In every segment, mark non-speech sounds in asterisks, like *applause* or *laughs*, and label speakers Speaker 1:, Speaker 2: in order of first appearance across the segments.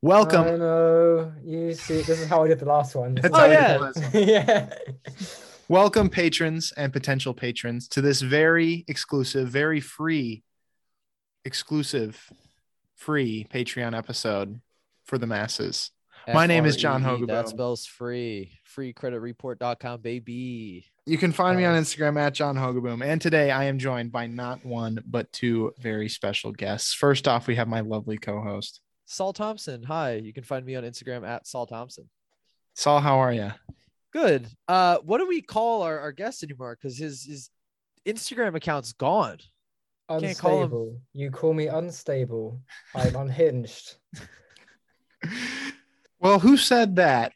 Speaker 1: Welcome.
Speaker 2: I know. You see, this is how I did the last one.
Speaker 1: That's
Speaker 2: So-
Speaker 1: how
Speaker 3: *laughs* Oh,
Speaker 1: we do
Speaker 3: yeah.
Speaker 1: this.
Speaker 2: *laughs* yeah.
Speaker 1: Welcome, patrons and potential patrons, to this very exclusive, very free, exclusive, free Patreon episode for the masses. My name is John
Speaker 3: F R E E,
Speaker 1: Hogeboom.
Speaker 3: That spells free. Freecreditreport.com, baby.
Speaker 1: You can find me on Instagram at John Hogaboom. And today I am joined by not one, but two very special guests. First off, we have my lovely co host.
Speaker 3: Saul Thompson. Hi. You can find me on Instagram at Saul Thompson.
Speaker 1: Saul, how are you?
Speaker 3: Good. Uh, what do we call our, our guest anymore? Because his his Instagram account's gone.
Speaker 2: Unstable.
Speaker 3: Can't call him-
Speaker 2: You call me unstable. I'm unhinged.
Speaker 1: *laughs* Well, who said that?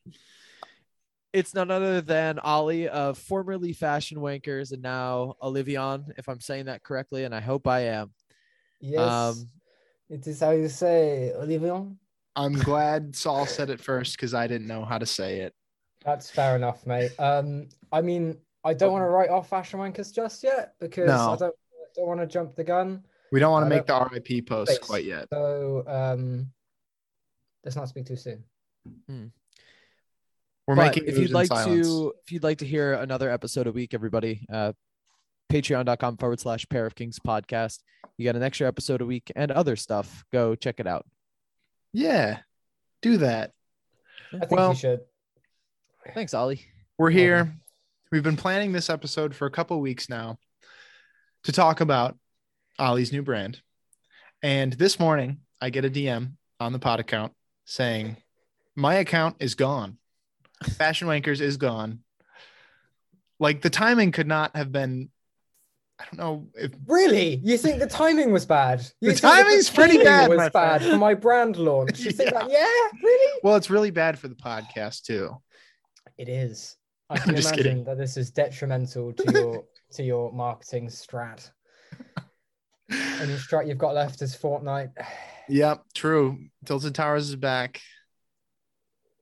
Speaker 3: It's none other than Ollie, uh, formerly Fashion Wankers and now Olivion, if I'm saying that correctly, and I hope I am.
Speaker 2: Yes.
Speaker 3: Um,
Speaker 2: it is how you say Olivion.
Speaker 1: I'm glad Saul said it first because I didn't know how to say it.
Speaker 2: That's fair enough, mate. Um, I mean, I don't want to write off Fashion Wankers just yet because
Speaker 1: No.
Speaker 2: I don't, don't want to jump the gun.
Speaker 1: We don't want
Speaker 2: I
Speaker 1: to make the
Speaker 2: don't-
Speaker 1: RIP post quite yet.
Speaker 2: So um, let's not speak too soon.
Speaker 1: We're
Speaker 3: But
Speaker 1: making
Speaker 3: if you'd like
Speaker 1: silence.
Speaker 3: to if you'd like to hear another episode a week everybody uh patreon.com forward slash pair of kings podcast you got an extra episode a week and other stuff go check it out
Speaker 1: Yeah, do that.
Speaker 2: I think
Speaker 1: Well-
Speaker 2: we should.
Speaker 3: thanks ollie
Speaker 1: We're
Speaker 2: Love it.
Speaker 1: here. We've been planning this episode for a couple weeks now to talk about Ollie's new brand. And this morning, I get a DM on the pod account saying, My account is gone. Fashion Wankers is gone. Like the timing could not have been, I don't know if
Speaker 2: Really? You think the timing was bad? You
Speaker 1: The
Speaker 2: think that
Speaker 1: timing's pretty
Speaker 2: timing
Speaker 1: bad,
Speaker 2: Was
Speaker 1: my
Speaker 2: bad
Speaker 1: friend.
Speaker 2: for my brand launch. You think that? Yeah, really?
Speaker 1: well, it's really bad for the podcast too.
Speaker 2: It is. I
Speaker 1: I'm
Speaker 2: can
Speaker 1: just
Speaker 2: imagine
Speaker 1: kidding.
Speaker 2: that this is detrimental to your to your marketing strat. And your strat you've got left is Fortnite.
Speaker 1: Yep, true. Tilted Towers is back.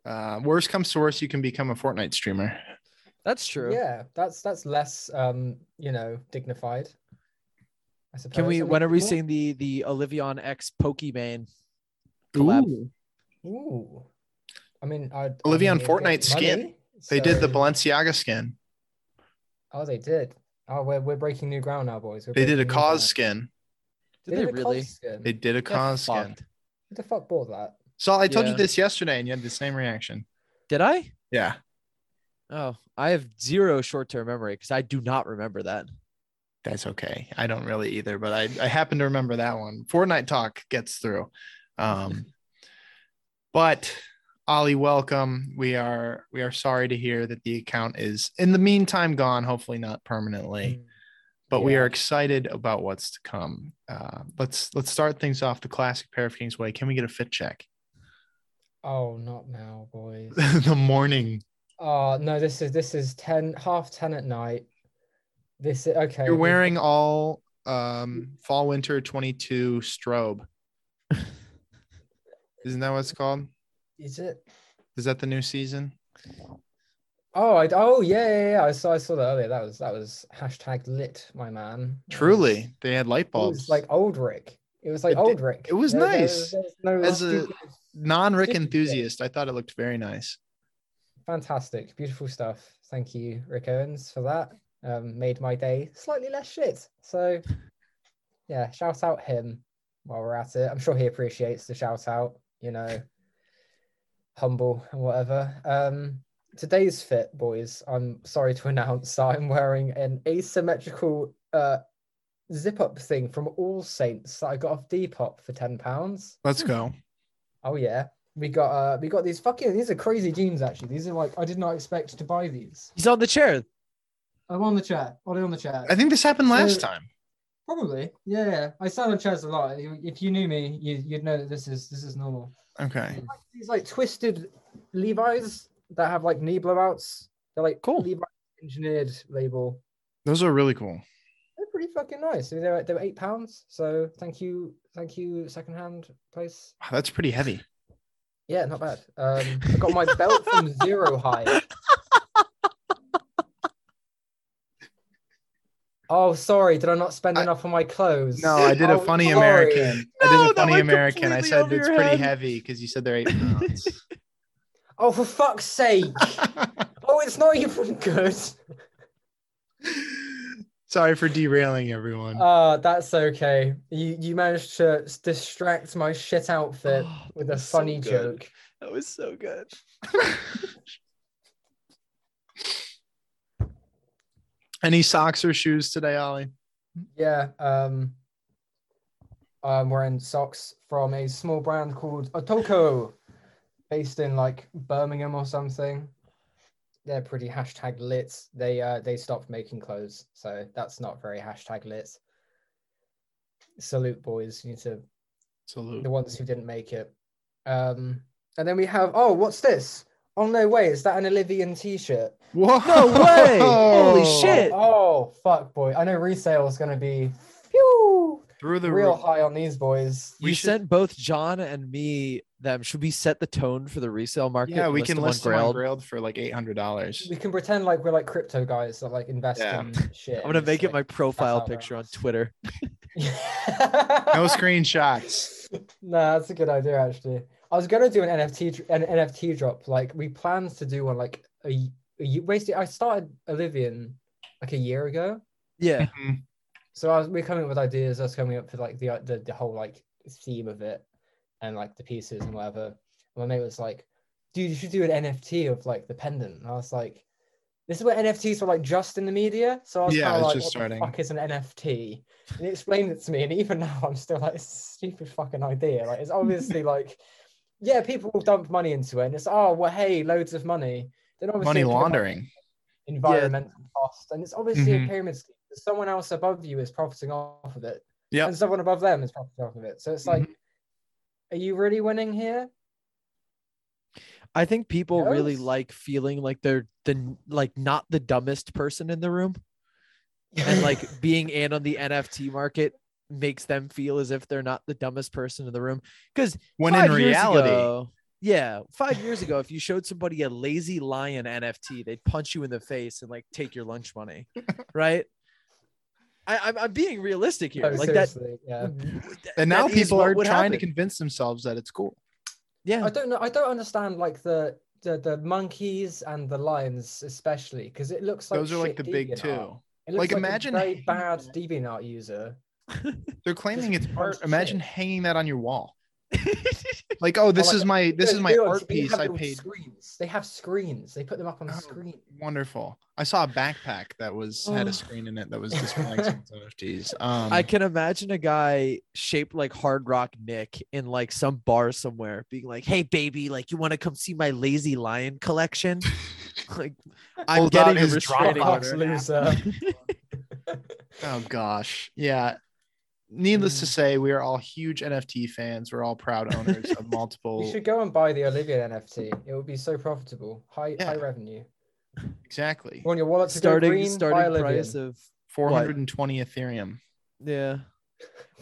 Speaker 1: Uh, worst comes to worst, you can become a Fortnite streamer.
Speaker 3: that's true
Speaker 2: Yeah, that's that's less um, you know, dignified. I suppose.
Speaker 3: can we
Speaker 2: I mean,
Speaker 3: when are we
Speaker 2: more-
Speaker 3: seeing the the olivion x pokemon collab?
Speaker 2: Ooh. I mean, I
Speaker 1: Olivia
Speaker 2: I
Speaker 1: on
Speaker 2: mean, we're getting
Speaker 1: Fortnite skin.
Speaker 2: money,
Speaker 1: They did the
Speaker 2: so-
Speaker 1: Balenciaga skin.
Speaker 2: Oh, they did. Oh, we're, we're breaking new ground now, boys. We're
Speaker 1: They did a
Speaker 2: breaking new
Speaker 1: cause
Speaker 2: ground.
Speaker 1: skin.
Speaker 3: did they
Speaker 2: did a cod
Speaker 3: really
Speaker 2: skin?
Speaker 1: They did a
Speaker 3: Get
Speaker 1: cause skin.
Speaker 3: fucked.
Speaker 2: Who the fuck bought that?
Speaker 1: So I told you
Speaker 3: Yeah.
Speaker 1: this yesterday, and you had the same reaction.
Speaker 3: did i
Speaker 1: Yeah,
Speaker 3: oh i have zero short-term memory because i do not remember that
Speaker 1: that's okay. I don't really either, but I I happen to remember that one. Fortnite talk gets through.
Speaker 3: *laughs*
Speaker 1: Um, but Ollie, welcome. We are we are sorry to hear that the account is in the meantime gone. Hopefully not permanently. but we
Speaker 2: Yeah.
Speaker 1: are excited about what's to come. Uh, let's let's start things off the classic pair of kings way. Can we get a fit check? *laughs*
Speaker 2: Oh, not now, boys.
Speaker 1: the morning.
Speaker 2: oh no, this is this is ten half ten at night. This is okay.
Speaker 1: You're
Speaker 2: we've-
Speaker 1: wearing all um, fall winter 22 strobe. Isn't that what it's called?
Speaker 2: Is it?
Speaker 1: Is that the new season?
Speaker 2: Oh, I, oh yeah, yeah, yeah. I saw I saw that earlier. That was that was hashtag lit, my man. That was-
Speaker 1: Truly, they had light
Speaker 2: it was
Speaker 1: bulbs.
Speaker 2: like old Rick. It was
Speaker 1: It-
Speaker 2: like old Rick.
Speaker 1: it was nice.
Speaker 2: there was no
Speaker 1: As a-
Speaker 2: stupid-
Speaker 1: non Rick
Speaker 2: Didn't they?
Speaker 1: enthusiast, I thought it looked very nice.
Speaker 2: fantastic, beautiful stuff. Thank you, Rick Owens, for that. Um, made my day slightly less shit. So, yeah, shout out him while we're at it. I'm sure he appreciates the shout out. You know, humble and whatever. Um, today's fit, boys. I'm sorry to announce that I'm wearing an asymmetrical uh zip up thing from All Saints that I got off Depop for ten pounds.
Speaker 1: Let's go.
Speaker 2: Oh yeah. We got uh we got these fucking these are crazy jeans actually. These are like I did not expect to buy these.
Speaker 3: he's on the chair
Speaker 2: I'm on the chat. Are they on the chat?
Speaker 1: I think this happened last
Speaker 2: So-
Speaker 1: time.
Speaker 2: Probably. Yeah, yeah. I stand on chairs a lot. You- If you knew me, you you'd know that this is this is normal.
Speaker 1: Okay.
Speaker 2: These like twisted Levi's that have like knee blowouts. They're like
Speaker 3: Cool.
Speaker 2: Levi engineered label.
Speaker 1: Those are really cool.
Speaker 2: They're pretty fucking nice. They were they were eight pounds. So thank you, thank you, secondhand place.
Speaker 1: Wow, that's pretty heavy.
Speaker 2: Yeah, not bad.
Speaker 1: *laughs*
Speaker 2: Um, I got my belt from Zero Hive. Oh, sorry. Did I not spend
Speaker 1: I-
Speaker 2: enough on my clothes?
Speaker 1: No, I did a
Speaker 2: Oh,
Speaker 1: funny
Speaker 2: sorry.
Speaker 1: American. I
Speaker 3: No,
Speaker 1: did a
Speaker 3: that
Speaker 1: funny
Speaker 3: went
Speaker 1: American. I
Speaker 3: completely
Speaker 1: said
Speaker 3: over
Speaker 1: it's
Speaker 3: your
Speaker 1: pretty
Speaker 3: head.
Speaker 1: heavy because you said they're eight pounds.
Speaker 2: Oh, for
Speaker 1: *laughs*
Speaker 2: fuck's sake. oh, it's not even good.
Speaker 1: *laughs* Sorry for derailing everyone.
Speaker 2: Oh, that's okay. You you managed to s- distract my
Speaker 1: *gasps*
Speaker 2: shit outfit
Speaker 3: Oh, that
Speaker 2: with a
Speaker 3: was so
Speaker 2: funny
Speaker 3: good.
Speaker 2: joke.
Speaker 3: *gasps* That was so good.
Speaker 1: Any socks or shoes today, Ollie?
Speaker 2: Yeah. Um, I'm wearing socks from a small brand called Otoko, based in like Birmingham or something. They're pretty hashtag lit. They uh they stopped making clothes, so that's not very hashtag lit. Salute, boys. You need to
Speaker 1: Salute.
Speaker 2: the ones who didn't make it. Um, and then we have oh, what's this? Oh no, wait, is that an Olivian T-shirt?
Speaker 1: Whoa!
Speaker 3: No
Speaker 1: *laughs*
Speaker 3: way! Holy shit!
Speaker 2: Oh fuck, boy! I know resale is gonna be phew,
Speaker 1: Through the
Speaker 2: real
Speaker 1: roof.
Speaker 2: high on these boys.
Speaker 1: We
Speaker 3: you
Speaker 1: should-
Speaker 3: sent both John and me them. Should we set the tone for the resale market?
Speaker 1: Yeah,
Speaker 3: and
Speaker 1: we can
Speaker 3: them
Speaker 1: list them on
Speaker 3: Grailed?
Speaker 1: Grailed for like eight hundred dollars.
Speaker 2: *laughs* We can pretend like we're like crypto guys that like invest
Speaker 1: Yeah.
Speaker 2: in shit.
Speaker 3: I'm gonna make it my profile
Speaker 2: how they're
Speaker 3: picture on
Speaker 2: asked.
Speaker 3: Twitter.
Speaker 1: No
Speaker 2: *laughs* no
Speaker 1: screenshots.
Speaker 2: *laughs* Nah, that's a good idea actually. I was gonna do an NFT dr- an NFT drop. Like we planned to do one like a, y- a y- basically I started Olivian like a year ago.
Speaker 3: Yeah,
Speaker 1: Mm-hmm.
Speaker 2: so I was, we're coming up with ideas. I was coming up with like the, the the whole like theme of it, and like the pieces and whatever. And my mate was like, "Dude, you should do an NFT of like the pendant." And I was like, "This is what NFTs were like just in the media." So I was
Speaker 1: Yeah,
Speaker 2: kind of
Speaker 1: it's
Speaker 2: like,
Speaker 1: just
Speaker 2: "What
Speaker 1: starting.
Speaker 2: the fuck is an NFT?" And he explained it to me, and even *laughs* now I'm still like, "Stupid fucking idea!" Like
Speaker 1: *laughs*
Speaker 2: it's obviously like, yeah, people will dump money into it, and it's oh well, hey, loads of money. Then obviously
Speaker 1: Money
Speaker 2: it could have, like,
Speaker 1: laundering.
Speaker 2: environmental cost. And it's obviously
Speaker 1: Mhm.
Speaker 2: a pyramid scheme. Someone else above you is profiting off of it.
Speaker 1: Yep.
Speaker 2: And someone above them is profiting off of it. So it's like,
Speaker 1: Mm-hmm.
Speaker 2: are you really winning here?
Speaker 3: I think people really
Speaker 2: Yes.
Speaker 3: like feeling like they're the like not the dumbest person in the room,
Speaker 2: *laughs*
Speaker 3: and like being in on the NFT market makes them feel as if they're not the dumbest person in the room. Because
Speaker 1: When in
Speaker 3: years
Speaker 1: reality,
Speaker 3: ago- yeah, five years ago, if you showed somebody a lazy lion NFT, they'd punch you in the face and like take your lunch money, right? I, I'm, I'm being realistic here.
Speaker 2: Oh,
Speaker 3: like that,
Speaker 2: seriously, yeah.
Speaker 1: Mm-hmm. and now
Speaker 3: that is
Speaker 1: people
Speaker 3: what
Speaker 1: are
Speaker 3: would
Speaker 1: trying to
Speaker 3: happen.
Speaker 1: convince themselves that it's cool.
Speaker 3: yeah,
Speaker 2: I don't know. I don't understand like the the, the monkeys and the lions especially because it looks like
Speaker 1: Those are like the
Speaker 2: shit
Speaker 1: big
Speaker 2: DeviantArt.
Speaker 1: two.
Speaker 2: It
Speaker 1: Like,
Speaker 2: looks like,
Speaker 1: imagine-
Speaker 2: a very bad DeviantArt user.
Speaker 1: They're claiming it's
Speaker 2: a bunch
Speaker 1: art.
Speaker 2: of
Speaker 1: Imagine
Speaker 2: shit.
Speaker 1: hanging that on your wall. like, oh, this
Speaker 2: like,
Speaker 1: is my this
Speaker 2: No,
Speaker 1: is my
Speaker 2: they are-
Speaker 1: art
Speaker 2: they
Speaker 1: piece.
Speaker 2: have
Speaker 1: I
Speaker 2: little
Speaker 1: paid.
Speaker 2: Screens. They have screens. They put them up on
Speaker 1: Oh.
Speaker 2: a screen.
Speaker 1: Wonderful. I saw a backpack that was had
Speaker 3: Oh.
Speaker 1: a screen in it that was displaying some NFTs. Um,
Speaker 3: I can imagine a guy shaped like Hard Rock Nick in like some bar somewhere being like, "Hey baby, like you want to come see my lazy lion
Speaker 1: *laughs*
Speaker 3: collection?" *laughs* like I'm
Speaker 1: Pulled out
Speaker 3: getting
Speaker 1: his
Speaker 3: a restraining
Speaker 1: Dropbox
Speaker 3: order.
Speaker 2: Fucks *laughs* loser.
Speaker 1: oh gosh, yeah. Needless to say, we are all huge NFT fans. We're all proud owners of
Speaker 2: You
Speaker 1: multiple.
Speaker 2: should go and buy the Olivia NFT. It would be so profitable, high
Speaker 1: Yeah.
Speaker 2: high revenue.
Speaker 1: Exactly,
Speaker 2: You want your wallet to
Speaker 3: starting
Speaker 2: go green? buy
Speaker 3: starting
Speaker 2: Olivia. *laughs*
Speaker 3: price of
Speaker 1: four hundred and twenty Ethereum. *laughs*
Speaker 3: yeah.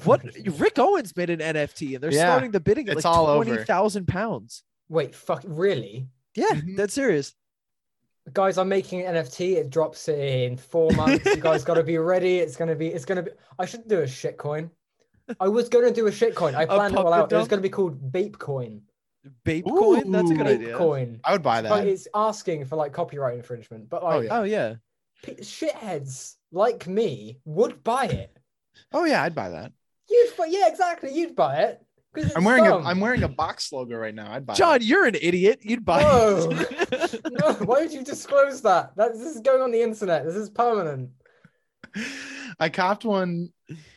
Speaker 3: What Rick Owens made an NFT and they're
Speaker 1: Yeah,
Speaker 3: starting the bidding at
Speaker 1: it's
Speaker 3: like
Speaker 1: all over.
Speaker 3: twenty thousand pounds.
Speaker 2: Wait, fuck, really?
Speaker 3: Yeah,
Speaker 1: Mhm.
Speaker 3: that's serious.
Speaker 2: Guys, I'm making an NFT. It drops in four months. you guys got to be ready. It's gonna be. It's gonna be. I should do a shitcoin. I was gonna do a shitcoin. I planned it all
Speaker 3: puppet
Speaker 2: out. It was
Speaker 3: dump?
Speaker 2: gonna be called Bapecoin.
Speaker 3: Babe coin, that's a good
Speaker 1: Ooh.
Speaker 3: idea.
Speaker 2: Bapecoin.
Speaker 1: I would buy that.
Speaker 2: But it's asking for like copyright infringement. But like
Speaker 1: Oh, yeah.
Speaker 3: Oh yeah.
Speaker 2: p- shitheads like me would buy it.
Speaker 1: Oh yeah, I'd buy that.
Speaker 2: You'd buy, yeah, exactly. You'd buy it. 'cause it's
Speaker 1: I'm wearing a
Speaker 2: dumb.
Speaker 1: I'm wearing a box logo right now. I'd buy
Speaker 3: John,
Speaker 1: It.
Speaker 3: you're an idiot. You'd buy *laughs*
Speaker 2: Whoa.
Speaker 3: it.
Speaker 2: no, why would you disclose that? that? This is going on the internet. This is permanent.
Speaker 1: I copped one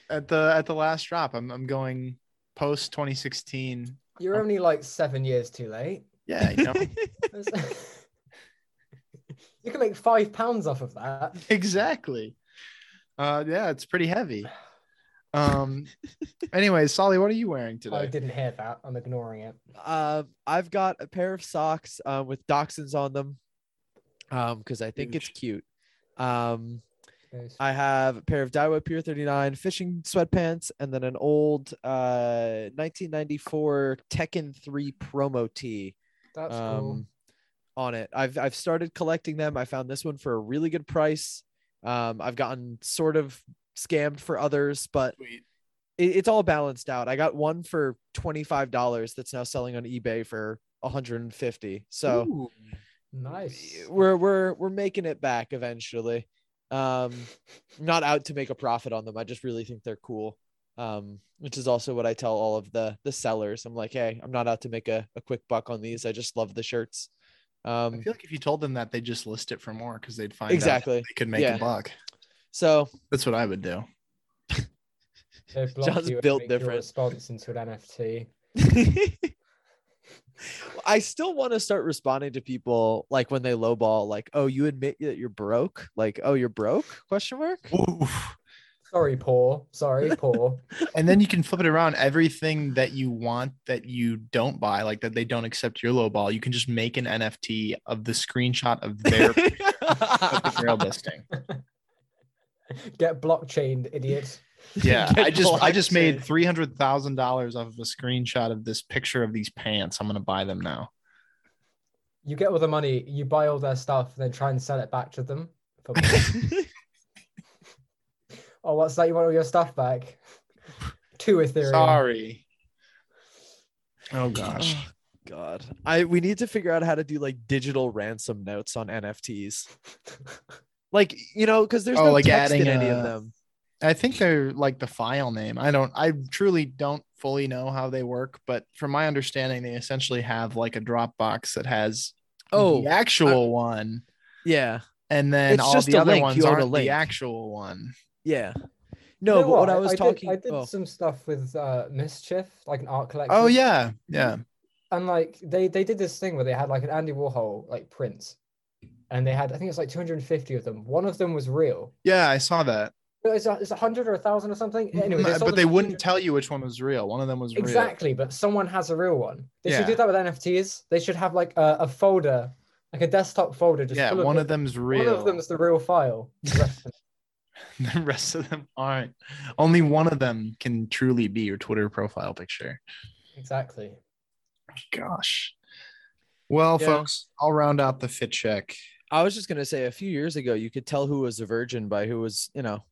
Speaker 1: at the at the last drop. I'm I'm going post 2016.
Speaker 2: You're only like seven years too late.
Speaker 1: Yeah, you know
Speaker 2: That's- *laughs* you can make five pounds off of that.
Speaker 1: exactly. Uh, yeah, it's pretty heavy. Um. anyways, Solly, what are you
Speaker 3: Uh,
Speaker 1: wearing
Speaker 2: Oh, I
Speaker 1: today?
Speaker 2: didn't hear that. I'm ignoring it.
Speaker 3: Um, I've got a pair of socks um, with dachshunds on them, um, because I think it's cute. Um,
Speaker 2: Goes-
Speaker 3: I have a pair of Daiwa Pure 39 fishing sweatpants, and then an old uh 1994 Tekken 3 promo tee.
Speaker 2: That's
Speaker 3: um, on it. I've I've started collecting them. I found this one for a really good price. Um, I've gotten sort of scammed for others, but
Speaker 1: Sweet.
Speaker 3: it, it's all balanced out. I got one for twenty five dollars that's now selling on eBay for one hundred and fifty. So
Speaker 2: Nice.
Speaker 3: we're we're we're making it back eventually. Um, not out to make a profit on them. I just really think they're cool. Um, which is also what I tell all of the the sellers. I'm like, hey, I'm not out to make a, a quick buck on these. I just love the shirts.
Speaker 1: I
Speaker 3: Um,
Speaker 1: feel like if you told them that, they'd just list it for more because they'd find out
Speaker 3: exactly.
Speaker 1: they could make
Speaker 3: Yeah.
Speaker 1: a buck.
Speaker 3: So
Speaker 1: That's what I would do.
Speaker 2: They block
Speaker 3: John's
Speaker 2: you and
Speaker 3: built
Speaker 2: make your
Speaker 3: different.
Speaker 2: Response into an NFT.
Speaker 3: *laughs* I still want to start responding to people like when they lowball, like, oh, you admit that you're broke? Like, oh, you're broke? Question mark.
Speaker 1: Oof.
Speaker 2: Sorry, poor.
Speaker 3: *laughs*
Speaker 2: Sorry, poor.
Speaker 1: And then you can flip it around. Everything that you want that you don't buy, like that they don't accept your low ball, you can just make an NFT of the screenshot of
Speaker 3: *laughs*
Speaker 1: their of the grail listing.
Speaker 2: Get blockchained, idiot.
Speaker 3: *laughs*
Speaker 1: Yeah,
Speaker 3: Get
Speaker 1: I just I just made
Speaker 3: blockchain.
Speaker 1: three hundred thousand dollars off of a screenshot of this picture of these pants. I'm gonna buy them now.
Speaker 2: You get all the money, you buy all their stuff, and then try and sell it back to them. For- oh, what's that? You want all your stuff back? *laughs* Two Ethereum.
Speaker 1: Sorry. Oh gosh.
Speaker 3: Oh, God, I we need to figure out how to do like digital ransom notes on NFTs. Like you know, because there's
Speaker 1: Oh,
Speaker 3: no
Speaker 1: like
Speaker 3: text in
Speaker 1: adding
Speaker 3: any
Speaker 1: a-
Speaker 3: of them.
Speaker 1: I think they're like the file name. I don't, I truly don't fully know how they work, but from my understanding, they essentially have like a Dropbox that has
Speaker 3: Oh,
Speaker 1: the actual one,
Speaker 3: yeah,
Speaker 1: and then
Speaker 3: it's
Speaker 1: all
Speaker 3: just
Speaker 1: the
Speaker 3: a
Speaker 1: other
Speaker 3: link.
Speaker 1: ones
Speaker 3: You own a
Speaker 1: aren't
Speaker 3: link.
Speaker 1: the actual one.
Speaker 3: yeah.
Speaker 2: You know
Speaker 3: No, but what, I was
Speaker 2: did-
Speaker 3: talking.
Speaker 2: I did
Speaker 3: oh.
Speaker 2: some stuff with uh, Mischief, like an art collection.
Speaker 1: Oh yeah, yeah.
Speaker 2: and like they they did this thing where they had like an Andy Warhol like print, and they had I think it's like 250 of them. One of them was real.
Speaker 1: Yeah, I saw that.
Speaker 2: No, It's a, it's a hundred or a thousand or something. Anyway,
Speaker 1: Mm,
Speaker 2: sold
Speaker 1: but
Speaker 2: them
Speaker 1: they
Speaker 2: for
Speaker 1: wouldn't
Speaker 2: 200
Speaker 1: tell you which one was real. One of them was real.
Speaker 2: Exactly, but someone has a real one. They should do
Speaker 1: Yeah.
Speaker 2: that with NFTs. They should have like a, a folder, like a desktop folder. Just
Speaker 1: Yeah,
Speaker 2: full
Speaker 1: one
Speaker 2: it.
Speaker 1: of them's
Speaker 2: One
Speaker 1: real.
Speaker 2: of them's the real file. The rest of
Speaker 1: *laughs* the rest of them aren't. Only one of them can truly be your Twitter profile picture.
Speaker 2: it. exactly.
Speaker 1: Gosh. Well,
Speaker 3: Yeah.
Speaker 1: folks, I'll round out the fit check.
Speaker 3: I was just gonna say a few years ago you could tell who was a virgin by who was, you know,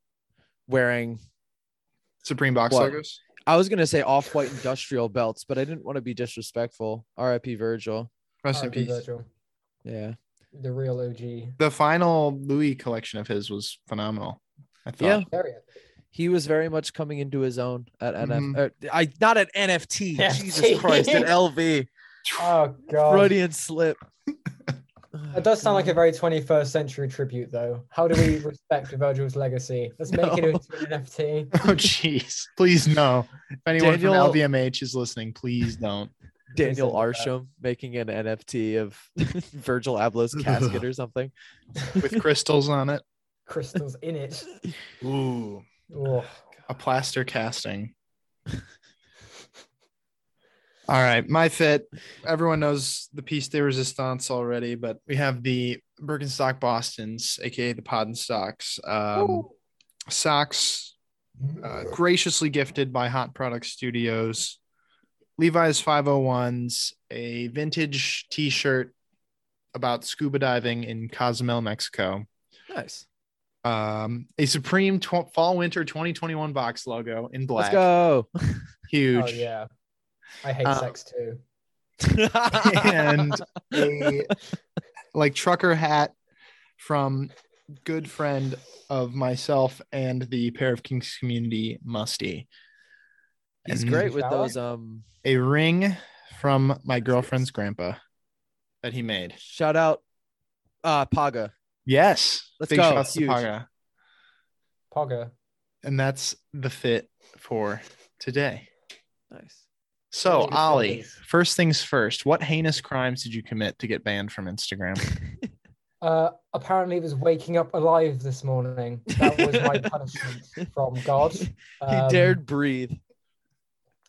Speaker 3: wearing
Speaker 1: Supreme box
Speaker 3: What?
Speaker 1: logos.
Speaker 3: I was gonna say off-white industrial belts, but I didn't want to be disrespectful. R.I.P. Virgil.
Speaker 1: Rest in
Speaker 2: R.I.P.
Speaker 1: peace.
Speaker 2: Virgil,
Speaker 3: Yeah.
Speaker 2: the real OG.
Speaker 1: The final Louis collection of his was phenomenal. I thought.
Speaker 3: Yeah.
Speaker 2: There it
Speaker 3: He was very much coming into his own at NF.
Speaker 2: Mm-hmm.
Speaker 1: Mhm.
Speaker 3: er, I not at NFT. Jesus
Speaker 2: NFT.
Speaker 3: Christ, at
Speaker 2: *laughs*
Speaker 3: LV.
Speaker 2: is. Oh god.
Speaker 3: Freudian slip.
Speaker 2: That does sound like a very 21st century tribute, though. How do
Speaker 3: *laughs*
Speaker 2: we respect Virgil's legacy? Let's make it
Speaker 3: No.
Speaker 2: into an NFT.
Speaker 1: *laughs* Oh jeez. Please no. If anyone
Speaker 3: Daniel-
Speaker 1: from LVMH is listening, please don't.
Speaker 3: *sighs* Daniel
Speaker 2: Something like that.
Speaker 3: Arsham making an NFT of *laughs* Virgil Abloh's
Speaker 2: *laughs*
Speaker 3: casket or something.
Speaker 1: With crystals on it.
Speaker 2: Crystals in
Speaker 3: *laughs*
Speaker 2: it.
Speaker 1: Ooh.
Speaker 2: Oh,
Speaker 1: A plaster casting. All right, my fit. Everyone knows the piece de resistance already, but we have the Birkenstock Bostons, aka the Pod and Stocks. Um, socks uh,
Speaker 2: Oh,
Speaker 1: graciously gifted by Hot Product Studios. Levi's 501s, a vintage t shirt about scuba diving in Cozumel, Mexico.
Speaker 3: Nice.
Speaker 1: Um, a Supreme tw- Fall Winter 2021 box logo in
Speaker 3: Let's
Speaker 1: black.
Speaker 3: go.
Speaker 1: Huge.
Speaker 2: oh yeah. I hate
Speaker 3: Uh,
Speaker 1: Um,
Speaker 2: sex too. *laughs*
Speaker 1: and a like trucker hat from good friend of myself and the pair of kings community musty
Speaker 3: *laughs* He's
Speaker 1: and
Speaker 3: great with
Speaker 2: Shower?
Speaker 3: those um
Speaker 1: a ring from my girlfriend's grandpa that he made
Speaker 3: Shout out uh Paga.
Speaker 1: yes
Speaker 3: Let's go.
Speaker 1: shouts to
Speaker 3: Huge.
Speaker 1: Paga.
Speaker 2: Pogger.
Speaker 1: and that's the fit for today
Speaker 3: Nice.
Speaker 1: so
Speaker 2: Thank you so
Speaker 1: ollie
Speaker 2: much.
Speaker 1: first things first what heinous crimes did you commit to get banned from instagram
Speaker 2: Uh, apparently, it was waking up alive this morning. That was my
Speaker 3: *laughs*
Speaker 2: punishment from God.
Speaker 3: he
Speaker 2: Um,
Speaker 3: dared breathe.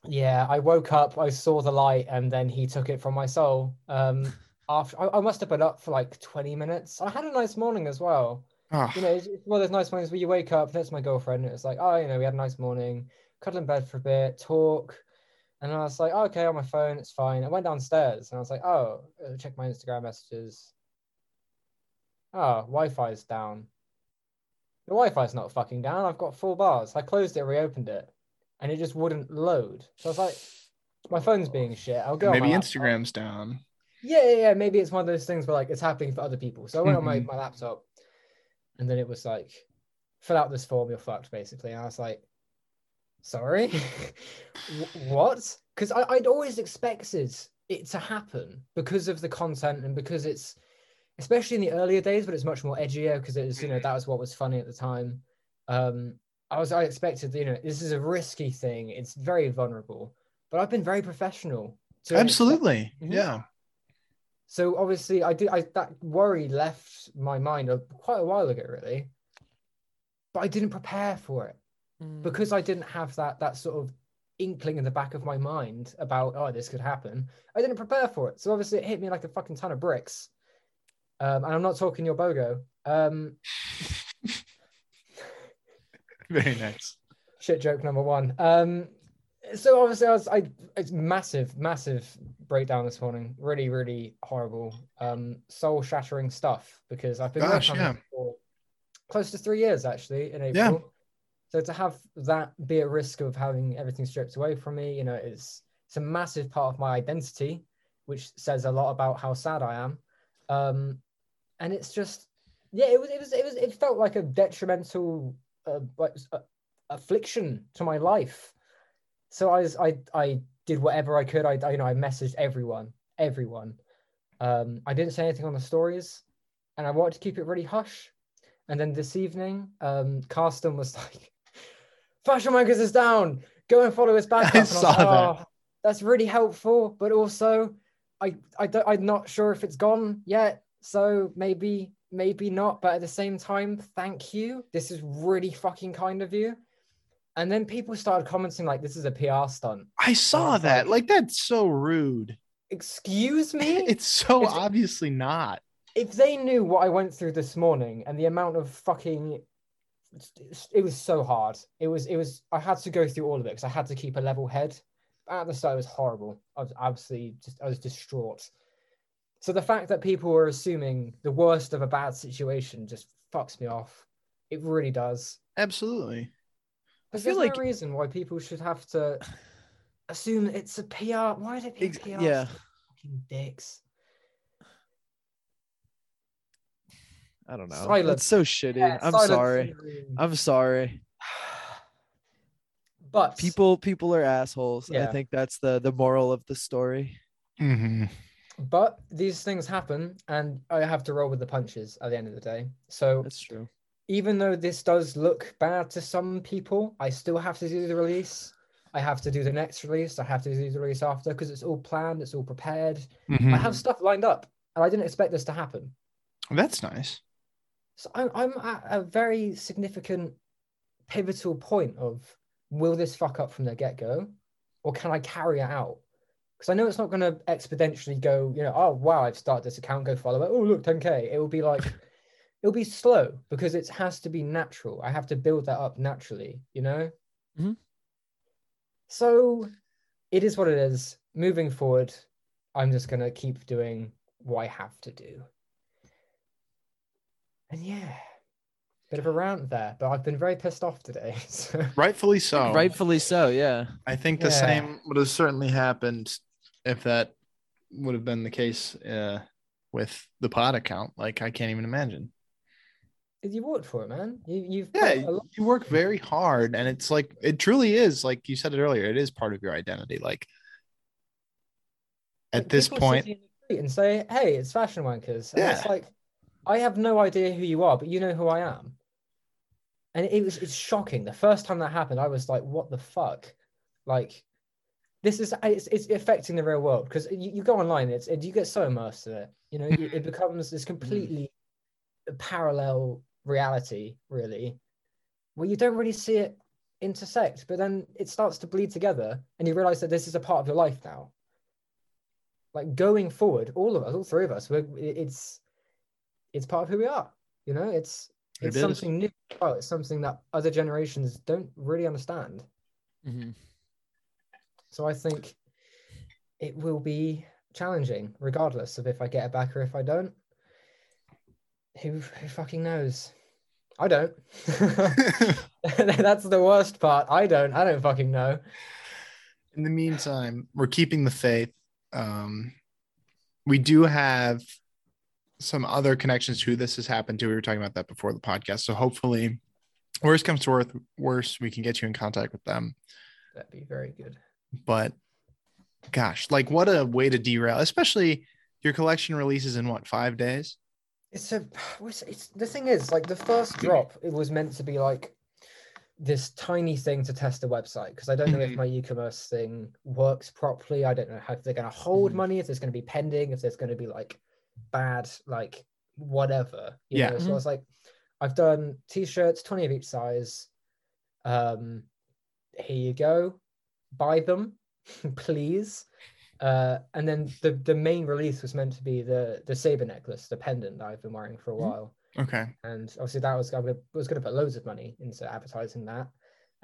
Speaker 2: Yeah, I woke up, I saw the light, and then he took it from my soul. Um, after I, I must have been up for like 20 minutes. I had a nice morning as well.
Speaker 3: Ah,
Speaker 1: oh,
Speaker 2: you know, it's it's one of those nice mornings where you wake up, that's my girlfriend, and it's like, oh, you know, we had a nice morning, cuddle in bed for a bit, talk. And I was like, oh, okay, on my phone, it's fine. I went downstairs and I was like, oh, uh, check my Instagram messages. Oh, Wi Fi's down. "Ah, The Wi-Fi's not fucking down. I've got full bars. I closed it, reopened it, and it just wouldn't load. So I was like, my phone's being shit. I'll go. on
Speaker 1: Maybe
Speaker 2: my laptop.
Speaker 1: Instagram's down.
Speaker 2: Yeah, yeah, yeah. Maybe it's one of those things where like it's happening for other people. So I went on my, my laptop and then it was like, fill out this form, you're fucked, basically. And I was like, sorry? *laughs* Wh- what? Because I'd always expected it to happen because of the content and because it's, especially in the earlier days, but it's much more edgier because it was, you know, that was what was funny at the time. Um, I was, I expected, you know, this is a risky thing. It's very vulnerable, but I've been very professional. to an extent.
Speaker 1: Absolutely.
Speaker 3: Mhm.
Speaker 1: Yeah. *laughs*
Speaker 2: So obviously, I did. I that worry left my mind a- quite a while ago, really. But I didn't prepare for it
Speaker 3: Mm.
Speaker 2: because I didn't have that that sort of inkling in the back of my mind about oh this could happen. I didn't prepare for it, so obviously it hit me like a fucking ton of bricks. Um, and I'm not talking your bogo. Um,
Speaker 1: Very nice.
Speaker 2: shit joke number one. Um, so obviously I was I it's massive, massive breakdown this morning. Really, really horrible, um, soul shattering stuff because I've been
Speaker 1: Gosh,
Speaker 2: working on this for close to three years actually in April.
Speaker 1: Yeah.
Speaker 2: So to have that be at risk of having everything stripped away from me, you know, it's it's a massive part of my identity, which says a lot about how sad I am. Um, and it's just yeah, it was it was it was it felt like a detrimental uh, like s- a- affliction to my life. So I was, I I did whatever I could. I I, you know I messaged everyone, everyone. Um, I didn't say anything on the stories, and I wanted to keep it really hush. And then this evening, um, Carsten was *laughs* like, "Fashion Wankers is down. Go and follow us back."
Speaker 1: *laughs*
Speaker 2: up."
Speaker 1: I
Speaker 2: And was like,
Speaker 1: saw that.
Speaker 2: "Oh, that's really helpful, but also, I I don't, I'm not sure if it's gone yet. So maybe maybe not. But at the same time, thank you. This is really fucking kind of you. And then people started commenting like, "This is a PR stunt."
Speaker 1: I saw
Speaker 2: was
Speaker 1: that. Like
Speaker 2: like-
Speaker 1: that's so rude.
Speaker 2: Excuse
Speaker 3: *laughs*
Speaker 2: me.
Speaker 1: *laughs* It's so
Speaker 2: It's-
Speaker 1: obviously not.
Speaker 2: if they knew what I went through this morning and the amount of fucking it was so hard. It was it was I had to go through all of it because I had to keep a level head. At the start it was horrible. I was absolutely just I was distraught. So the fact that people were assuming the worst of a bad situation just fucks me off. It really does.
Speaker 1: Absolutely.
Speaker 2: But
Speaker 3: feel
Speaker 2: there's
Speaker 3: like-
Speaker 2: no reason why people should have to
Speaker 3: *sighs*
Speaker 2: assume it's a PR. Why do
Speaker 3: Ex-
Speaker 2: people PR?
Speaker 3: yeah,
Speaker 2: Fucking dicks.
Speaker 3: I don't know.
Speaker 2: Silence.
Speaker 3: That's so shitty.
Speaker 2: Yeah,
Speaker 3: I'm
Speaker 2: silence in
Speaker 3: sorry.
Speaker 2: the room.
Speaker 3: I'm sorry.
Speaker 2: *sighs* But
Speaker 3: People people are assholes.
Speaker 2: Yeah.
Speaker 3: I think that's the the moral of the story.
Speaker 1: Mhm.
Speaker 2: but these things happen and i have to roll with the punches at the end of the day so
Speaker 3: That's true.
Speaker 2: even though this does look bad to some people i still have to do the release i have to do the next release i have to do the release after because it's all planned it's all prepared i
Speaker 1: Mhm.
Speaker 3: Mm.
Speaker 2: have stuff lined up and i didn't expect this to happen
Speaker 1: That's nice.
Speaker 2: so i'm, I'm at a very significant pivotal point of will this fuck up from the get-go or can i carry it out because i know it's not going to exponentially go you know oh wow i've started this account go follow it oh look 10k it will be like it'll be slow because it has to be natural i have to build that up naturally you know
Speaker 3: Mhm.
Speaker 2: so it is what it is moving forward i'm just going to keep doing what i have to do and yeah bit of a rant there but i've been very pissed off today *laughs* so
Speaker 1: Rightfully so.
Speaker 3: Rightfully so. Yeah.
Speaker 1: I think the
Speaker 2: Yeah.
Speaker 1: same would have certainly happened if that would have been the case uh, with the pod account. Like I can't even imagine.
Speaker 2: You worked for it, man. You, you've
Speaker 1: Yeah,
Speaker 2: put a
Speaker 1: you
Speaker 2: lot-
Speaker 1: you work very hard, and it's like it truly is. Like you said it earlier, it is part of your identity. Like at
Speaker 2: like,
Speaker 1: this
Speaker 2: people see
Speaker 1: point,
Speaker 2: you in the street and say, "Hey, it's fashion wankers." And
Speaker 1: Yeah.
Speaker 2: It's like I have no idea who you are, but you know who I am. And it was it's shocking. The first time that happened, I was like, "What the fuck?" Like this is it's, it's affecting the real world because you, you go online, it's it, you get so immersed in it. You know, you-
Speaker 1: *laughs*
Speaker 2: it becomes
Speaker 1: Mm.
Speaker 2: this completely parallel reality, really, where you don't really see it intersect, but then it starts to bleed together, and you realize that this is a part of your life now. Like going forward, all of us, all three of us, we're, it- it's it's part of who we are. You know, it's
Speaker 1: It
Speaker 2: it's
Speaker 1: is.
Speaker 2: something new. as well. It's something that other generations don't really understand.
Speaker 3: Mhm.
Speaker 2: So I think it will be challenging, regardless of if I get it back or if I don't. Who, who fucking knows? I don't. *laughs* That's the worst part. I don't. I don't fucking know.
Speaker 1: in the meantime, we're keeping the faith. Um, we do have some other connections to who this has happened to. We were talking about that before the podcast. So hopefully, worst comes to worst, worst we can get you in contact with them.
Speaker 2: That'd be very good.
Speaker 1: But gosh, like what a way to derail, especially your collection releases in what five days?
Speaker 2: It's a it's, it's the thing is like the first drop it was meant to be like this tiny thing to test the website because I don't know if
Speaker 1: Mhm.
Speaker 2: my e-commerce thing works properly. I don't know how if they're going to hold
Speaker 3: Mhm.
Speaker 2: money, if there's going to be pending, if there's going to be like bad like whatever. you
Speaker 1: Yeah.
Speaker 2: know? So
Speaker 3: Mhm.
Speaker 2: I was like, I've done t-shirts, twenty of each size. Um, here you go, buy them, *laughs* please. Uh, and then the the main release was meant to be the the saber necklace, the pendant that I've been wearing for a
Speaker 3: Mhm.
Speaker 2: while
Speaker 1: Okay,
Speaker 2: and obviously that was I was going to put loads of money into advertising that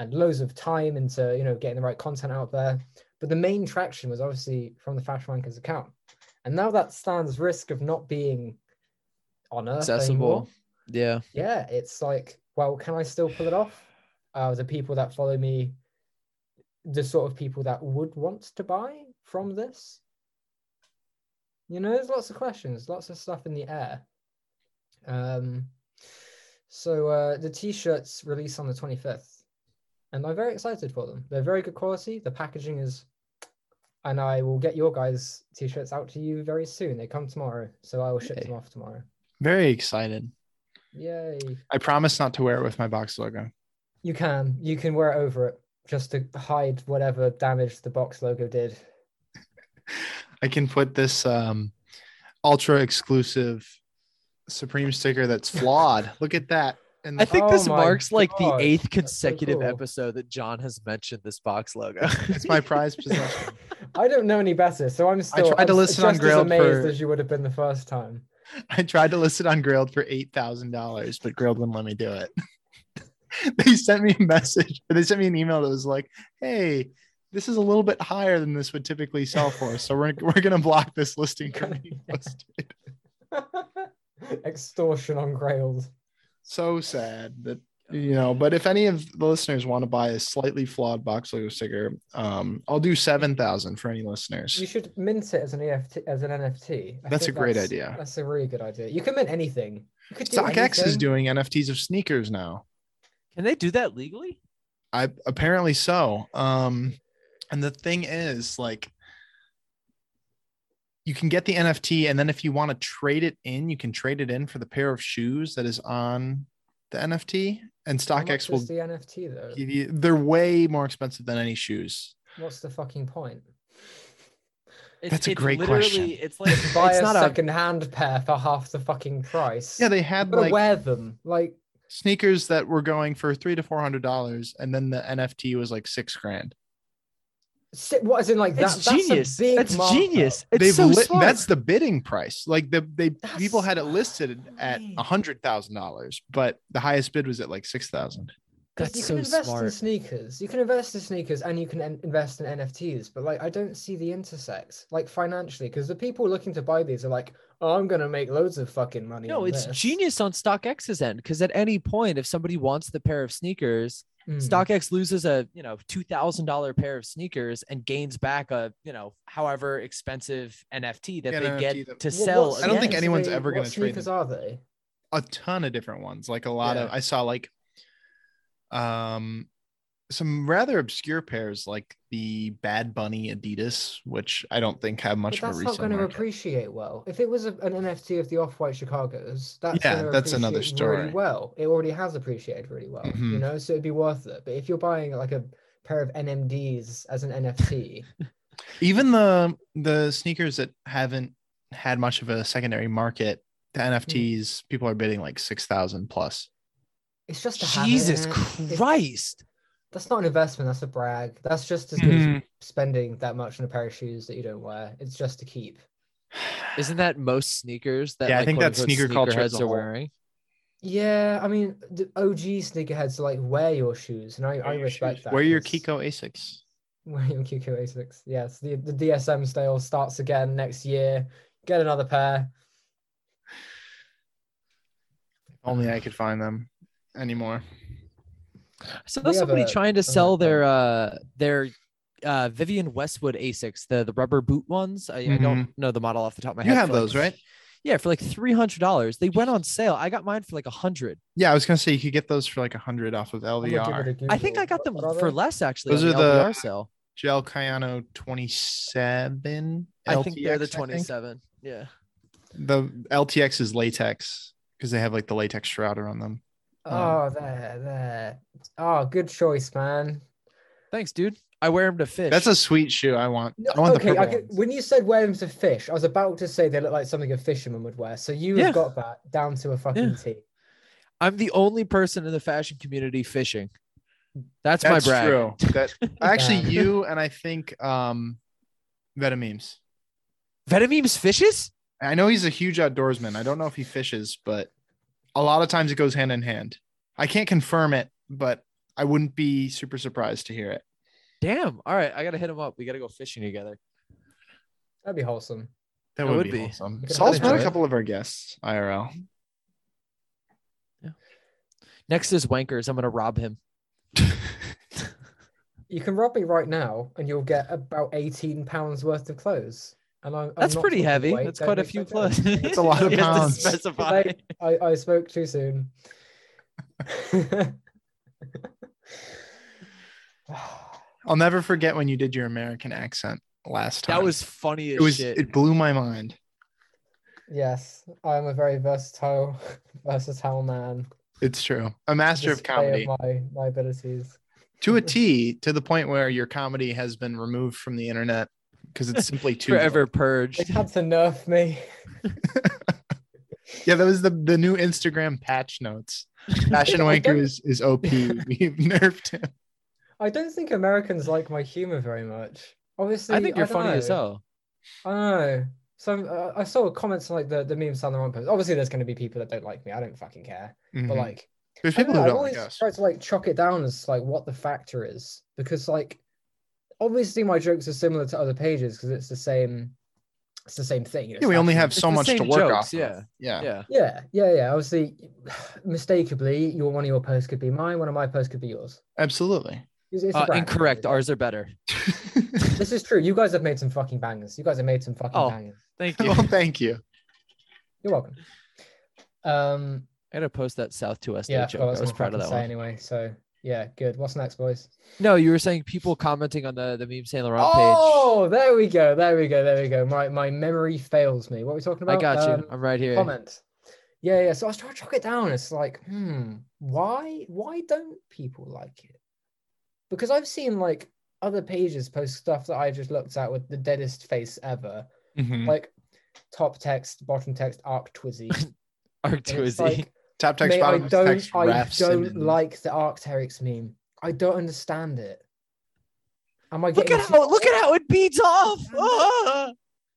Speaker 2: and loads of time into you know getting the right content out there but the main traction was obviously from the fashion wankers account and now that stands risk of not being on earth anymore
Speaker 3: Accessible. Yeah.
Speaker 2: yeah it's like well can i still pull it off uh the people that follow me the sort of people that would want to buy from this you know there's lots of questions lots of stuff in the air um so uh the t-shirts release on the 25th and i'm very excited for them they're very good quality the packaging is and i will get your guys t-shirts out to you very soon they come tomorrow so i will ship
Speaker 3: Yay.
Speaker 2: them off tomorrow
Speaker 1: very excited.
Speaker 2: yay
Speaker 1: I promise not to wear it with my box logo.
Speaker 2: You can. You can wear it over it just to hide whatever damage the box logo did.
Speaker 1: I can put this um, ultra exclusive Supreme sticker that's
Speaker 3: *laughs*
Speaker 1: flawed. Look at that. And
Speaker 3: I think this
Speaker 2: Oh my
Speaker 3: marks like
Speaker 2: God,
Speaker 3: the eighth
Speaker 2: that's so
Speaker 3: consecutive
Speaker 2: cool.
Speaker 3: episode that John has mentioned this box logo. *laughs*
Speaker 1: it's my prized possession.
Speaker 2: I don't know any better, so I'm still
Speaker 1: tried to
Speaker 2: I'm s-
Speaker 1: listen on
Speaker 2: just as
Speaker 1: Grailed
Speaker 2: amazed
Speaker 1: for-
Speaker 2: as you would have been the first time.
Speaker 1: I tried to list it on Grailed for eight thousand dollars, but Grailed wouldn't let me do it. *laughs* they sent me a message, or they sent me an email that was like, "Hey, this is a little bit higher than this would typically sell for, so we're we're gonna block this listing from
Speaker 3: *laughs*
Speaker 1: being listed."
Speaker 2: *laughs* Extortion on Grailed.
Speaker 1: So sad that you know. But if any of the listeners want to buy a slightly flawed box logo sticker, um, I'll do seven thousand for any listeners.
Speaker 2: You should mint it as an EFT as an NFT. I
Speaker 1: That's
Speaker 2: think
Speaker 1: a great idea.
Speaker 2: That's a really good idea. You can mint anything. You could do
Speaker 1: StockX is
Speaker 2: anything.
Speaker 1: doing NFTs of sneakers now.
Speaker 3: Can they do that legally?
Speaker 1: I apparently so. Um, and the thing is, like, you can get the NFT, and then if you want to trade it in, you can trade it in for the pair of shoes that is on the NFT. And
Speaker 2: How much
Speaker 1: StockX will
Speaker 2: is the NFT though.
Speaker 1: give you. They're way more expensive than any shoes.
Speaker 2: What's the fucking point?
Speaker 3: It's,
Speaker 1: That's a
Speaker 3: it's
Speaker 1: great
Speaker 3: literally,
Speaker 1: question.
Speaker 3: It's like
Speaker 2: Buy
Speaker 3: it's
Speaker 2: a
Speaker 3: not a
Speaker 2: second-hand pair for half the fucking price.
Speaker 1: Yeah, they had
Speaker 2: gotta
Speaker 1: like
Speaker 2: wear them. Like
Speaker 1: sneakers that were going for three to four hundred dollars, and then the NFT was like six grand.
Speaker 2: Si- What is in like that?
Speaker 3: it's genius.
Speaker 2: That's a big
Speaker 3: That's
Speaker 2: markup.
Speaker 3: genius. It's
Speaker 1: They've
Speaker 3: so
Speaker 1: lit-
Speaker 3: smart.
Speaker 1: That's the bidding price. Like the they
Speaker 2: That's
Speaker 1: people had it listed at
Speaker 2: right.
Speaker 1: a hundred thousand dollars, but the highest bid was at like six thousand.
Speaker 2: Like,
Speaker 3: That's
Speaker 2: you
Speaker 3: so
Speaker 2: can invest in
Speaker 3: smart.
Speaker 2: sneakers. You can invest in sneakers, and you can en- invest in NFTs. But like, I don't see the intersect, like financially, because the people looking to buy these are like, "Oh, I'm gonna make loads of fucking money."
Speaker 3: No,
Speaker 2: on
Speaker 3: it's
Speaker 2: this."
Speaker 3: genius on StockX's end because at any point, if somebody wants the pair of sneakers,
Speaker 2: Mm.
Speaker 3: StockX loses a you know two thousand dollar pair of sneakers and gains back a you know however expensive NFT that
Speaker 1: An
Speaker 3: they
Speaker 1: NFT
Speaker 3: get
Speaker 1: that-
Speaker 3: to
Speaker 2: Wha- what
Speaker 3: sell.
Speaker 1: I don't think
Speaker 2: sneakers
Speaker 3: again.
Speaker 1: any- anyone's
Speaker 2: they-
Speaker 1: ever
Speaker 2: what
Speaker 1: gonna trade
Speaker 2: sneakers
Speaker 1: them.
Speaker 2: are they?
Speaker 1: A ton of different ones. Like a lot of I saw like um some rather obscure pairs like the Bad Bunny Adidas, which I don't think have much
Speaker 2: But
Speaker 1: of a
Speaker 2: that's not
Speaker 1: recent
Speaker 2: going to
Speaker 1: market.
Speaker 2: appreciate well. If it was a, an NFT of the off-white Chicago's, that's
Speaker 1: Yeah,
Speaker 2: gonna
Speaker 1: that's another
Speaker 2: appreciate
Speaker 1: story.
Speaker 2: Really well, it already has appreciated really well, you
Speaker 1: Mhm.
Speaker 2: know, so it'd be worth it. But if you're buying like a pair of NMDs as an NFT,
Speaker 1: Even the the sneakers that haven't had much of a secondary market, the
Speaker 2: Hmm.
Speaker 1: NFTs, people are bidding like six thousand plus.
Speaker 2: it's just a habit,
Speaker 3: Jesus
Speaker 2: innit? It's-
Speaker 3: Christ!
Speaker 2: that's not an investment. That's a brag. That's just as good
Speaker 1: Mm-hmm.
Speaker 2: as spending that much on a pair of shoes that you don't wear. It's just to keep.
Speaker 3: Isn't that most sneakers that
Speaker 1: Yeah, I
Speaker 3: like,
Speaker 1: think
Speaker 3: quote,
Speaker 1: that's
Speaker 3: unquote,
Speaker 1: sneaker culture as
Speaker 3: sneakerheads
Speaker 1: a
Speaker 3: are
Speaker 1: whole.
Speaker 3: wearing?
Speaker 2: Yeah, I mean, the OG sneakerheads like wear your shoes, and *sighs* I, I respect that.
Speaker 1: Where your
Speaker 2: 'cause-
Speaker 1: Kiko Asics?
Speaker 2: William QQ86. Yes, the, the DSM sale starts again next year. Get another pair.
Speaker 1: Only I could find them. anymore.
Speaker 3: So
Speaker 2: We have
Speaker 3: that's somebody
Speaker 2: a- uh-huh.
Speaker 3: trying to
Speaker 2: have a
Speaker 3: sell their uh their uh Vivian Westwood Asics, the the rubber boot ones. I, I don't know the model off the top of my
Speaker 1: Mm-hmm. You
Speaker 3: head.
Speaker 1: have
Speaker 3: for like
Speaker 1: those, right?
Speaker 3: Yeah, for like three hundred dollars. They went on sale. I got mine for like a hundred.
Speaker 1: Yeah, I was gonna say you could get those for like a hundred off of
Speaker 2: I'm gonna give
Speaker 1: LVR.
Speaker 2: it a
Speaker 3: I think
Speaker 2: Google.
Speaker 3: I got
Speaker 2: What-
Speaker 3: them
Speaker 2: what are
Speaker 3: for
Speaker 2: they?
Speaker 3: less actually.
Speaker 1: Those
Speaker 3: on
Speaker 1: are
Speaker 3: the
Speaker 1: the-
Speaker 3: LPR sale.
Speaker 1: Gel Cayano twenty seven.
Speaker 3: I think they're the twenty seven. Yeah.
Speaker 1: The LTX is latex because they have like the latex shroud around them.
Speaker 2: Oh, there, there. Oh, good choice, man.
Speaker 3: Thanks, dude. I wear them to fish.
Speaker 1: That's a sweet shoe. I want.
Speaker 2: No,
Speaker 1: I want the
Speaker 2: okay,
Speaker 1: purple
Speaker 2: I could,
Speaker 1: ones.
Speaker 2: when you said wear them to fish, I was about to say they look like something a fisherman would wear. So you
Speaker 3: Yeah.
Speaker 2: have got that down to a fucking T.
Speaker 3: I'm the only person in the fashion community fishing. That's,
Speaker 1: That's
Speaker 3: my brag.
Speaker 1: true. That actually
Speaker 2: Yeah.
Speaker 1: you and I think um, Vetamemes.
Speaker 3: Venomemes fishes?
Speaker 1: I know he's a huge outdoorsman. I don't know if he fishes, but a lot of times it goes hand in hand. I can't confirm it, but I wouldn't be super surprised to hear it.
Speaker 3: Damn. All right, I gotta hit him up. We gotta go fishing together.
Speaker 2: That'd be wholesome.
Speaker 1: That,
Speaker 3: That
Speaker 1: would,
Speaker 3: would
Speaker 1: be,
Speaker 3: be.
Speaker 1: awesome.
Speaker 2: We could
Speaker 1: Saul's
Speaker 3: have
Speaker 1: been a
Speaker 3: it.
Speaker 1: couple of our guests IRL.
Speaker 3: Next is Wankers. I'm gonna rob him.
Speaker 2: You can rob me right now, and you'll get about eighteen pounds worth of clothes. And I'm, I'm
Speaker 3: That's
Speaker 2: not
Speaker 3: pretty
Speaker 2: talking
Speaker 3: heavy.
Speaker 2: weight,
Speaker 3: That's
Speaker 2: don't
Speaker 3: quite a
Speaker 2: make
Speaker 3: few
Speaker 2: that joke.
Speaker 3: clothes.
Speaker 2: *laughs*
Speaker 3: That's
Speaker 1: a lot
Speaker 3: *laughs*
Speaker 1: of pounds.
Speaker 3: Specify.
Speaker 2: Like, I, I spoke too soon. *sighs*
Speaker 1: I'll never forget when you did your American accent last time.
Speaker 3: That was funny as
Speaker 1: it was
Speaker 3: shit.
Speaker 1: it blew my mind.
Speaker 2: yes, I am a very versatile, versatile man.
Speaker 1: It's true. A master of
Speaker 2: display
Speaker 1: comedy
Speaker 2: of my, my abilities.
Speaker 1: to a T, to the point where your comedy has been removed from the internet because it's simply
Speaker 3: *laughs*
Speaker 1: too
Speaker 3: Forever
Speaker 2: They
Speaker 3: purged.
Speaker 2: had to nerf me.
Speaker 1: Yeah, that was the the new Instagram patch notes. Fashion Wanker is, is OP.
Speaker 2: *laughs*
Speaker 1: We've nerfed him.
Speaker 2: I don't think Americans like my humor very much. Obviously,
Speaker 3: *laughs* I think you're
Speaker 2: don't
Speaker 3: funny as
Speaker 2: know. I
Speaker 3: hell.
Speaker 2: know. Some uh, I saw comments like the the memes on the wrong post. Obviously, there's going to be people that don't like me. I don't fucking care. But
Speaker 3: Mm-hmm.
Speaker 1: Mhm.
Speaker 2: like,
Speaker 1: there's
Speaker 2: I don't
Speaker 1: people
Speaker 2: know,
Speaker 1: who
Speaker 2: I've
Speaker 1: don't
Speaker 2: always
Speaker 1: like us.
Speaker 2: tried to like chalk it down as like what the factor is because like obviously my jokes are similar to other pages because it's the same, it's the same thing. you know,
Speaker 1: Yeah, we only
Speaker 2: snatching-
Speaker 1: have so
Speaker 3: the
Speaker 1: much to
Speaker 3: same
Speaker 1: work
Speaker 3: jokes,
Speaker 1: off. of.
Speaker 3: yeah.
Speaker 1: yeah.
Speaker 3: Yeah.
Speaker 2: Yeah, yeah, yeah. Obviously, mistakenly, your one of your posts could be mine. One of my posts could be yours. *laughs*
Speaker 1: absolutely. *laughs*
Speaker 2: It's- it's a
Speaker 3: Uh,
Speaker 2: brand,
Speaker 3: incorrect.
Speaker 2: really.
Speaker 3: Ours are better.
Speaker 2: This is true. You guys have made some fucking bangers. You guys have made some fucking
Speaker 3: Oh.
Speaker 2: bangers.
Speaker 3: *laughs* Thank you.
Speaker 1: well, thank you.
Speaker 2: You're welcome. Um,
Speaker 3: I gotta post that South to West
Speaker 2: yeah,
Speaker 3: Day
Speaker 2: I, forgot what
Speaker 3: joke. I was
Speaker 2: gonna
Speaker 3: proud of that
Speaker 2: fucking
Speaker 3: one.
Speaker 2: say anyway. So yeah, good. What's next, boys?
Speaker 3: No, you were saying people commenting on the the meme Saint Laurent page.
Speaker 2: Oh, there we go. There we go. There we go. My my memory fails me. What are we talking about?
Speaker 3: I got you.
Speaker 2: Um,
Speaker 3: I'm right here.
Speaker 2: comment. Yeah, yeah. So I was trying to track it down. It's like, hmm, why why don't people like it? Because I've seen like other pages post stuff that I just looked at with the deadest face ever,
Speaker 3: Mm.
Speaker 1: Mhm.
Speaker 2: like top text, bottom text, arc
Speaker 3: *laughs*
Speaker 2: twizzy. And
Speaker 3: Arc
Speaker 2: it's
Speaker 3: to a Z. *laughs*
Speaker 2: like,
Speaker 1: Top *laughs* text,
Speaker 2: Mate, I
Speaker 1: bottom
Speaker 2: don't,
Speaker 1: text,
Speaker 2: I
Speaker 1: Raph
Speaker 2: don't
Speaker 1: Simmons.
Speaker 2: like the Arcteryx meme. I don't understand it. Am I
Speaker 3: Look
Speaker 2: getting
Speaker 3: at how look at how it beats off. Ah!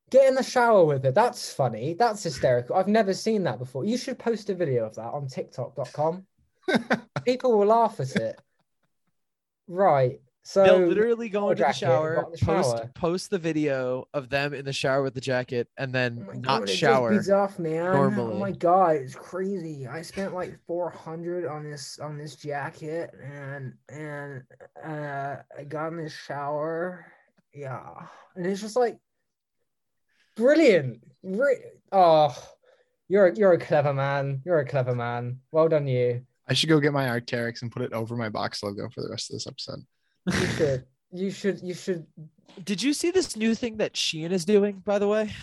Speaker 2: get in the shower with it? That's funny. That's hysterical. I've never seen that before. You should post a video of that on
Speaker 3: *laughs*
Speaker 2: TikTok.com. People will laugh at it. Right. So
Speaker 3: *laughs* They'll literally go
Speaker 2: or
Speaker 3: into the
Speaker 2: jacket,
Speaker 3: shower,
Speaker 2: got in the
Speaker 3: post
Speaker 2: shower.
Speaker 3: post the video of them in the shower with the jacket, and
Speaker 2: Oh
Speaker 3: then
Speaker 2: my God,
Speaker 3: not
Speaker 2: it just
Speaker 3: shower.
Speaker 2: beats off, man. Oh my
Speaker 3: normally.
Speaker 2: god, it's crazy. I spent like four hundred on this on this jacket, and and uh, I got in the shower. Yeah, and it's just like brilliant. Re- oh, you're a, you're a clever man. You're a clever man. Well done, you.
Speaker 1: I should go get my Arcteryx and put it over my box logo for the rest of this episode. *laughs*
Speaker 2: You should you should you should.
Speaker 3: Did you see this new thing that Shein is doing? By the way,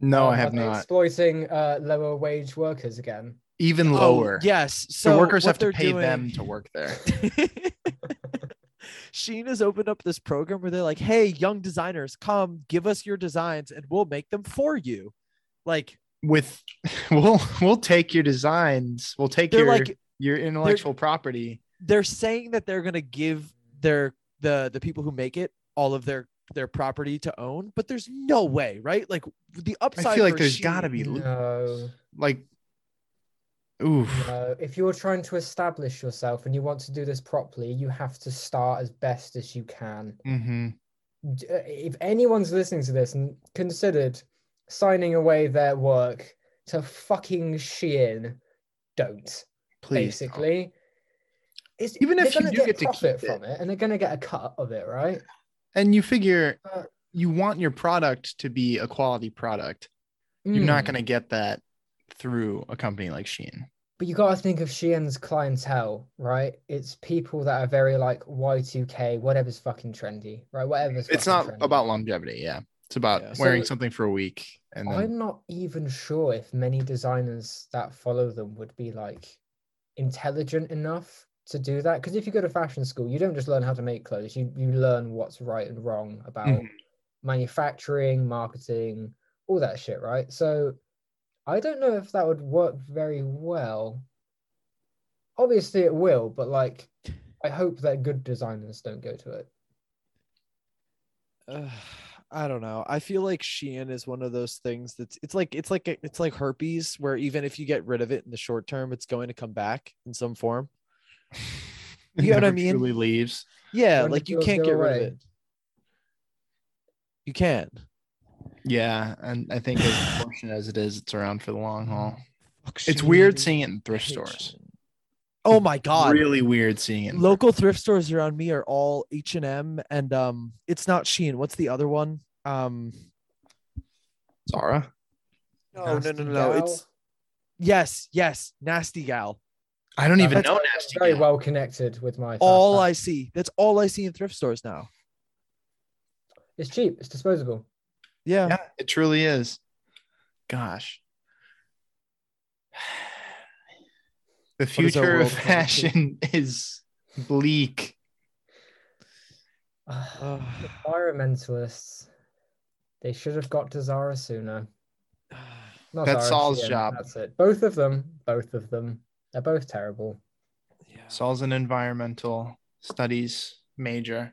Speaker 1: No,
Speaker 2: um,
Speaker 1: I have
Speaker 2: are they
Speaker 1: not.
Speaker 2: exploiting uh, lower wage workers again.
Speaker 1: Even lower.
Speaker 3: Oh, yes.
Speaker 1: The
Speaker 3: So
Speaker 1: workers
Speaker 3: what
Speaker 1: have to
Speaker 3: they're
Speaker 1: pay
Speaker 3: doing-
Speaker 1: them to work there.
Speaker 3: *laughs* Sheen has opened up this program where they're like, "Hey, young designers, come give us your designs, and we'll make them for you." Like
Speaker 1: With *laughs* we'll we'll take your designs. We'll take
Speaker 3: they're
Speaker 1: your
Speaker 3: like
Speaker 1: your intellectual property.
Speaker 3: they're saying that they're gonna give their the the people who make it all of their their property to own, but there's no way, right? Like the upside.
Speaker 1: I feel like
Speaker 3: for
Speaker 1: there's
Speaker 3: Shein-
Speaker 1: got to be lo-
Speaker 2: No.
Speaker 1: like, oof.
Speaker 2: No, if you're trying to establish yourself and you want to do this properly, you have to start as best as you can.
Speaker 1: hmm
Speaker 2: D- uh, If anyone's listening to this and considered signing away their work to fucking Shein, don't
Speaker 1: Please,
Speaker 2: basically. It's,
Speaker 1: Even if
Speaker 2: they're
Speaker 1: you do
Speaker 2: gonna get
Speaker 1: get to
Speaker 2: profit
Speaker 1: keep it.
Speaker 2: from it. and they're going to get a cut of it, right?
Speaker 1: And you figure
Speaker 2: Uh,
Speaker 1: you want your product to be a quality product. You're not
Speaker 2: Mm.
Speaker 1: going to get that through a company like Shein.
Speaker 2: But you gotta think of Sheehan's clientele, right? It's people that are very like Y2K, whatever's fucking trendy, right? Whatever's.
Speaker 1: It's
Speaker 2: fucking
Speaker 1: not
Speaker 2: trendy.
Speaker 1: about longevity. Yeah. It's about
Speaker 3: Yeah.
Speaker 1: wearing
Speaker 2: So-
Speaker 1: something for a week. And then, *laughs*
Speaker 2: I'm not even sure if many designers that follow them would be like intelligent enough to do that. Because if you go to fashion school, you don't just learn how to make clothes. You you learn what's right and wrong about
Speaker 1: Mhm.
Speaker 2: manufacturing, marketing, all that shit, right? So I don't know if that would work very well. Obviously, it will, but like, I hope that good designers don't go to it.
Speaker 3: Ugh, uh, I don't know. I feel like Shein is one of those things that's it's like it's like it's like herpes where even if you get rid of it in the short term, it's going to come back in some form.
Speaker 1: it
Speaker 3: You know what I
Speaker 1: never
Speaker 3: mean?
Speaker 1: Truly leaves.
Speaker 3: Yeah,
Speaker 2: When do
Speaker 3: like you
Speaker 2: pills
Speaker 3: can't
Speaker 2: go
Speaker 3: get rid of
Speaker 2: away?
Speaker 3: it. You can.
Speaker 1: Yeah. And I think as unfortunate as it is, it's around for the long haul.
Speaker 3: Fuck
Speaker 1: It's
Speaker 3: Shein.
Speaker 1: weird seeing it in thrift
Speaker 3: Hate
Speaker 1: stores.
Speaker 3: Shein. Oh my god.
Speaker 1: Really weird seeing it. in-
Speaker 3: Local thrift stores around me are all H&M and um it's not Shein. What's the other one? Um
Speaker 1: Zara.
Speaker 3: no, no, no,
Speaker 2: Nasty
Speaker 3: no, no. It's
Speaker 2: gal.
Speaker 3: yes, yes, Nasty Gal.
Speaker 1: I don't even
Speaker 2: That's
Speaker 1: know
Speaker 2: why I'm
Speaker 1: nasty.
Speaker 2: Very
Speaker 1: Gal.
Speaker 2: well connected with my.
Speaker 3: All
Speaker 2: fashion.
Speaker 3: I see. That's all I see in thrift stores now.
Speaker 2: It's cheap. It's disposable.
Speaker 1: *sighs*
Speaker 3: Yeah.
Speaker 1: Yeah, it truly is. Gosh. *sighs* The
Speaker 3: our
Speaker 1: future of
Speaker 3: world coming to?
Speaker 1: fashion *laughs* is bleak.
Speaker 2: Ugh,
Speaker 3: *sighs* Ugh.
Speaker 2: Environmentalists. They should have got to Zara sooner. Not
Speaker 1: That's
Speaker 2: Zara,
Speaker 1: Saul's
Speaker 2: Shein,
Speaker 1: job.
Speaker 2: That's it. Both of them. Both of them. They're both terrible.
Speaker 3: Yeah.
Speaker 1: Saul's an environmental studies major.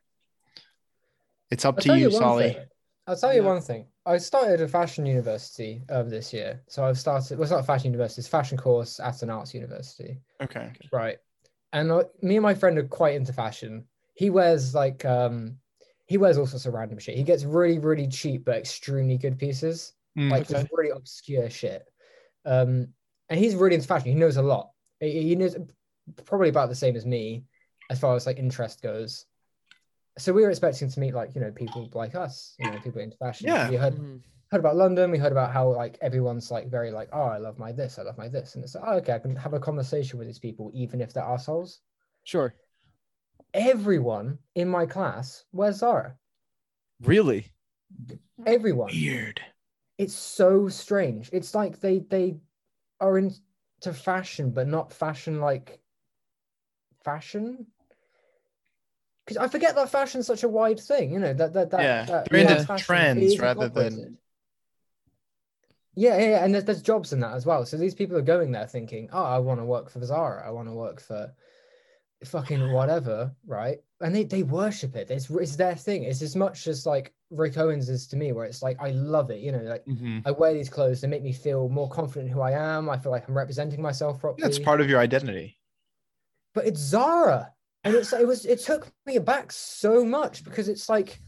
Speaker 1: It's up
Speaker 2: I'll
Speaker 1: to
Speaker 2: tell
Speaker 1: you,
Speaker 2: one
Speaker 1: Solly.
Speaker 2: thing. I'll tell you
Speaker 3: Yeah.
Speaker 2: one thing. I started a fashion university um, this year. So I've started, well, it's not a fashion university, it's a fashion course at an arts university.
Speaker 1: Okay.
Speaker 2: Right. And uh, me and my friend are quite into fashion. He wears like, um, he wears all sorts of random shit. He gets really, really cheap, but extremely good pieces.
Speaker 1: Mm,
Speaker 2: like
Speaker 3: Okay.
Speaker 2: just really obscure shit. Um, and he's really into fashion. He knows a lot. He he knows probably about the same as me as far as like interest goes. So we were expecting to meet like you know people like us, you know people into fashion.
Speaker 1: Yeah.
Speaker 2: We heard
Speaker 3: Mhm.
Speaker 2: heard about London. We heard about how like everyone's like very like oh I love my this, I love my this, and it's like oh, okay I can have a conversation with these people even if they're assholes.
Speaker 3: Sure.
Speaker 2: Everyone in my class wears Zara.
Speaker 3: Really?
Speaker 2: Everyone.
Speaker 1: Weird.
Speaker 2: it's so strange it's like they they are into fashion but not fashion like fashion because i forget that fashion's such a wide thing you know that that that,
Speaker 1: Yeah,
Speaker 2: that
Speaker 1: they're
Speaker 3: into
Speaker 2: wide fashion
Speaker 1: trends
Speaker 2: is
Speaker 1: rather than-
Speaker 2: incorporated. yeah, yeah, yeah, and there's, there's jobs in that as well. So these people are going there thinking, "Oh, I want to work for Zara. I want to work for fucking whatever, right? And they they worship it. It's it's their thing. It's as much as like Rick Owens is to me, where it's like I love it. You know, like
Speaker 1: Mhm.
Speaker 2: I wear these clothes. They make me feel more confident in who I am. I feel like I'm representing myself properly.
Speaker 1: That's part of your identity.
Speaker 2: But it's Zara, and it's it was it took me aback so much because it's like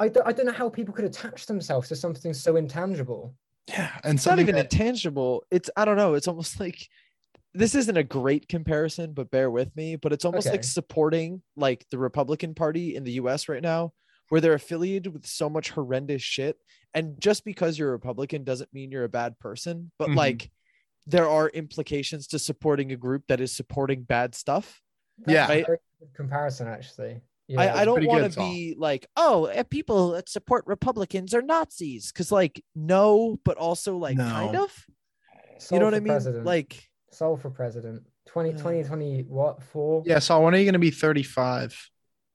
Speaker 2: I don't, I don't know how people could attach themselves to something so intangible.
Speaker 1: Yeah. And
Speaker 3: It's not
Speaker 1: something
Speaker 3: even
Speaker 1: that-
Speaker 3: intangible. It's I don't know. It's almost *laughs* like this isn't a great comparison, but bear with me. But it's almost
Speaker 2: Okay.
Speaker 3: like supporting like the Republican Party in the US right now, where they're affiliated with so much horrendous shit. And just because you're a Republican doesn't mean you're a bad person, but
Speaker 1: Mhm.
Speaker 3: like there are implications to supporting a group that is supporting bad stuff.
Speaker 1: Yeah.
Speaker 2: a
Speaker 3: Right.
Speaker 2: very good comparison actually. Yeah,
Speaker 3: I, I don't
Speaker 1: pretty
Speaker 3: want
Speaker 1: good,
Speaker 3: to
Speaker 1: Saul.
Speaker 3: be like, oh, eh, people that support Republicans are Nazis, because like no, but also like kind
Speaker 1: No.
Speaker 3: of.
Speaker 2: Sol
Speaker 3: you know what
Speaker 2: for
Speaker 3: I mean?
Speaker 2: President.
Speaker 3: Like,
Speaker 2: Sol for president. 20,
Speaker 3: Yeah.
Speaker 2: 20, 20 what four?
Speaker 1: yeah. Saul, when are you going to be 35?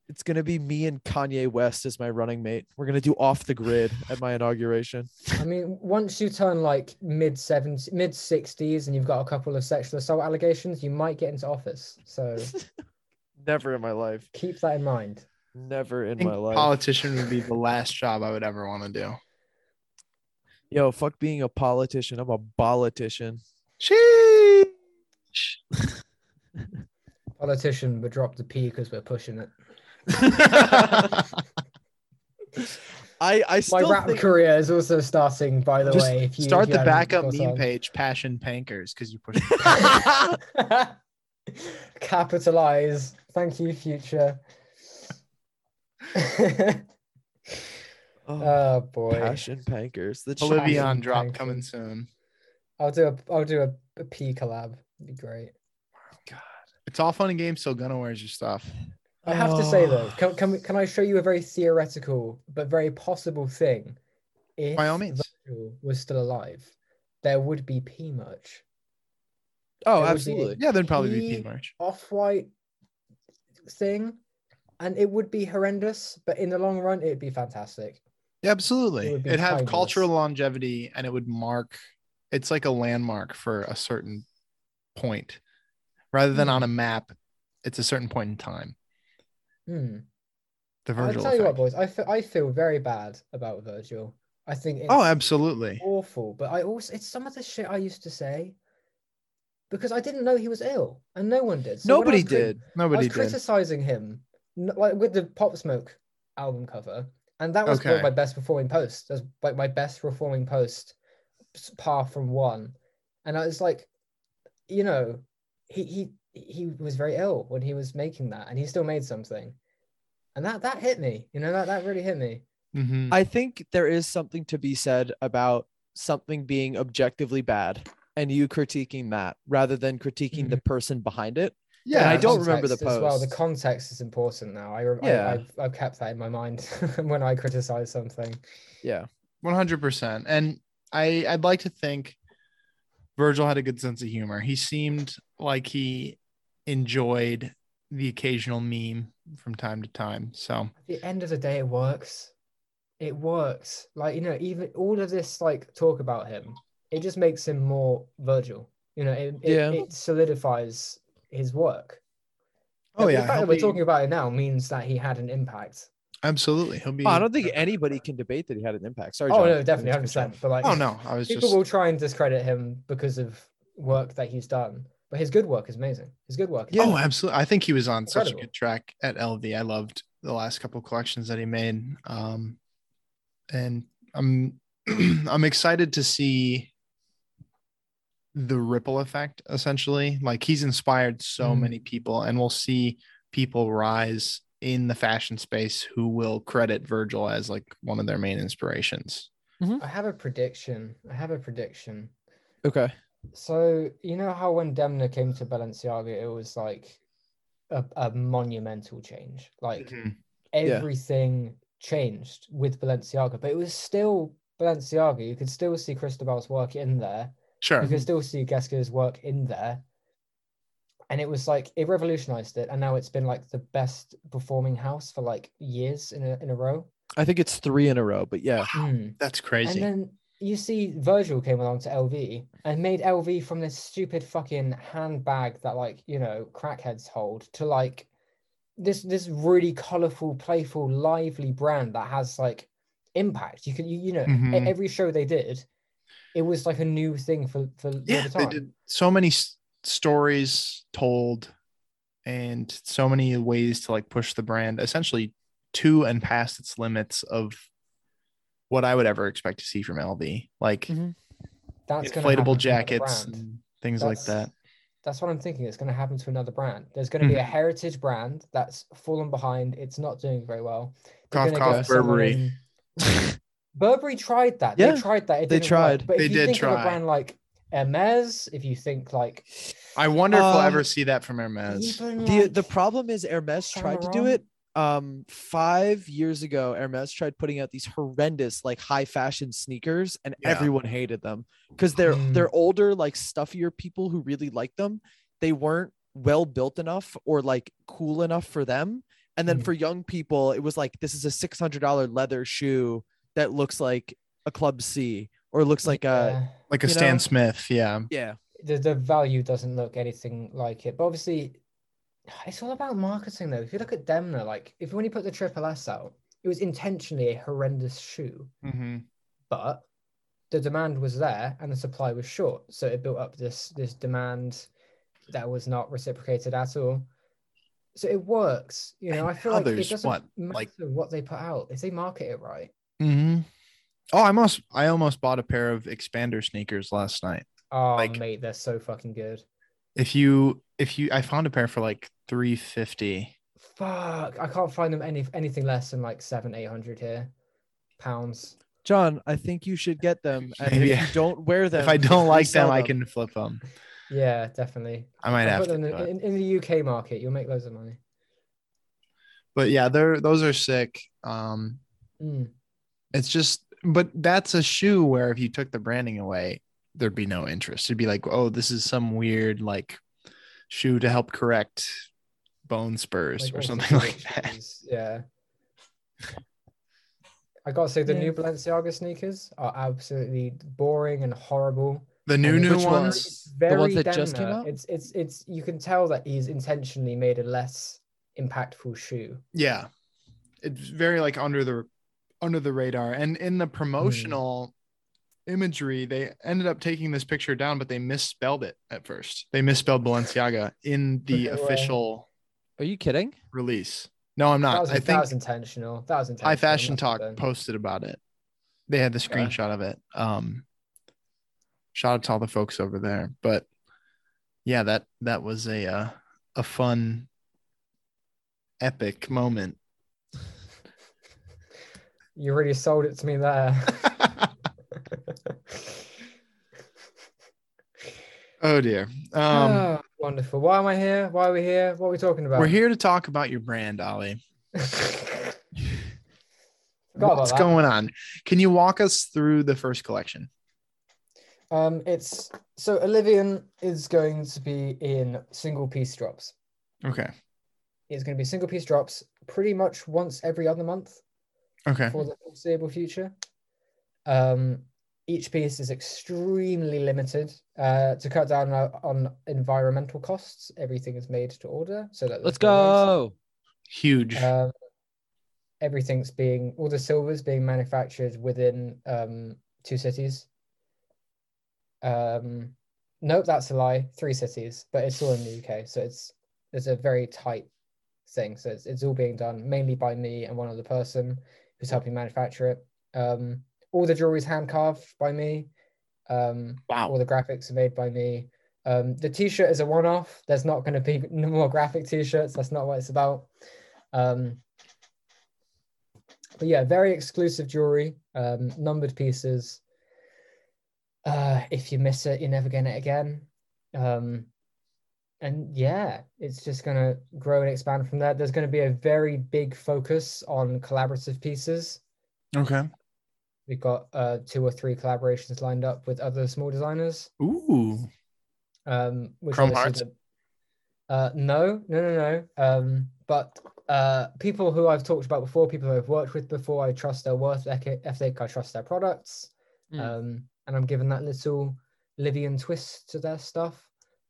Speaker 3: it's gonna be me and Kanye West as my running mate. We're gonna do off the grid at my inauguration.
Speaker 2: I mean, once you turn like mid 70s, mid 60s, and you've got a couple of sexual assault allegations, you might get into office. So
Speaker 3: Never in my life.
Speaker 2: keep that in mind.
Speaker 3: Never
Speaker 1: I
Speaker 3: in
Speaker 1: think
Speaker 3: my life.
Speaker 1: politician would be the last job I would ever want to do.
Speaker 3: Yo, fuck being a politician. I'm a politician.
Speaker 1: Sheesh.
Speaker 2: Politician would drop the P because we're pushing it.
Speaker 3: I I
Speaker 2: My
Speaker 3: still
Speaker 2: rap *laughs*
Speaker 3: think-
Speaker 2: career is also starting, by the
Speaker 1: Just
Speaker 2: way. If you,
Speaker 1: Start
Speaker 2: if you
Speaker 1: the
Speaker 2: hadn't
Speaker 1: backup
Speaker 2: caught
Speaker 1: meme
Speaker 2: on.
Speaker 1: page,
Speaker 2: *laughs* Uh,
Speaker 1: Passion Pankers, because you push.
Speaker 2: Capitalize Thank you, future. *laughs*
Speaker 3: Oh,
Speaker 2: oh boy.
Speaker 3: passion pankers. The
Speaker 2: Olivia-
Speaker 3: Olivia.
Speaker 1: Olivion drop
Speaker 2: Thank you.
Speaker 1: coming soon.
Speaker 2: I'll do a I'll do a, a P collab. It'd be great.
Speaker 1: It's all fun and games till Gunna wears your stuff.
Speaker 2: I have to say
Speaker 1: Oh.
Speaker 2: though, can can, we- can I show you a very theoretical but very possible thing? If
Speaker 1: By all means.
Speaker 2: Virgil was still alive, there would be P merch.
Speaker 3: Oh,
Speaker 2: it would be-
Speaker 3: absolutely.
Speaker 1: Yeah, there'd probably be
Speaker 2: He-
Speaker 1: Pete March.
Speaker 2: Off white thing, and it would be horrendous, but in the long run, it'd be fantastic.
Speaker 1: Yeah, absolutely.
Speaker 2: It would be
Speaker 1: It'd have
Speaker 2: timeless.
Speaker 1: cultural longevity and it would mark it's like a landmark for a certain point. Rather than
Speaker 2: Hmm.
Speaker 1: on a map, it's a certain point in time.
Speaker 2: Hmm.
Speaker 1: The
Speaker 2: I'll
Speaker 1: Virgil
Speaker 2: tell you
Speaker 1: effect.
Speaker 2: what, boys, I feel, I feel very bad about Virgil. I think it's
Speaker 1: Oh, absolutely.
Speaker 2: awful, but I also, it's some of the shit I used to say because I didn't know he was ill, and no one did. So when I
Speaker 3: Nobody
Speaker 2: was crit-
Speaker 3: did.
Speaker 1: Nobody
Speaker 2: I was
Speaker 1: did.
Speaker 2: criticizing him, n- like with the Pop Smoke album cover, and that was one
Speaker 1: Okay.
Speaker 2: of my best performing posts. That's like my best performing post, s- par from one. And I was like, you know, he he he was very ill when he was making that, and he still made something, and that that hit me. You know, that that really hit me.
Speaker 1: Mhm.
Speaker 3: I think there is something to be said about something being objectively bad and you critiquing that rather than critiquing
Speaker 2: Mm-hmm.
Speaker 3: the person behind it.
Speaker 1: Yeah,
Speaker 3: and I
Speaker 1: abs-
Speaker 3: don't remember the
Speaker 2: context As well, the
Speaker 3: post.
Speaker 2: context is important now. I, re-
Speaker 3: Yeah.
Speaker 2: I, I've, I've kept that in my mind *laughs* when I criticize something.
Speaker 3: Yeah.
Speaker 1: One hundred percent. And I I'd like to think Virgil had a good sense of humor. He seemed like he enjoyed the occasional meme from time to time. So
Speaker 2: at the end of the day it works it works like you know even all of this like talk about him it just makes him more virgil you know it, it,
Speaker 3: Yeah.
Speaker 2: it solidifies his work
Speaker 1: Oh,
Speaker 2: the
Speaker 1: yeah,
Speaker 2: the fact
Speaker 1: he'll
Speaker 2: that we're
Speaker 1: be-
Speaker 2: talking about it now means that he had an impact
Speaker 1: absolutely, he'll be.
Speaker 3: Oh, I don't think anybody can debate that he had an impact. Sorry.
Speaker 2: oh
Speaker 3: John.
Speaker 2: no definitely
Speaker 3: That's
Speaker 2: 100
Speaker 3: good job.
Speaker 2: percent. but like
Speaker 1: Oh no, I was
Speaker 2: people
Speaker 1: just.
Speaker 2: will try and discredit him because of work that he's done but his good work is amazing his good work is
Speaker 1: Oh, absolutely. I think he was on such a
Speaker 2: Incredible.
Speaker 1: good track at LV. I loved the last couple collections that he made. Um, and I'm *clears throat* I'm excited to see the ripple effect essentially. Like he's inspired so
Speaker 2: Mm.
Speaker 1: many people and we'll see people rise in the fashion space who will credit Virgil as like one of their main inspirations. Oh,
Speaker 2: i have a prediction i have a prediction
Speaker 3: Okay.
Speaker 2: So you know how when Demna came to Balenciaga, it was like a, a monumental change. Like
Speaker 1: Mm-hmm.
Speaker 2: everything changed with Balenciaga, but it was still Balenciaga. You could still see Cristobal's work in there.
Speaker 1: Sure.
Speaker 2: You could still see Gesca's work in there. And it was like it revolutionized it, and now it's been like the best performing house for like years in a in a row.
Speaker 3: I think it's three in a row, but yeah.
Speaker 2: Hmm.
Speaker 1: That's crazy.
Speaker 2: And then you see Virgil came along to LV and made LV from this stupid fucking handbag that like, you know, crackheads hold to like this this really colorful, playful, lively brand that has like impact. You can you, you know, e-
Speaker 1: Mhm.
Speaker 2: every show they did, it was like a new thing for for all
Speaker 1: yeah
Speaker 2: the
Speaker 1: they
Speaker 2: time.
Speaker 1: did so many s- stories told and so many ways to like push the brand essentially to and past its limits of what i would ever expect to see from lv like
Speaker 3: Mhm.
Speaker 2: Mm-hmm. That's gonna happen to
Speaker 1: inflatable
Speaker 2: another
Speaker 1: jackets
Speaker 2: brand.
Speaker 1: and things like
Speaker 2: That's-
Speaker 1: that
Speaker 2: That's what I'm thinking. It's going to happen to another brand. There's going to
Speaker 3: Hmm.
Speaker 2: be a
Speaker 1: Mhm.
Speaker 2: heritage brand that's fallen behind. It's not doing very well. They're
Speaker 1: cough
Speaker 2: gonna
Speaker 1: cough
Speaker 2: get someone
Speaker 1: burberry
Speaker 2: in-
Speaker 3: *laughs*
Speaker 2: Burberry tried that.
Speaker 3: Yeah,
Speaker 2: they tried that. It
Speaker 3: they
Speaker 2: didn't work.
Speaker 3: tried.
Speaker 2: But
Speaker 1: They
Speaker 2: if you
Speaker 1: did
Speaker 2: think of
Speaker 1: try.
Speaker 2: a brand like Hermes, if you think like
Speaker 1: i wonder if we'll
Speaker 3: Uh,
Speaker 2: Um,
Speaker 1: ever see that from hermes
Speaker 2: even
Speaker 3: the
Speaker 2: like
Speaker 3: the problem is Hermes tried to do
Speaker 2: Saint
Speaker 3: it um 5 years ago Hermes tried putting out these horrendous like high fashion sneakers and
Speaker 1: Yeah.
Speaker 3: everyone hated them cuz they're
Speaker 2: Mm.
Speaker 3: they're older like stuffier people who really like them they weren't well built enough or like cool enough for them and then
Speaker 2: Mm.
Speaker 3: for young people it was like this is a $600 leather shoe that looks like a club C or looks like a
Speaker 2: yeah,
Speaker 1: like a
Speaker 3: you
Speaker 1: stan
Speaker 3: know?
Speaker 1: smith yeah
Speaker 3: yeah
Speaker 2: the the value doesn't look anything like it. But obviously, it's all about marketing though. If you look at Demna, like if when he put the Triple S out, it was intentionally a horrendous shoe,
Speaker 1: Mhm.
Speaker 2: but the demand was there and the supply was short, so it built up this this demand that was not reciprocated at all. So it works, you know.
Speaker 1: And
Speaker 2: I feel
Speaker 1: now
Speaker 2: like it
Speaker 1: there's
Speaker 2: doesn't
Speaker 1: what,
Speaker 2: matter
Speaker 1: like-
Speaker 2: what they put out if they market it right.
Speaker 1: Mhm. oh i almost i almost bought a pair of expander sneakers last night
Speaker 2: Oh
Speaker 1: Like-
Speaker 2: mate, they're so fucking good.
Speaker 1: If you if you I found a pair for like 350.
Speaker 2: Fuck, I can't find them any anything less than like seven, eight hundred here pounds.
Speaker 3: John, I think you should get them. And
Speaker 1: Maybe
Speaker 3: if
Speaker 1: I-
Speaker 3: you don't wear them,
Speaker 1: If I
Speaker 2: *laughs*
Speaker 1: don't like them,
Speaker 3: resell
Speaker 1: I can flip them.
Speaker 2: Yeah, definitely.
Speaker 1: I might
Speaker 2: I'll
Speaker 1: have
Speaker 2: put
Speaker 1: to.
Speaker 2: them
Speaker 1: do it.
Speaker 2: in, in, in the UK market. You'll make loads of money.
Speaker 1: But yeah, they're those are sick. Um
Speaker 2: Mm.
Speaker 1: it's just but that's a shoe where if you took the branding away, there'd be no interest. It'd be like, "Oh, this is some weird like shoe to help correct bone spurs
Speaker 2: like
Speaker 1: or
Speaker 2: all
Speaker 1: something *laughs*
Speaker 2: sorts of
Speaker 1: like that."
Speaker 2: issues, Yeah. I gotta say the
Speaker 3: Yeah.
Speaker 2: new Balenciaga sneakers are absolutely boring and horrible.
Speaker 1: The new
Speaker 2: And
Speaker 1: new
Speaker 3: Which
Speaker 1: ones,
Speaker 3: ones?
Speaker 2: It's
Speaker 3: The
Speaker 2: very
Speaker 3: ones that just came
Speaker 2: Denver.
Speaker 3: out?
Speaker 2: It's it's it's you can tell that he's intentionally made a less impactful shoe.
Speaker 1: yeah. It's very like under the under the radar. And in the promotional imagery, they ended up taking this picture down, but they misspelled it at first. They misspelled Balenciaga in
Speaker 2: *laughs*
Speaker 1: the
Speaker 2: No way.
Speaker 1: official
Speaker 3: Are you kidding?
Speaker 1: release. No, I'm
Speaker 2: That
Speaker 1: not.
Speaker 2: was,
Speaker 1: Uh, I
Speaker 2: that
Speaker 1: think
Speaker 2: was intentional. That was intentional.
Speaker 1: I Fashion
Speaker 2: that's
Speaker 1: Talk
Speaker 2: done.
Speaker 1: posted about it. They had the screenshot of it. Um, shout out to all the folks over there. But yeah, that that was a uh, a fun, epic moment. *laughs*
Speaker 2: You really sold it to me there.
Speaker 1: oh dear. *laughs* Um,
Speaker 2: Ah, wonderful. Why am I here? Why are we here? What are we talking about?
Speaker 1: we're here to talk about your brand, Ollie.
Speaker 2: Forgot about
Speaker 1: What's
Speaker 2: that.
Speaker 1: going on? Can you walk us through the first collection?
Speaker 2: Um, it's so Olivian is going to be in single piece drops.
Speaker 1: Okay.
Speaker 2: It's going to be single piece drops pretty much once every other month
Speaker 1: Okay.
Speaker 2: for the foreseeable future. Um, each piece is extremely limited uh, to cut down on, on environmental costs. Everything is made to order, so that
Speaker 3: Let's
Speaker 2: there's no waste.
Speaker 3: go.
Speaker 1: Huge.
Speaker 2: Um, everything's being all the silver's being manufactured within um, two cities. Um, nope, that's a lie. Three cities, but it's all in the UK, so it's it's a very tight thing. So it's it's all being done mainly by me and one other person who's helping manufacture it. Um, all the jewelry's hand carved by me. Um, all
Speaker 1: wow.
Speaker 2: the graphics are made by me. Um, the t-shirt is a one-off. There's not going to be *laughs* no more graphic t-shirts. That's not what it's about. Um, but yeah, very exclusive jewelry, um, numbered pieces. Uh, if you miss it, you're never getting it again. Um, and yeah, it's just going to grow and expand from there. There's going to be a very big focus on collaborative pieces.
Speaker 1: Okay.
Speaker 2: We've got uh, two or three collaborations lined up with other small designers.
Speaker 1: Ooh.
Speaker 2: Um, which
Speaker 1: Chrome
Speaker 2: obviously the- uh, no, no, no, no. Um, but uh, people who I've talked about before, people who I've worked with before, I trust their worth ethic. ethic, I trust their products.
Speaker 1: Hmm.
Speaker 3: Mm.
Speaker 2: Um, and I'm giving that little Livian twist to their stuff.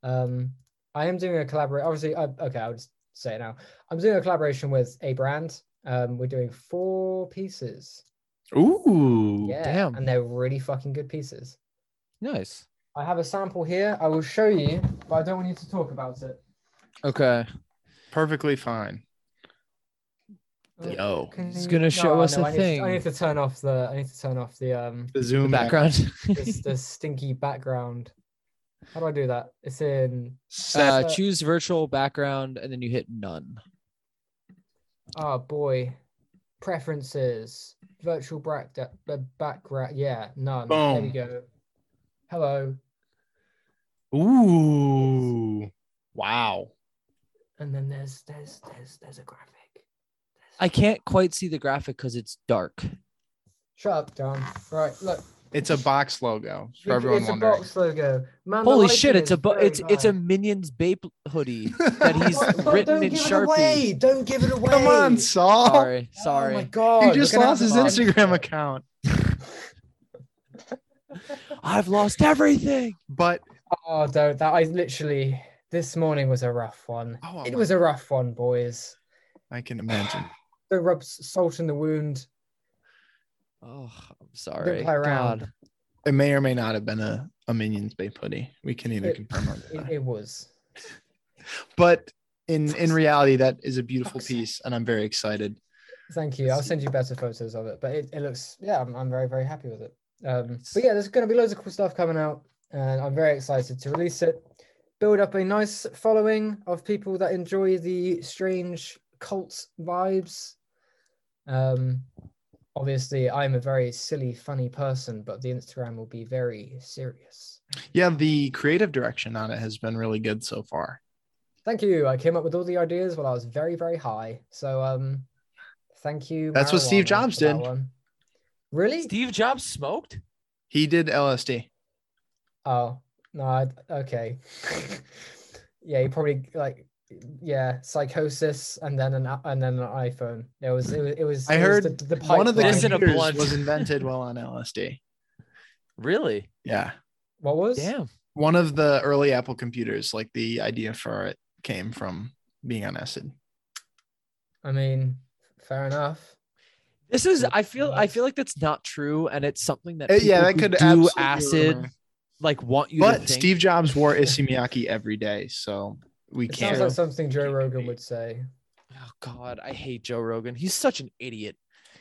Speaker 2: Um, I am doing a collaboration. Obviously, I, okay, I'll just say it now. I'm doing a collaboration with a brand. Um, we're doing four pieces.
Speaker 1: Ooh.
Speaker 2: Yeah,
Speaker 3: damn.
Speaker 2: and they're really fucking good pieces.
Speaker 3: Nice.
Speaker 2: I have a sample here. I will show you, but I don't want you to talk about it.
Speaker 3: Okay.
Speaker 1: Perfectly fine.
Speaker 2: Oh,
Speaker 1: Yo.
Speaker 2: can
Speaker 3: It's
Speaker 2: you-
Speaker 3: gonna show us a
Speaker 2: I need to- I
Speaker 3: thing.
Speaker 2: need to turn off the. I need to turn off the um
Speaker 1: The
Speaker 3: The
Speaker 1: zoom background.
Speaker 2: *laughs*
Speaker 3: background. *laughs*
Speaker 2: this, the stinky background. How do I do that? It's in.
Speaker 1: Set.
Speaker 3: uh, choose virtual background and then you hit none.
Speaker 2: Oh boy, preferences, virtual back the background. Yeah, none. There we
Speaker 1: Boom.
Speaker 2: go. Hello, Uh,
Speaker 1: Ooh. Wow.
Speaker 2: and then there's there's there's there's a graphic. There's-
Speaker 3: I can't quite see the graphic because it's dark.
Speaker 2: Shut up, John. Right, look.
Speaker 1: It's a box logo for
Speaker 2: look,
Speaker 1: everyone
Speaker 2: it's a
Speaker 1: wondering.
Speaker 2: box logo. Man, the
Speaker 3: Holy
Speaker 2: lighting
Speaker 3: shit! It's
Speaker 2: is
Speaker 3: a bu-
Speaker 2: very
Speaker 3: it's it's a
Speaker 2: high.
Speaker 3: Minions Bape hoodie
Speaker 2: *laughs*
Speaker 3: that he's
Speaker 2: Oh, don't
Speaker 3: written in
Speaker 2: give it
Speaker 3: Sharpie.
Speaker 2: away. Don't give it
Speaker 1: *laughs*
Speaker 2: away.
Speaker 1: Come on, Saul.
Speaker 3: Sorry,
Speaker 2: Oh my
Speaker 3: sorry.
Speaker 2: god.
Speaker 1: He
Speaker 2: we're
Speaker 1: just
Speaker 2: gonna
Speaker 1: lost
Speaker 2: have
Speaker 1: his
Speaker 2: to-
Speaker 1: Instagram account.
Speaker 3: I've
Speaker 1: *laughs*
Speaker 3: lost everything.
Speaker 1: But
Speaker 2: Oh, don't that I literally this morning was a rough one.
Speaker 1: oh,
Speaker 2: It
Speaker 1: my-
Speaker 2: was a rough one, boys.
Speaker 1: I can imagine.
Speaker 2: Don't rub s- salt in the wound.
Speaker 3: Oh, I'm sorry.
Speaker 2: play around.
Speaker 3: God.
Speaker 1: It may or may not have been a, a Minions Bay hoodie. We can either
Speaker 2: It-
Speaker 1: confirm or
Speaker 2: It, *laughs*
Speaker 1: deny.
Speaker 2: it was.
Speaker 1: But in in reality, that is a beautiful
Speaker 2: Fuck's sake.
Speaker 1: piece, and I'm very excited.
Speaker 2: Thank you. I'll send you better photos of it, but it, it looks yeah, I'm, I'm very very happy with it. Um, but yeah, there's going to be loads of cool stuff coming out, and I'm very excited to release it. build up a nice following of people that enjoy the strange cult vibes. Um, obviously, I'm a very silly, funny person, but the Instagram will be very serious.
Speaker 1: Yeah, the creative direction on it has been really good so far.
Speaker 2: Thank you. I came up with all the ideas while I was very, very high. So, um, thank you.
Speaker 1: That's what Steve
Speaker 2: marijuana,
Speaker 1: Jobs
Speaker 2: for that
Speaker 1: did.
Speaker 2: one. Really?
Speaker 3: Steve Jobs smoked?
Speaker 1: He did LSD.
Speaker 2: Oh no! I, okay. *laughs* yeah, you probably like yeah, psychosis, and then an a- and then an iPhone. It was it was it was.
Speaker 1: I
Speaker 2: it was
Speaker 1: heard
Speaker 2: the, the
Speaker 1: One of the
Speaker 2: pipeline.
Speaker 3: This in a
Speaker 1: computers
Speaker 3: blunt.
Speaker 1: was invented while on
Speaker 2: *laughs*
Speaker 1: LSD.
Speaker 3: Really?
Speaker 1: Yeah.
Speaker 2: what was
Speaker 3: Damn.
Speaker 1: One of the early Apple computers, like the idea for it came from being on acid.
Speaker 2: I mean, fair enough.
Speaker 3: This is I feel I feel like that's not true and it's something that
Speaker 1: Uh, yeah,
Speaker 3: people
Speaker 1: that could
Speaker 3: who do
Speaker 1: absolutely
Speaker 3: acid
Speaker 1: rumor.
Speaker 3: like want you to
Speaker 1: But
Speaker 3: think.
Speaker 1: Steve Jobs
Speaker 2: *laughs*
Speaker 1: wore issey miyake every day, so we
Speaker 2: It
Speaker 1: can't.
Speaker 2: sounds like something Joe Rogan would say.
Speaker 3: Oh god, I hate Joe Rogan. He's such an idiot.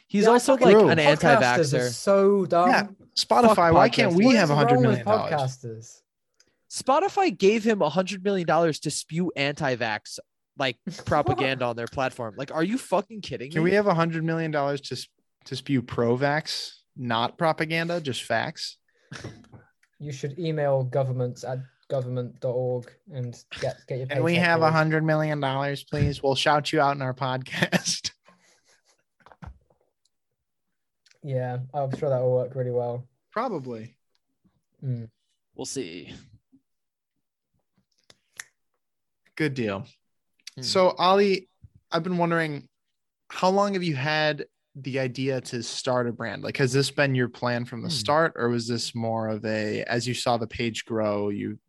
Speaker 3: He's
Speaker 2: Yeah, I
Speaker 3: also
Speaker 2: fucking-
Speaker 3: like
Speaker 1: True.
Speaker 3: an
Speaker 2: Podcasters are
Speaker 3: anti-vaxxer.
Speaker 2: so dumb.
Speaker 1: Yeah, Spotify,
Speaker 3: Fuck
Speaker 1: why can't
Speaker 3: podcasts.
Speaker 1: we
Speaker 2: What
Speaker 1: have
Speaker 2: is
Speaker 1: a hundred
Speaker 2: wrong
Speaker 1: million
Speaker 2: with
Speaker 1: dollars?
Speaker 2: Podcasters.
Speaker 3: Spotify gave him a hundred million dollars to spew anti-vax *laughs* like propaganda on their platform. Like, are you fucking kidding
Speaker 1: Can we
Speaker 3: me?
Speaker 1: have a hundred million dollars to sp- to spew pro-vax, not propaganda, just facts?
Speaker 2: You should email governments at government.org and get get your.
Speaker 1: Can we
Speaker 2: paycheck,
Speaker 1: have a
Speaker 2: please.
Speaker 1: hundred million dollars, please? We'll shout you out in our podcast. *laughs*
Speaker 2: Yeah, I'm sure that will work really well.
Speaker 1: Probably.
Speaker 2: Mm.
Speaker 3: we'll see.
Speaker 1: Good deal.
Speaker 3: Hmm.
Speaker 1: So, Ali, I've been wondering how long have you had the idea to start a brand? Like, has this been your plan from the
Speaker 3: Hmm.
Speaker 1: start, or was this more of a as you saw the page grow, you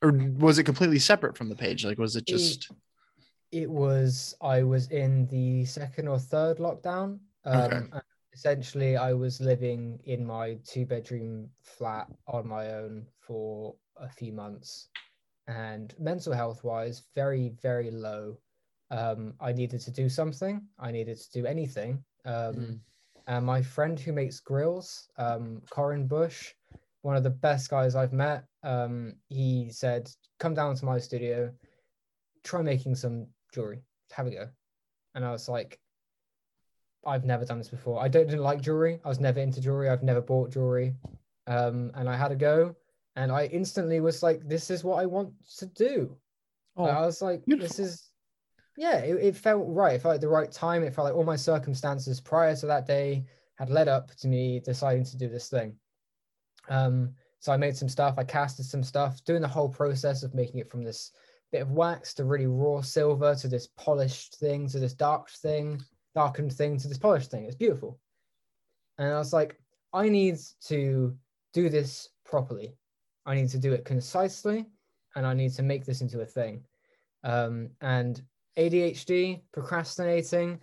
Speaker 1: or was it completely separate from the page? Like, was it
Speaker 3: Mm.
Speaker 2: It-
Speaker 1: just
Speaker 2: it was i was in the second or third lockdown um
Speaker 1: Okay.
Speaker 2: and essentially i was living in my two bedroom flat on my own for a few months and mental health wise very very low um i needed to do something i needed to do anything um
Speaker 3: Mm.
Speaker 2: and my friend who makes grills um corin bush one of the best guys i've met um he said come down to my studio try making some jewelry. Have a go. And I was like, I've never done this before. I don't didn't like jewelry. I was never into jewelry. I've never bought jewelry. Um, and I had a go, and I instantly was like, this is what I want to do.
Speaker 3: Oh,
Speaker 2: I was like, this
Speaker 1: beautiful.
Speaker 2: is, yeah, it, it felt right. It felt like the right time. It felt like all my circumstances prior to that day had led up to me deciding to do this thing. Um, so I made some stuff, I casted some stuff, doing the whole process of making it from this bit of wax to really raw silver to this polished thing to this dark thing, darkened thing to this polished thing. It's beautiful. And I was like, I need to do this properly. I need to do it concisely and I need to make this into a thing. Um, and ADHD, procrastinating,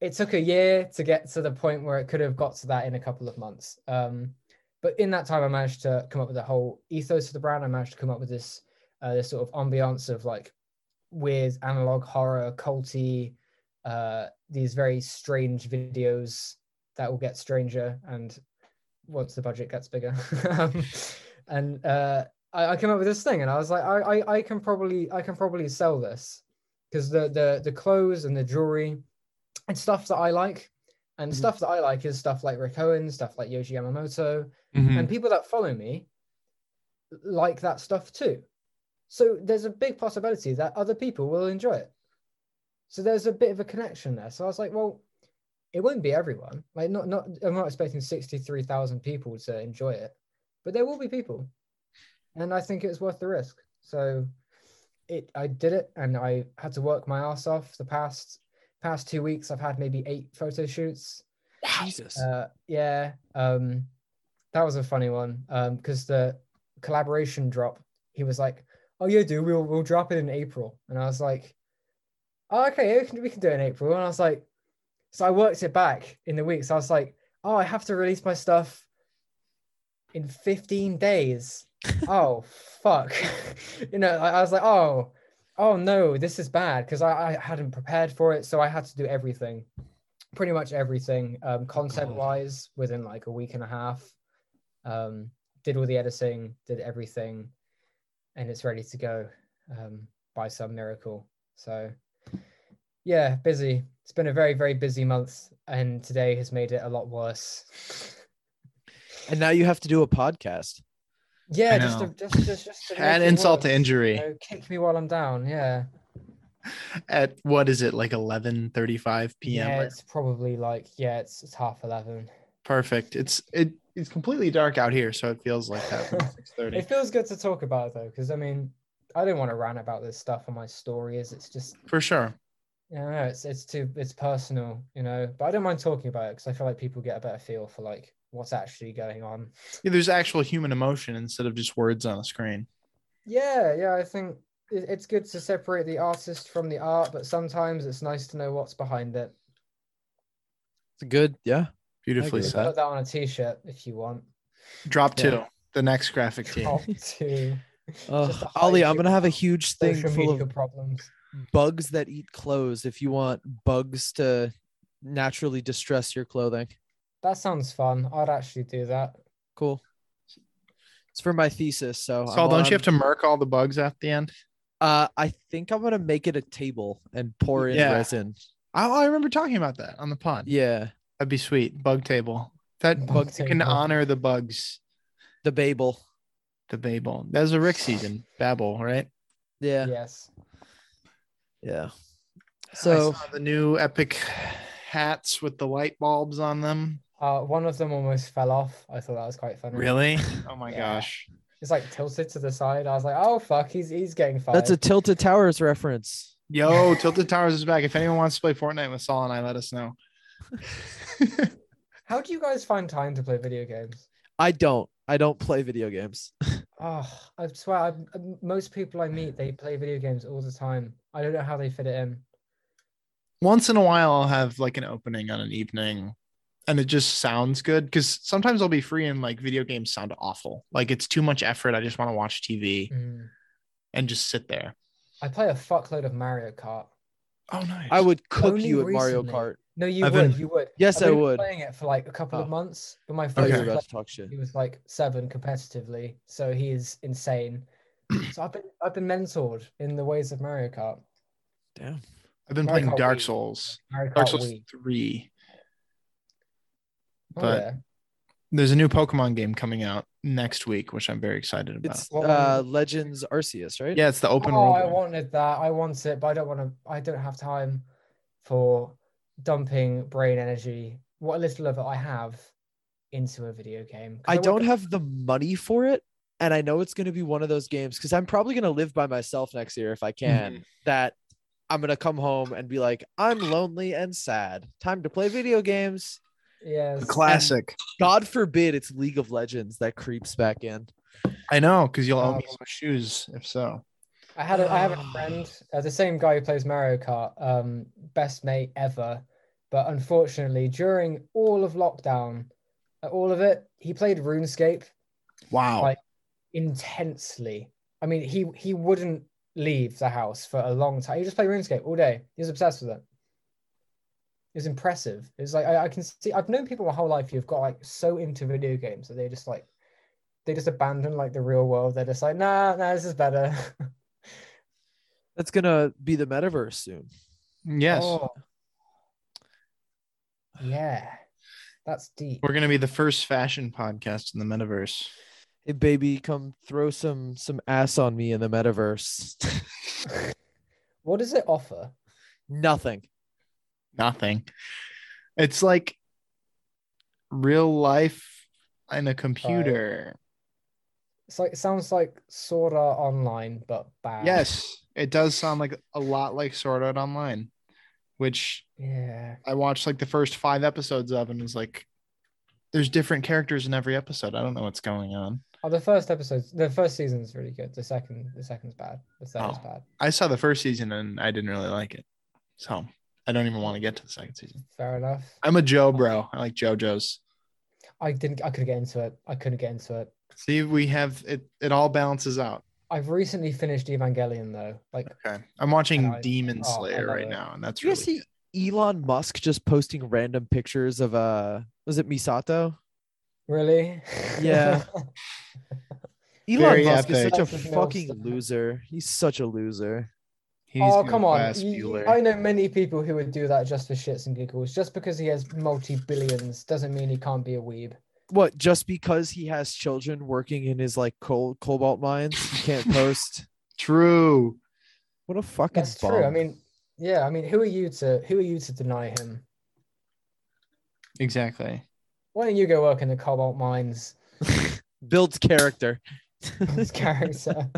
Speaker 2: it took a year to get to the point where it could have got to that in a couple of months. Um, but in that time, I managed to come up with a whole ethos of the brand. I managed to come up with this uh, this sort of ambiance of like weird analog horror, culty, uh, these very strange videos that will get stranger and once the budget gets bigger. *laughs* um, and uh, I, I came up with this thing, and I was like, I, I, I can probably I can probably sell this because the the the clothes and the jewelry and stuff that I like. And
Speaker 3: Mhm.
Speaker 2: stuff that I like is stuff like Rick Owens, stuff like Yoji Yamamoto,
Speaker 1: Mm-hmm.
Speaker 2: and people that follow me like that stuff too so there's a big possibility that other people will enjoy it so there's a bit of a connection there so i was like well it won't be everyone like not not i'm not expecting 63000 people to enjoy it but there will be people and i think it was worth the risk so it i did it and i had to work my ass off the past past two weeks i've had maybe eight photo shoots
Speaker 3: Jesus.
Speaker 2: uh, yeah, um, that was a funny one because the collaboration drop. He was like, "Oh yeah, dude, we'll we'll drop it in April," and I was like, oh, "Okay, we can, we can do it in April." And I was like, so I worked it back in the weeks. I was like, "Oh, I have to release my stuff in 15 days." oh fuck, *laughs* you know, I, I was like, "Oh, oh no, this is bad," because I, I hadn't prepared for it, so I had to do everything pretty much everything um, content wise within like a week and a half um, did all the editing did everything and it's ready to go um, by some miracle. So, yeah, busy. It's been a very, very busy month, and today has made it a lot worse.
Speaker 3: And now you have to do a podcast.
Speaker 1: I
Speaker 2: Yeah, just to,
Speaker 1: know.
Speaker 2: just just just to
Speaker 1: Add
Speaker 2: make it
Speaker 1: insult to
Speaker 2: worse,
Speaker 1: injury.
Speaker 2: You know, kick me while I'm down. Yeah.
Speaker 1: At what is it like 11:35 p.m.
Speaker 2: Yeah,
Speaker 1: right
Speaker 2: it's probably like yeah, it's, it's
Speaker 1: *laughs*
Speaker 2: half eleven.
Speaker 1: Perfect. It's it it's completely dark out here, so it feels like that.
Speaker 3: *laughs*
Speaker 1: From six thirty
Speaker 2: *laughs* It feels good to talk about it though, because I mean, I don't want to rant about this stuff on my stories. It's just
Speaker 1: for sure.
Speaker 2: I don't know, it's it's too it's personal, you know. But I don't mind talking about it because I feel like people get a better feel for like what's actually going on.
Speaker 1: Yeah, there's actual human emotion instead of just words on a screen.
Speaker 2: Yeah, yeah, I think it- it's good to separate the artist from the art, but sometimes it's nice to know what's behind it.
Speaker 3: It's good. Yeah.
Speaker 1: Beautifully
Speaker 3: agree with
Speaker 1: said.
Speaker 2: Put that on a t-shirt if you want.
Speaker 1: Drop
Speaker 3: Yeah.
Speaker 1: two. The next graphic tee.
Speaker 2: Top two
Speaker 3: Uh,
Speaker 2: a
Speaker 3: Ollie,
Speaker 2: high
Speaker 3: I'm gonna have a
Speaker 2: profile
Speaker 3: huge thing
Speaker 2: social
Speaker 3: full
Speaker 2: media
Speaker 3: of
Speaker 2: problems.
Speaker 3: bugs that eat clothes. If you want bugs to naturally distress your clothing,
Speaker 2: That sounds fun. I'd actually do that.
Speaker 3: cool. It's for my thesis. So,
Speaker 1: Saul, don't you have to murk all the bugs at the end?
Speaker 3: Uh, I think I'm gonna make it a table and pour in
Speaker 1: Yeah.
Speaker 3: resin.
Speaker 1: I, I remember talking about that on the pod.
Speaker 3: Yeah,
Speaker 1: That'd be sweet. Bug table. That
Speaker 2: Bug
Speaker 1: bug you can
Speaker 2: table.
Speaker 1: honor the bugs.
Speaker 3: the Babel.
Speaker 1: The Babel. That was a Rick season. Babel, right?
Speaker 3: Yeah, yeah.
Speaker 2: Yes.
Speaker 1: I
Speaker 3: So
Speaker 1: saw the new epic hats with the light bulbs on them.
Speaker 2: Uh, one of them almost fell off. I thought that was quite funny.
Speaker 1: Really? *laughs* Oh my
Speaker 2: Yeah.
Speaker 1: gosh.
Speaker 2: It's like tilted to the side. I was like, oh fuck, he's he's getting fired.
Speaker 3: that's a Tilted Towers reference.
Speaker 1: Yo, Tilted Towers is back. If anyone wants to play Fortnite with Saul and I, let us know.
Speaker 2: How do you guys find time to play video games?
Speaker 3: I don't. I don't play video games.
Speaker 2: Oh, I swear, I, most people I meet they play video games all the time. I don't know how they fit it in.
Speaker 1: Once in a while, I'll have like an opening on an evening and it just sounds good because sometimes I'll be free and like video games sound awful. Like it's too much effort. I just want to watch TV
Speaker 2: Mm.
Speaker 1: and just sit there.
Speaker 2: I play a fuckload of Mario Kart.
Speaker 1: Oh, nice.
Speaker 3: I would cook
Speaker 2: Only
Speaker 3: you at Mario
Speaker 2: recently.
Speaker 3: Kart.
Speaker 2: No, you
Speaker 1: I've
Speaker 2: would,
Speaker 1: been-
Speaker 2: you would.
Speaker 3: Yes,
Speaker 2: I've
Speaker 3: I
Speaker 2: been
Speaker 3: would.
Speaker 2: Playing it for like a couple
Speaker 3: Oh.
Speaker 2: of months, but my
Speaker 3: Oh,
Speaker 2: friend
Speaker 1: Okay.
Speaker 3: you're
Speaker 2: was
Speaker 3: about to
Speaker 2: playing-
Speaker 3: talk shit.
Speaker 2: he was like seven competitively, so he is insane.
Speaker 1: *clears throat*
Speaker 2: so I've been I've been mentored in the ways of Mario Kart.
Speaker 3: Damn.
Speaker 1: I've been
Speaker 2: Mario
Speaker 1: playing
Speaker 2: Kart
Speaker 1: Dark
Speaker 2: Wii.
Speaker 1: Souls.
Speaker 2: Mario Kart
Speaker 1: Dark Souls
Speaker 2: Wii.
Speaker 1: 3.
Speaker 2: Oh,
Speaker 1: but-
Speaker 2: yeah.
Speaker 1: There's a new Pokemon game coming out next week, which I'm very excited about.
Speaker 3: It's
Speaker 2: What one
Speaker 3: uh,
Speaker 2: was
Speaker 3: Legends Arceus, right?
Speaker 1: yeah, it's the open
Speaker 2: Oh,
Speaker 1: world.
Speaker 2: I
Speaker 1: one.
Speaker 2: wanted that. I want it, but I don't want to. I don't have time for dumping brain energy, what little of it I have, into a video game. 'Cause
Speaker 3: I
Speaker 2: want
Speaker 3: don't
Speaker 2: the-
Speaker 3: have the money for it. And I know it's going to be one of those games because I'm probably going to live by myself next year if I can.
Speaker 1: Mhm.
Speaker 3: That I'm going to come home and be like, I'm lonely and sad. Time to play video games.
Speaker 1: The
Speaker 2: Yes.
Speaker 1: classic.
Speaker 3: God forbid it's League of Legends that creeps back in.
Speaker 1: I know, because you'll owe
Speaker 2: Oh.
Speaker 1: me some shoes if so.
Speaker 2: I had a, I have
Speaker 3: *sighs*
Speaker 2: a
Speaker 3: Ah.
Speaker 2: friend, uh, the same guy who plays Mario Kart, um, best mate ever. But unfortunately, during all of lockdown, uh, all of it, he played RuneScape
Speaker 1: Wow.
Speaker 2: Like- intensely. I mean, he he wouldn't leave the house for a long time. He just played RuneScape all day. He was obsessed with it. It was impressive. It was like I, I can see. I've known people my whole life who've got like so into video games that they just like they just abandon like the real world. They're just like, nah, nah, this is better. *laughs*
Speaker 3: That's going to be the metaverse soon.
Speaker 1: yes.
Speaker 2: Oh. Yeah, that's deep.
Speaker 1: We're gonna be the first fashion podcast in the metaverse.
Speaker 3: Hey, baby, come throw some some ass on me in the metaverse. *laughs*
Speaker 2: What does it offer?
Speaker 3: Nothing.
Speaker 1: Nothing. It's like real life in a computer.
Speaker 2: It's like it sounds like Sword Art Online, but uh, bad.
Speaker 1: Yes, it does sound like a lot like Sword Art Online, which
Speaker 2: Yeah.
Speaker 1: I watched like the first five episodes of and was like, there's different characters in every episode. I don't know what's going on.
Speaker 2: Oh, the first episode's the first season's really good. The second, the second's bad. The third's
Speaker 1: Oh.
Speaker 2: bad.
Speaker 1: I saw the first season and I didn't really like it. So I don't even want to get to the second season.
Speaker 2: Fair enough.
Speaker 1: I'm a Joe bro. I like JoJo's.
Speaker 2: I didn't. I couldn't get into it. I couldn't get into it.
Speaker 1: See, we have it, it all balances out.
Speaker 2: I've recently finished Evangelion though. Like,
Speaker 1: Okay. I'm watching
Speaker 2: I-
Speaker 1: Demon
Speaker 2: oh, I
Speaker 1: Slayer
Speaker 2: love
Speaker 1: right
Speaker 2: it.
Speaker 1: now, and that's
Speaker 3: Did you
Speaker 1: really
Speaker 3: guys see Elon Musk just posting random pictures of uh was it Misato?
Speaker 2: *laughs* really?
Speaker 3: Yeah. Elon
Speaker 1: Very
Speaker 3: Musk is
Speaker 1: epic.
Speaker 3: such a
Speaker 2: Something else.
Speaker 3: fucking loser. He's such a loser.
Speaker 1: He's
Speaker 2: oh
Speaker 1: gonna
Speaker 2: come on!
Speaker 1: pass
Speaker 2: You- you-
Speaker 1: Bueller.
Speaker 2: I know many people who would do that just for shits and giggles. Just because he has multi billions doesn't mean he can't be a weeb.
Speaker 3: What? Just because he has children working in his like coal cobalt mines, he
Speaker 2: *laughs*
Speaker 3: can't post.
Speaker 1: True.
Speaker 3: What a fucking.
Speaker 2: That's true. I
Speaker 3: bum.
Speaker 2: mean, yeah. I mean, who are you to who are you to deny him?
Speaker 1: Exactly.
Speaker 2: Why don't you go work in the cobalt mines? *laughs*
Speaker 3: builds character. *laughs*
Speaker 1: *laughs*
Speaker 2: His character.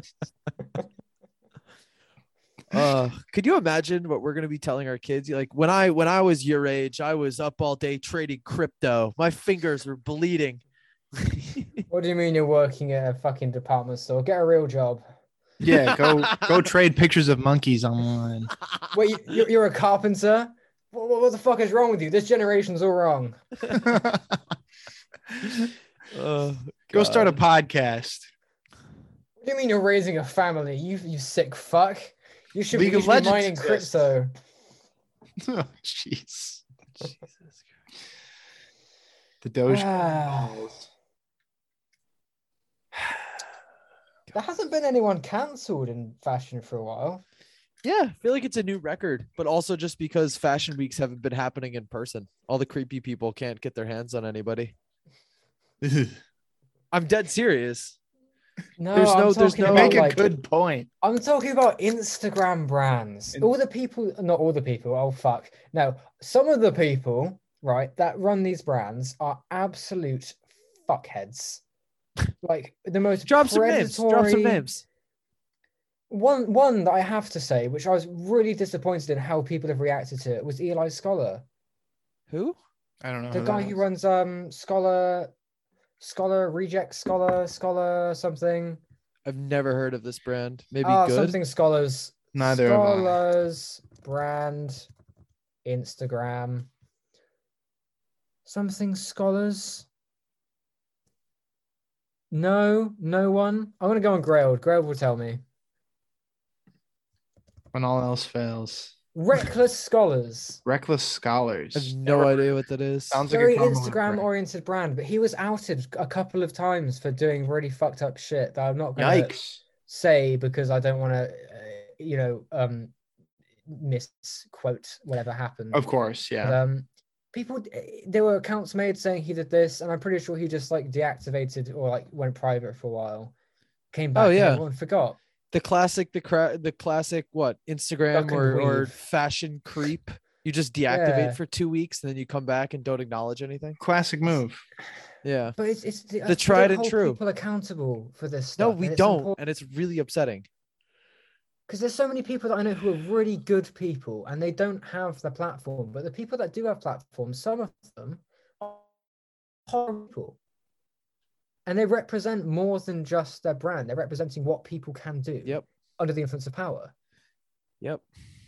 Speaker 3: uh could you imagine what we're going to be telling our kids like when i when i was your age i was up all day trading crypto my fingers
Speaker 2: *laughs*
Speaker 3: were bleeding *laughs*
Speaker 2: what do you mean you're working at a fucking department store? Get a real job.
Speaker 1: Yeah, *laughs* go go trade pictures of monkeys *laughs* online.
Speaker 2: Wait, you- you're, you're a carpenter? What, what the fuck is wrong with you? This generation's all wrong.
Speaker 3: Oh,
Speaker 1: go start a
Speaker 3: God.
Speaker 1: podcast.
Speaker 2: What do you mean you're raising a family? You you sick fuck. You should,
Speaker 1: League
Speaker 2: you
Speaker 1: of
Speaker 2: should be
Speaker 1: Legends
Speaker 2: mining
Speaker 1: exists.
Speaker 2: *sighs* crypto.
Speaker 1: *laughs* Oh, jeez.
Speaker 3: Jesus Christ.
Speaker 1: The Doge. *laughs*
Speaker 2: Ah. There hasn't been anyone cancelled in fashion for a while.
Speaker 3: yeah i feel like it's a new record but also just because fashion weeks haven't been happening in person all the creepy people can't get their hands on anybody i'm dead serious
Speaker 2: No,
Speaker 3: There's
Speaker 2: I'm
Speaker 3: no-
Speaker 2: talking
Speaker 3: there's no-
Speaker 2: about
Speaker 1: Make a
Speaker 2: like,
Speaker 1: good point.
Speaker 2: I'm talking about Instagram brands.
Speaker 1: And-
Speaker 2: All the people, not all the people. Oh fuck! No, some of the people, right, that run these brands are absolute fuckheads. Like the most
Speaker 3: drop some names drop some
Speaker 2: predatory-
Speaker 3: names
Speaker 2: One, one that I have to say, which I was really disappointed in how people have reacted to it, was Eli Scholar,
Speaker 3: who
Speaker 1: I don't know.
Speaker 2: the
Speaker 1: who
Speaker 2: guy
Speaker 1: that
Speaker 2: who
Speaker 1: was.
Speaker 2: runs um Scholar, Scholar Reject Scholar, Scholar something.
Speaker 3: i've never heard of this brand maybe
Speaker 2: Ah,
Speaker 3: good
Speaker 2: something Scholars.
Speaker 1: Neither have I.
Speaker 2: scholars brand instagram something scholars no no one i'm gonna go on grailed grailed will tell me
Speaker 1: When all else fails, *laughs*
Speaker 2: reckless scholars
Speaker 1: reckless scholars.
Speaker 3: I have no idea what that is.
Speaker 1: Sounds like a
Speaker 2: very
Speaker 1: compliment,
Speaker 2: instagram
Speaker 1: right?
Speaker 2: oriented brand but he was outed a couple of times for doing really fucked up shit that i'm not gonna
Speaker 1: Yikes!
Speaker 2: say because i don't want to uh, you know um misquote whatever happened
Speaker 1: Of course,
Speaker 2: But,
Speaker 1: yeah.
Speaker 2: um, people, there were accounts made saying he did this, and I'm pretty sure he just like deactivated or like went private for a while, came back.
Speaker 3: Oh,
Speaker 2: and
Speaker 3: yeah.
Speaker 2: everyone forgot.
Speaker 3: the classic, the cra- the classic, what Instagram
Speaker 2: Duck and
Speaker 3: or, or
Speaker 2: weave.
Speaker 3: fashion creep? You just deactivate
Speaker 2: Yeah.
Speaker 3: for two weeks and then you come back and don't acknowledge anything.
Speaker 1: Classic move.
Speaker 3: Yeah.
Speaker 2: But it's it's the,
Speaker 3: tried and true.
Speaker 2: People accountable for this.
Speaker 3: No,
Speaker 2: Stuff,
Speaker 3: we don't, and it's really upsetting.
Speaker 2: because there's so many people that I know who are really good people, and they don't have the platform. But the people that do have platforms, some of them are horrible. And they represent more than just their brand. They're representing what people can do
Speaker 3: Yep.
Speaker 2: under the influence of power.
Speaker 3: Yep.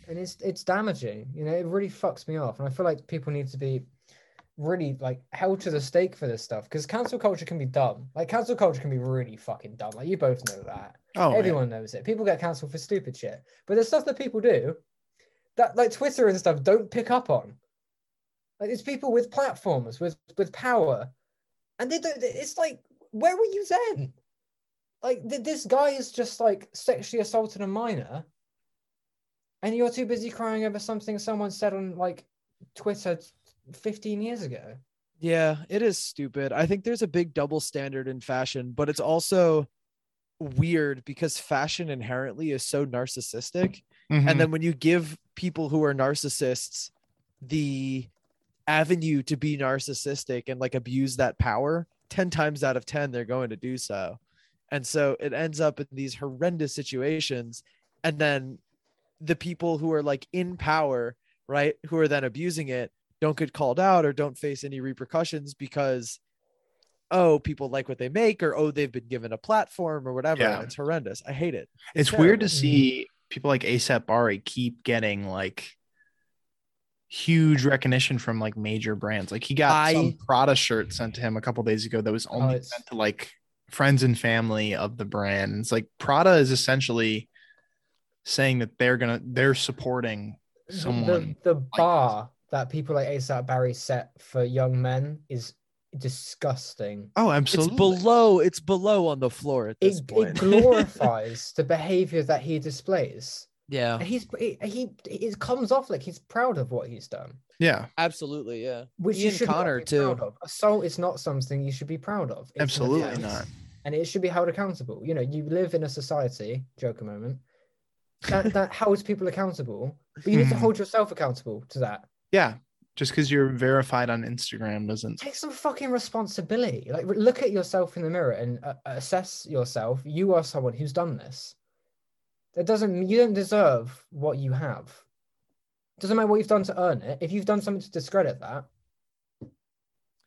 Speaker 2: and it's it's damaging you know it really fucks me off and i feel like people need to be really like held to the stake for this stuff because cancel culture can be dumb like cancel culture can be really fucking dumb like you both know that
Speaker 1: Oh, yeah.
Speaker 2: everyone knows it people get cancelled for stupid shit but there's stuff that people do that like twitter and stuff don't pick up on like it's people with platforms with with power and they don't it's like where were you then like th- this guy is just like sexually assaulted a minor and you're too busy crying over something someone said on like twitter 15 years ago
Speaker 3: Yeah, it is stupid. I think there's a big double standard in fashion, but it's also weird because fashion inherently is so narcissistic.
Speaker 1: Mhm.
Speaker 3: and then when you give people who are narcissists the avenue to be narcissistic and like abuse that power 10 times out of 10 they're going to do so and so it ends up in these horrendous situations and then the people who are like in power right who are then abusing it don't get called out or don't face any repercussions because oh people like what they make or oh they've been given a platform or whatever
Speaker 1: Yeah.
Speaker 3: and it's horrendous i hate it
Speaker 1: it's weird
Speaker 3: terrible.
Speaker 1: to
Speaker 2: mm-hmm.
Speaker 1: see people like ASAP Bari keep getting like huge recognition from like major brands. Like he got some
Speaker 3: I-
Speaker 1: Prada shirt sent to him a couple days ago that was only
Speaker 2: Oh, it's-
Speaker 1: sent to like friends and family of the brand. It's like Prada is essentially saying that they're gonna they're supporting
Speaker 2: The-
Speaker 1: someone.
Speaker 2: the, the bar that people like asap barry set for young men is disgusting.
Speaker 1: Oh,
Speaker 3: It's
Speaker 1: absolutely.
Speaker 3: below. It's below on the floor at
Speaker 2: It,
Speaker 3: this
Speaker 2: it
Speaker 3: point. *laughs*
Speaker 2: glorifies the behavior that he displays. *laughs*
Speaker 3: yeah,
Speaker 2: And He's he, he it comes off like he's proud of what he's done,
Speaker 1: yeah,
Speaker 3: absolutely. Yeah.
Speaker 2: which you
Speaker 3: Ian
Speaker 2: should not
Speaker 3: Connor,
Speaker 2: be
Speaker 3: too.
Speaker 2: proud of. Assault is not something you should be proud of. It's an
Speaker 1: absolutely
Speaker 2: offense.
Speaker 1: not.
Speaker 2: and it should be held accountable. You know, you live in a society, joke a moment, that, that holds people accountable, but you
Speaker 3: Hmm.
Speaker 2: need to
Speaker 1: Mhm.
Speaker 2: hold yourself accountable to that.
Speaker 1: Yeah, just because you're verified on Instagram doesn't.
Speaker 2: Take some fucking responsibility. Like, re- look at yourself in the mirror and uh, assess yourself. You are someone who's done this. That doesn't, you don't deserve what you have. Doesn't matter what you've done to earn it. If you've done something to discredit that,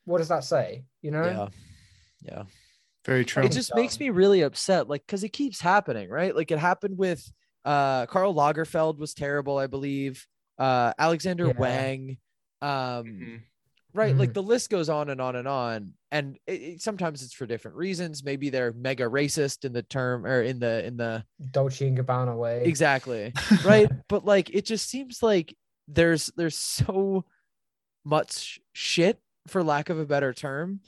Speaker 2: what does that say? You know?
Speaker 3: Yeah. Yeah.
Speaker 1: Very true.
Speaker 3: it just makes
Speaker 2: dumb.
Speaker 3: me really upset like because it keeps happening right like it happened with uh carl lagerfeld was terrible i believe uh alexander
Speaker 2: Yeah. Mm-hmm.
Speaker 3: wang um
Speaker 1: Mhm.
Speaker 3: right like
Speaker 2: Mhm.
Speaker 3: the list goes on and on and on and it, it- sometimes it's for different reasons maybe they're mega racist in the term or in the in the
Speaker 2: Dolce and Gabbana way. *laughs*
Speaker 3: exactly right but like it just seems like there's there's so much shit for lack of a better term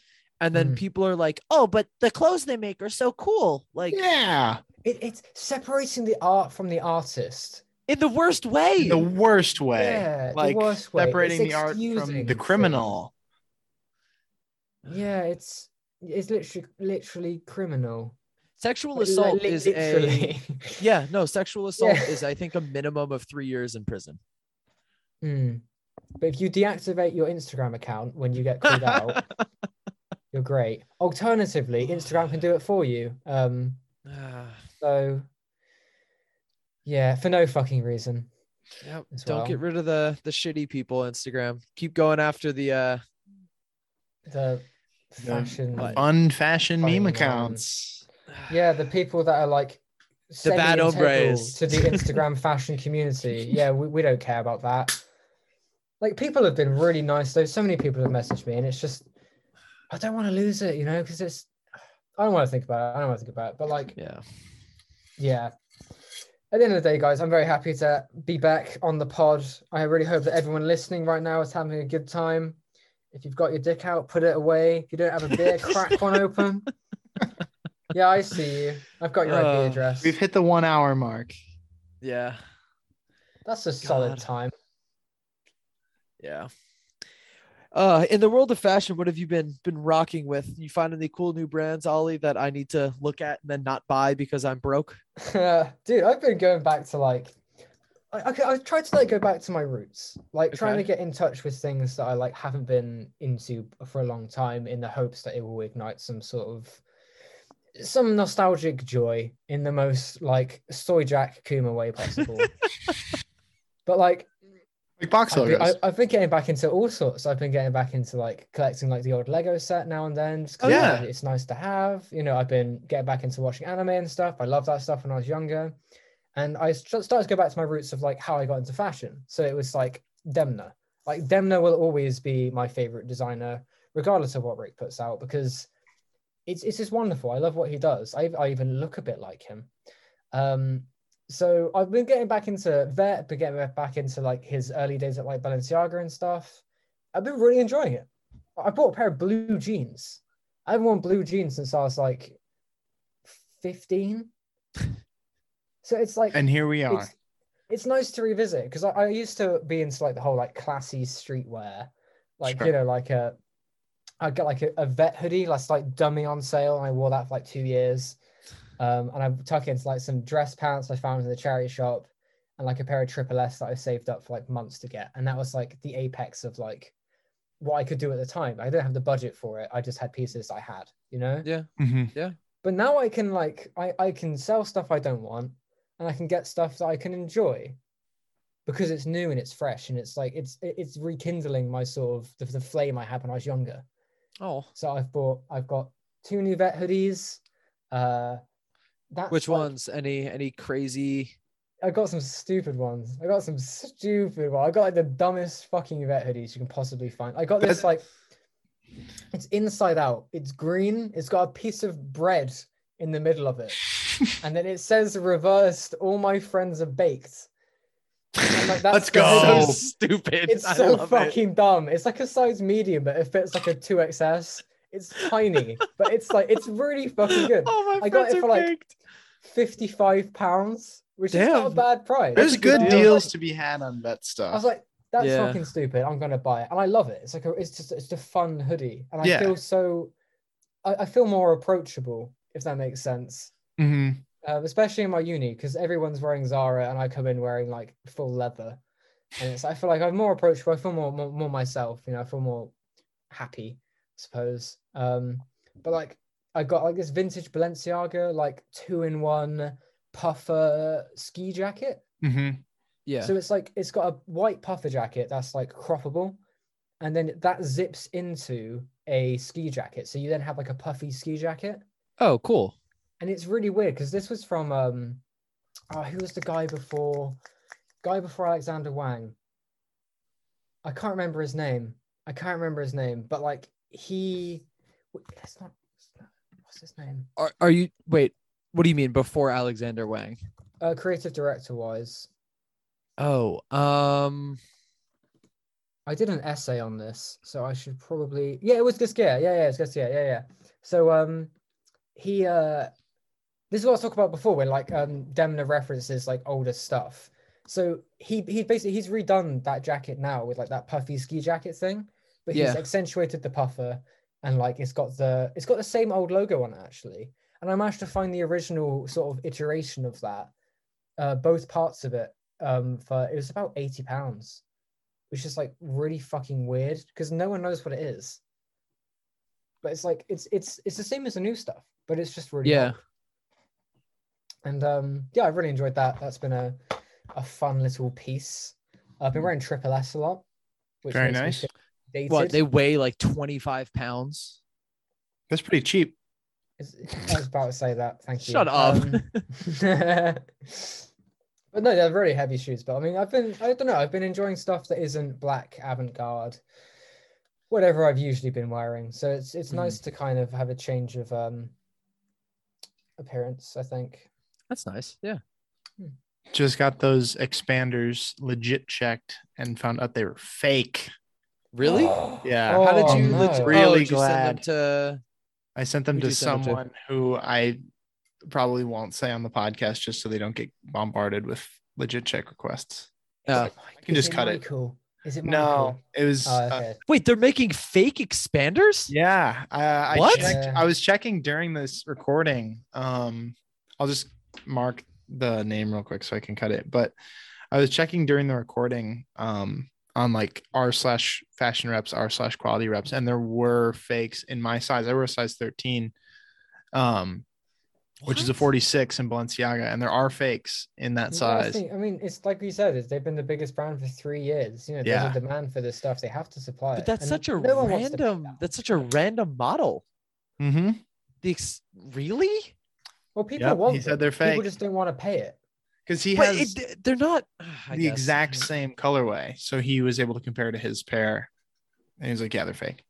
Speaker 3: and then
Speaker 2: Mhm.
Speaker 3: people are like oh but the clothes they make are so cool like
Speaker 1: yeah,
Speaker 2: It, it's separating the art from the artist.
Speaker 3: in the worst way.
Speaker 1: in the worst way.
Speaker 2: Yeah, the
Speaker 1: like
Speaker 2: worst way. It's
Speaker 1: separating the art from
Speaker 2: excusing
Speaker 1: the criminal.
Speaker 2: Yeah, it's it's literally literally criminal.
Speaker 3: sexual
Speaker 2: Like,
Speaker 3: assault
Speaker 2: li-
Speaker 3: is a *laughs*
Speaker 2: literally.
Speaker 3: yeah, no,
Speaker 2: *laughs*
Speaker 3: sexual assault
Speaker 2: Yeah.
Speaker 3: is I think a minimum of three years in prison.
Speaker 2: Mm. But if you deactivate your Instagram account when you get called out, you're great. Alternatively, Instagram can do it for you. Um,
Speaker 3: Ah,
Speaker 2: so yeah, for no fucking reason.
Speaker 3: *laughs* *sighs* yep.
Speaker 2: As
Speaker 3: Don't get
Speaker 2: well.
Speaker 3: rid of the the shitty people Instagram. Keep going after the uh
Speaker 2: The fashion,
Speaker 3: But-
Speaker 1: Fun fashion
Speaker 2: Funny
Speaker 1: meme
Speaker 2: ones.
Speaker 1: accounts.
Speaker 2: yeah, the people that are like
Speaker 3: bad
Speaker 2: semi-integral
Speaker 3: hombres.
Speaker 2: to the
Speaker 3: *laughs*
Speaker 2: Instagram fashion community. Yeah, we, we don't care about that. Like people have been really nice though. So many people have messaged me, and it's just I don't want to lose it, you know, because it's I don't want to think about it. I don't want to think about it. But like,
Speaker 3: yeah.
Speaker 2: yeah. At the end of the day, guys, I'm very happy to be back on the pod. I really hope that everyone listening right now is having a good time. If you've got your dick out, put it away. If you don't have a beer, crack one open. Yeah, I see you. I've got your IP
Speaker 3: Uh,
Speaker 2: address.
Speaker 1: We've hit the one hour mark.
Speaker 3: Yeah.
Speaker 2: That's a solid
Speaker 3: God.
Speaker 2: time.
Speaker 3: Yeah. Uh, in the world of fashion, what have you been been rocking with? You find any cool new brands, Ollie, that I need to look at and then not buy because I'm broke?
Speaker 2: *laughs* Dude, I've been going back to like I, I, I tried to like go back to my roots, like trying to
Speaker 3: Okay.
Speaker 2: get in touch with things that I like haven't been into for a long time in the hopes that it will ignite some sort of some nostalgic joy in the most like soy jack kuma way possible. but like
Speaker 1: Like box
Speaker 2: I've been, I,
Speaker 1: logos.
Speaker 2: I've been getting back into all sorts. I've been getting back into like collecting like the old Lego set now and then. Just 'cause, you know,
Speaker 1: Yeah.
Speaker 2: it's nice to have. You know, I've been getting back into watching anime and stuff. I love that stuff when I was younger, and I st- started to go back to my roots of like how I got into fashion. So it was like Demna. Like Demna will always be my favorite designer, regardless of what Rick puts out, because it's it's just wonderful. I love what he does. I I even look a bit like him. Um, so I've been getting back into Vet, been getting back into like his early days at like Balenciaga and stuff. I've been really enjoying it. I bought a pair of blue jeans. I haven't worn blue jeans since I was like 15. So it's like
Speaker 1: and here we are.
Speaker 2: it's, it's nice to revisit because I, I used to be into like the whole like classy streetwear, like
Speaker 1: Sure.
Speaker 2: you know, like a I got like a, a vet hoodie that's like dummy on sale, and I wore that for like two years. Um, and I tuck into like some dress pants I found in the charity shop, and like a pair of triple S that I saved up for like months to get, and that was like the apex of like what I could do at the time. I didn't have the budget for it. I just had pieces I had, you know
Speaker 3: Yeah.
Speaker 1: Mhm.
Speaker 2: but now i can like I, I can sell stuff i don't want and i can get stuff that i can enjoy because it's new and it's fresh and it's like it's it- it's rekindling my sort of the, the flame i had when i was younger
Speaker 3: Oh.
Speaker 2: so i've bought i've got two new vet hoodies uh that's
Speaker 3: Which
Speaker 2: like-
Speaker 3: ones? Any any crazy
Speaker 2: i got some stupid ones i got some stupid one i got like the dumbest fucking vet hoodies you can possibly find i got this
Speaker 1: That's-
Speaker 2: like it's inside out it's green it's got a piece of bread in the middle of it and then it says reversed all my friends are baked And, like,
Speaker 1: Let's
Speaker 2: that's the
Speaker 1: go.
Speaker 2: whole-
Speaker 3: *laughs* So stupid.
Speaker 2: It's
Speaker 3: I
Speaker 2: so
Speaker 3: love it.
Speaker 2: fucking dumb. It's like a size medium, but it fits like a 2XS. It's tiny, but it's like it's really fucking good.
Speaker 3: *laughs* Oh my
Speaker 2: I got
Speaker 3: friends
Speaker 2: it
Speaker 3: are
Speaker 2: for, like,
Speaker 3: baked.
Speaker 2: 55 pounds, which is not a
Speaker 3: Damn.
Speaker 2: bad price.
Speaker 1: There's
Speaker 3: a
Speaker 1: good
Speaker 3: good
Speaker 2: I was
Speaker 3: deal.
Speaker 1: deals to be had on that
Speaker 2: like- I was
Speaker 1: stuff.
Speaker 2: like, that's
Speaker 3: Yeah.
Speaker 2: fucking stupid. I'm gonna buy it. And I love it. It's like a, it's just it's a fun hoodie. And I
Speaker 1: Yeah.
Speaker 2: feel so I, I feel more approachable, if that makes sense.
Speaker 1: hmm
Speaker 2: Um, especially in my uni, because everyone's wearing Zara and I come in wearing like full leather. And it's I feel like I'm more approachable, I feel more more, more myself, you know, I feel more happy, I suppose. Um, but like I got like this vintage Balenciaga, like two in one puffer ski jacket.
Speaker 1: hmm
Speaker 3: Yeah.
Speaker 2: So it's like it's got a white puffer jacket that's like croppable, and then that zips into a ski jacket. So you then have like a puffy ski jacket
Speaker 3: oh, cool.
Speaker 2: and it's really weird because this was from um oh, who was the guy before guy before alexander wang i can't remember his name i can't remember his name but like he w- that's not that's not- what's his name
Speaker 3: Are are you wait, what do you mean before Alexander Wang?
Speaker 2: uh creative director wise
Speaker 3: Oh, um
Speaker 2: i did an essay on this so i should probably yeah it was Gaskia. yeah yeah it's Gaskia. yeah yeah so um he uh this is what I was talking about before when like um Demna references like older stuff. So he he basically he's redone that jacket now with like that puffy ski jacket thing, but he's
Speaker 3: Yeah.
Speaker 2: accentuated the puffer and like it's got the it's got the same old logo on it actually. And I managed to find the original sort of iteration of that, uh both parts of it um for it was about 80 pounds, which is like really fucking weird because no one knows what it is. But it's like it's it's it's the same as the new stuff, but it's just really
Speaker 3: yeah.
Speaker 2: dope and um yeah i really enjoyed that that's been a a fun little piece i've been wearing triple s a lot which
Speaker 1: Very
Speaker 2: makes me
Speaker 1: nice.
Speaker 2: feel dated.
Speaker 3: Mm. What they weigh like 25 pounds.
Speaker 1: That's pretty cheap.
Speaker 2: It's- i was about to say that thank you
Speaker 3: Shut up.
Speaker 2: Um, *laughs* but no they're really heavy shoes but i mean i've been i don't know i've been enjoying stuff that isn't black avant-garde whatever i've usually been wearing so it's it's
Speaker 1: Hmm.
Speaker 3: Mhm.
Speaker 2: nice to kind of have a change of um appearance i think
Speaker 3: That's nice. Yeah.
Speaker 1: Just got those expanders legit checked and found out they were fake.
Speaker 2: *gasps*
Speaker 3: Really?
Speaker 1: Yeah.
Speaker 2: Oh,
Speaker 3: How did you
Speaker 2: no.
Speaker 3: legit- oh,
Speaker 1: Really
Speaker 3: did you send
Speaker 1: glad.
Speaker 3: them to
Speaker 1: I sent them
Speaker 3: Who'd
Speaker 1: to
Speaker 3: you send them to?
Speaker 1: someone who I probably won't say on the podcast just so they don't get bombarded with legit check requests.
Speaker 3: Uh,
Speaker 1: I can just cut it.
Speaker 2: Oh, Michael? Is it
Speaker 1: No,
Speaker 2: Michael?
Speaker 1: it was.
Speaker 2: Oh,
Speaker 1: uh,
Speaker 2: okay.
Speaker 3: Wait, they're making fake expanders?
Speaker 1: yeah, I, I
Speaker 3: What?
Speaker 1: checked-
Speaker 2: Yeah.
Speaker 1: I was checking during this recording. Um, I'll just mark the name real quick so I can cut it. But I was checking during the recording. Um, on like r slash fashion reps, r slash quality reps, and there were fakes in my size. I wear a size thirteen. Um, which is a
Speaker 3: What?
Speaker 1: 46 in Balenciaga, and there are fakes in that
Speaker 2: Yeah, I,
Speaker 1: size.
Speaker 2: think- I mean, it's like we said, it's, they've been the biggest brand for three years. You know,
Speaker 1: Yeah.
Speaker 2: there's a demand for this stuff. They have to supply
Speaker 3: But
Speaker 2: it.
Speaker 3: that's
Speaker 2: And
Speaker 3: such a
Speaker 2: no one wants to pay
Speaker 3: random
Speaker 2: that.
Speaker 3: that's such a random model.
Speaker 1: Mm-hmm.
Speaker 3: The ex- really?
Speaker 2: Well, people
Speaker 1: Yep,
Speaker 2: want
Speaker 1: he
Speaker 2: it.
Speaker 1: said they're
Speaker 2: People
Speaker 1: fake
Speaker 2: just don't want to pay it.
Speaker 1: because he
Speaker 3: Wait,
Speaker 1: has
Speaker 3: it- they're not *sighs* I
Speaker 1: the
Speaker 3: guess.
Speaker 1: exact
Speaker 3: Mm.
Speaker 1: same colorway, so he was able to compare to his pair, and he was like, "Yeah, they're fake."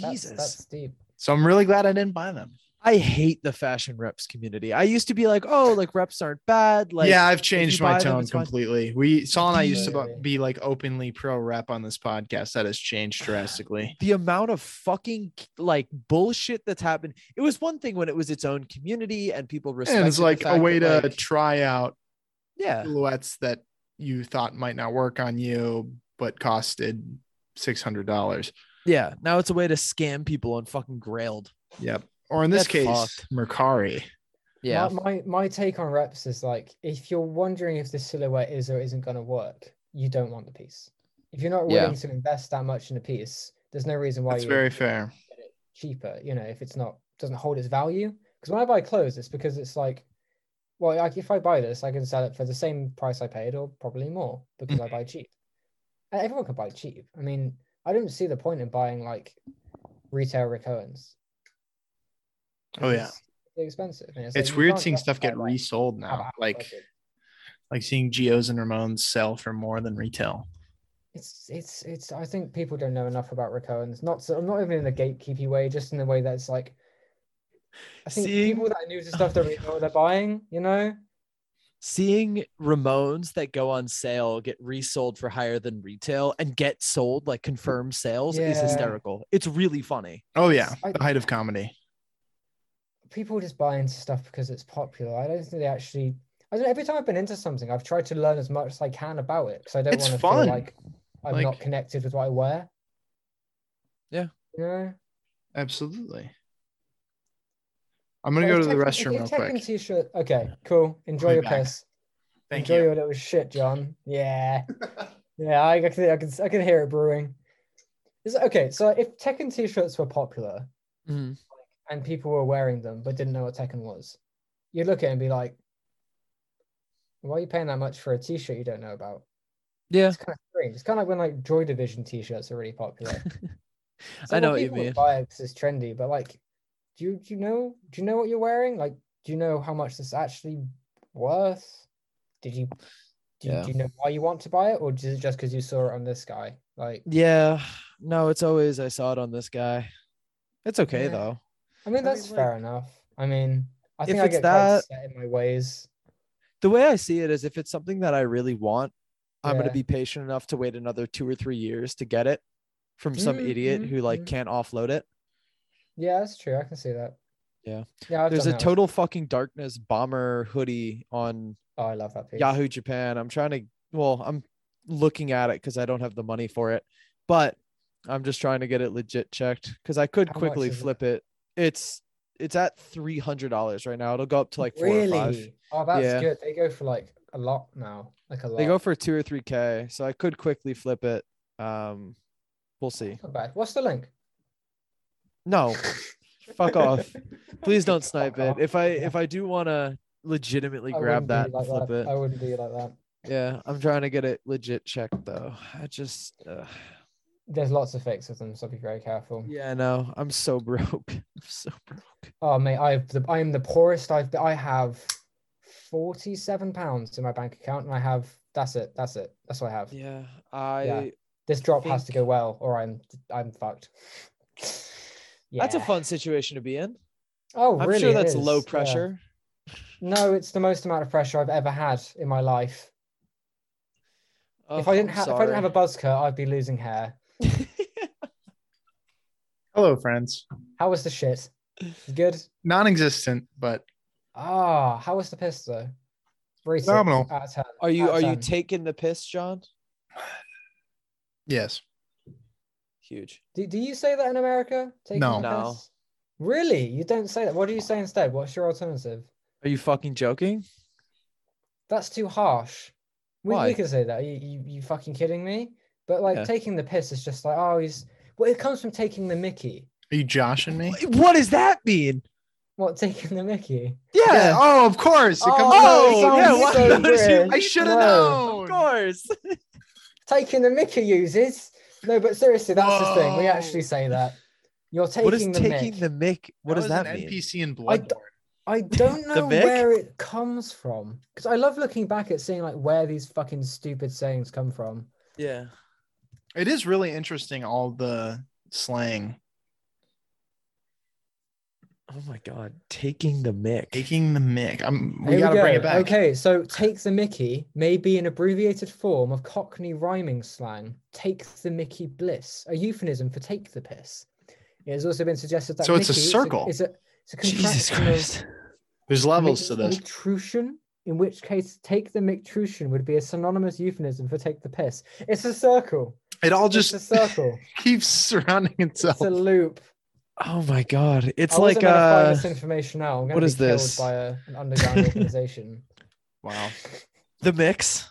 Speaker 2: That's-
Speaker 3: Jesus.
Speaker 2: That's deep.
Speaker 1: So I'm really glad I didn't buy them.
Speaker 3: I hate the fashion reps community. I used to be like, oh, like reps aren't bad. Like,
Speaker 1: yeah, I've
Speaker 3: if
Speaker 1: changed
Speaker 3: you
Speaker 1: my
Speaker 3: buy them,
Speaker 1: tone
Speaker 3: it's fine.
Speaker 1: completely. We Saul and I used to bu-
Speaker 2: Really?
Speaker 1: be like openly pro rep on this podcast. That has
Speaker 3: *sighs*
Speaker 1: changed drastically.
Speaker 3: the amount of fucking like bullshit that's happened. It was one thing when it was its own community and people respected.
Speaker 1: And it's
Speaker 3: the
Speaker 1: like a
Speaker 3: fact
Speaker 1: way to
Speaker 3: that, like,
Speaker 1: try out
Speaker 3: yeah,
Speaker 1: silhouettes that you thought might not work on you, but costed six hundred dollars.
Speaker 3: yeah. Now it's a way to scam people on fucking Grailed.
Speaker 1: Yep. Or in this
Speaker 3: That's
Speaker 1: case,
Speaker 3: fucked.
Speaker 1: Mercari.
Speaker 3: Yeah,
Speaker 2: My, my my take on reps is like, if you're wondering if this silhouette is or isn't going to work, you don't want the piece. If you're not
Speaker 3: Yeah.
Speaker 2: willing to invest that much in a piece, there's no reason why
Speaker 1: That's
Speaker 2: you
Speaker 1: very fair.
Speaker 2: cheaper you know if it's not doesn't hold its value because when i buy clothes it's because it's like well like if i buy this i can sell it for the same price i paid or probably more because
Speaker 1: Mm-hmm.
Speaker 2: i buy cheap And everyone can buy cheap i mean i don't see the point in buying like retail rick owens
Speaker 1: Oh, yeah.
Speaker 2: It's really expensive and
Speaker 1: It's
Speaker 2: like, you
Speaker 1: weird
Speaker 2: can't
Speaker 1: seeing stuff
Speaker 2: justify
Speaker 1: get
Speaker 2: that.
Speaker 1: resold
Speaker 2: Have
Speaker 1: now.
Speaker 2: a
Speaker 1: Like
Speaker 2: budget.
Speaker 1: like seeing Geos and Ramones sell for more than retail.
Speaker 2: it's it's it's i think people don't know enough about rick owens not so not even in a gatekeepy way just in the way that it's like i think
Speaker 3: Seeing-
Speaker 2: people that are new to stuff don't really know what they're buying you know
Speaker 3: seeing Ramones that go on sale get resold for higher than retail and get sold like confirmed sales is
Speaker 2: Yeah.
Speaker 3: hysterical. It's really funny.
Speaker 1: Oh yeah,
Speaker 2: I-
Speaker 1: the height of comedy.
Speaker 2: people just buy into stuff because it's popular. I don't think they actually. I don't. know, Every time I've been into something, I've tried to learn as much as I can about it because I don't
Speaker 1: It's
Speaker 2: want to
Speaker 1: fun.
Speaker 2: feel like I'm not
Speaker 1: Like-
Speaker 2: connected with what I wear.
Speaker 3: Yeah.
Speaker 2: Yeah.
Speaker 1: Absolutely. I'm gonna go to the restroom real quick.
Speaker 2: T-shirt. Okay. Cool. Enjoy
Speaker 1: be
Speaker 2: your
Speaker 1: back.
Speaker 2: piss.
Speaker 1: Thank
Speaker 2: Enjoy
Speaker 1: you.
Speaker 2: your little shit, John. Yeah. Yeah, I, I can, I can, I can hear it brewing. Is it- okay, so if Tekken t-shirts were popular
Speaker 3: Mm-hmm.
Speaker 2: and people were wearing them but didn't know what Tekken was, you'd look at it and be like, "Why are you paying that much for a t-shirt you don't know about?"
Speaker 3: Yeah,
Speaker 2: It's kind of strange. It's kind of like when like Joy Division t-shirts are really
Speaker 3: *laughs*
Speaker 2: popular.
Speaker 3: I know what you
Speaker 2: people would
Speaker 3: mean.
Speaker 2: Buy it 'cause it's trendy, but like, do you do you know do you know what you're wearing? Like, do you know how much this actually worth? Did you do, you-
Speaker 3: Yeah.
Speaker 2: do you know why you want to buy it, or is it just because you saw it on this guy? Like,
Speaker 3: Yeah. No, it's always I saw it on this guy. It's okay
Speaker 2: Yeah.
Speaker 3: though.
Speaker 2: I mean,
Speaker 3: mean,
Speaker 2: that's
Speaker 3: like-
Speaker 2: fair enough. I mean, I
Speaker 3: If
Speaker 2: think I
Speaker 3: it's
Speaker 2: get
Speaker 3: that-
Speaker 2: quite set in my ways.
Speaker 3: The way I see it is if it's something that I really want, I'm gonna
Speaker 2: Yeah.
Speaker 3: be patient enough to wait another two or three years to get it from some
Speaker 2: Mm,
Speaker 3: idiot
Speaker 2: mm,
Speaker 3: who like
Speaker 2: mm.
Speaker 3: can't offload it.
Speaker 2: Yeah, that's true. I can see that.
Speaker 3: Yeah.
Speaker 2: Yeah. I've
Speaker 3: There's
Speaker 2: done
Speaker 3: a
Speaker 2: that
Speaker 3: total fucking darkness bomber hoodie on
Speaker 2: before. Oh, I love that piece.
Speaker 3: Yahoo Japan. I'm trying to, well, I'm looking at it because I don't have the money for it, but I'm just trying to get it legit checked because I could
Speaker 2: How much
Speaker 3: quickly
Speaker 2: is it?
Speaker 3: flip it? It's it's at three hundred dollars right now. It'll go up to like four or five.
Speaker 2: really? Oh, that's
Speaker 3: Yeah.
Speaker 2: good. They go for like a lot now. Like a lot.
Speaker 3: They go for two or three k, so I could quickly flip it. Um, we'll see.
Speaker 2: Not bad. What's the link? *laughs*
Speaker 3: No, fuck off. Please don't snipe
Speaker 2: Fuck
Speaker 3: it.
Speaker 2: off.
Speaker 3: If I
Speaker 2: Yeah.
Speaker 3: if I do want to legitimately
Speaker 2: I wouldn't
Speaker 3: grab
Speaker 2: do
Speaker 3: that
Speaker 2: you
Speaker 3: and
Speaker 2: like
Speaker 3: flip
Speaker 2: that.
Speaker 3: it,
Speaker 2: I wouldn't do you like that.
Speaker 3: yeah, I'm trying to get it legit checked though. I just. Uh...
Speaker 2: There's lots of fakes of them, so be very careful.
Speaker 3: Yeah, no, I'm so *laughs* broke. I'm so broke.
Speaker 2: Oh mate, I've the, I am the poorest I've been- I have forty-seven pounds in my bank account, and I have that's it. That's it. That's what I have.
Speaker 3: Yeah, I.
Speaker 2: This drop has to
Speaker 3: think-
Speaker 2: go well, or I'm I'm fucked. *sighs* Yeah.
Speaker 3: That's a fun situation to be in.
Speaker 2: Oh,
Speaker 3: I'm
Speaker 2: really?
Speaker 3: sure
Speaker 2: it
Speaker 3: that's
Speaker 2: is,
Speaker 3: low
Speaker 2: yeah.
Speaker 3: pressure.
Speaker 2: No, it's the most amount of pressure I've ever had in my life.
Speaker 3: Oh,
Speaker 2: if I didn't have if I didn't have a *laughs* buzz cut, I'd be losing hair.
Speaker 1: Hello, friends.
Speaker 2: How was the shit? Good.
Speaker 1: Non-existent, but
Speaker 2: Ah, how was the piss though? Rate it
Speaker 1: Phenomenal.
Speaker 2: Out of 10.
Speaker 3: are you
Speaker 2: Out
Speaker 3: are
Speaker 2: of
Speaker 3: you
Speaker 2: 10.
Speaker 3: taking the piss, John?
Speaker 1: yes.
Speaker 3: Huge.
Speaker 2: Do, do you say that in America? Taking
Speaker 1: No.
Speaker 2: the
Speaker 3: No.
Speaker 2: piss? Really? You don't say that. What do you say instead? What's your alternative?
Speaker 3: Are you fucking joking?
Speaker 2: That's too harsh. We,
Speaker 3: Why?
Speaker 2: we can say that. Are you, you, you fucking kidding me? But like
Speaker 3: Yeah.
Speaker 2: taking the piss is just like, oh, he's. Well, it comes from taking the Mickey.
Speaker 1: Are you joshing me?
Speaker 3: What does that mean?
Speaker 2: What, *laughs* taking the Mickey?
Speaker 3: Yeah.
Speaker 1: Yeah. Oh, of course. It comes
Speaker 3: Oh,
Speaker 1: out- it
Speaker 3: yeah,
Speaker 1: sounds
Speaker 3: why-
Speaker 1: so
Speaker 3: why does
Speaker 1: *laughs*
Speaker 3: she-
Speaker 1: I should have
Speaker 3: Of
Speaker 1: known.
Speaker 3: course.
Speaker 2: Taking the Mickey uses. No, but seriously, that's the thing. We actually
Speaker 1: Whoa.
Speaker 2: say that. You're taking
Speaker 3: What is
Speaker 2: the
Speaker 3: taking
Speaker 2: mick.
Speaker 3: the mic? What does
Speaker 1: was an
Speaker 3: that mean?
Speaker 1: NPC in
Speaker 2: I
Speaker 1: Bloodborne.
Speaker 2: d- I don't know
Speaker 3: Mick?
Speaker 2: where it comes from because I love looking back at seeing like where these fucking stupid sayings come from.
Speaker 3: Yeah.
Speaker 1: It is really interesting. All the slang,
Speaker 3: Oh my god, taking the mic.
Speaker 1: taking the mic. I'm. We
Speaker 2: Here
Speaker 1: gotta
Speaker 2: go.
Speaker 1: bring it back.
Speaker 2: Okay, so take the Mickey may be an abbreviated form of Cockney rhyming slang. Take the Mickey bliss, a euphemism for take the piss. It has also been suggested that
Speaker 1: So it's a
Speaker 2: Mickey is
Speaker 1: circle.
Speaker 2: Is a, it's a
Speaker 3: Jesus
Speaker 2: contraction of
Speaker 3: Christ.
Speaker 1: There's levels to this.
Speaker 2: Mictrution, in which case take the Mictrution would be a synonymous euphemism for take the piss. It's a circle.
Speaker 1: It all
Speaker 2: It's
Speaker 1: just
Speaker 2: a circle.
Speaker 1: *laughs* keeps surrounding itself.
Speaker 2: It's a loop.
Speaker 3: Oh my god. It's
Speaker 2: I wasn't
Speaker 3: like
Speaker 2: gonna find
Speaker 3: uh
Speaker 2: this information out. I'm gonna
Speaker 3: what
Speaker 2: be
Speaker 3: is
Speaker 2: killed
Speaker 3: this?
Speaker 2: by a, an
Speaker 1: *laughs*
Speaker 2: underground organization.
Speaker 1: Wow.
Speaker 3: the mix.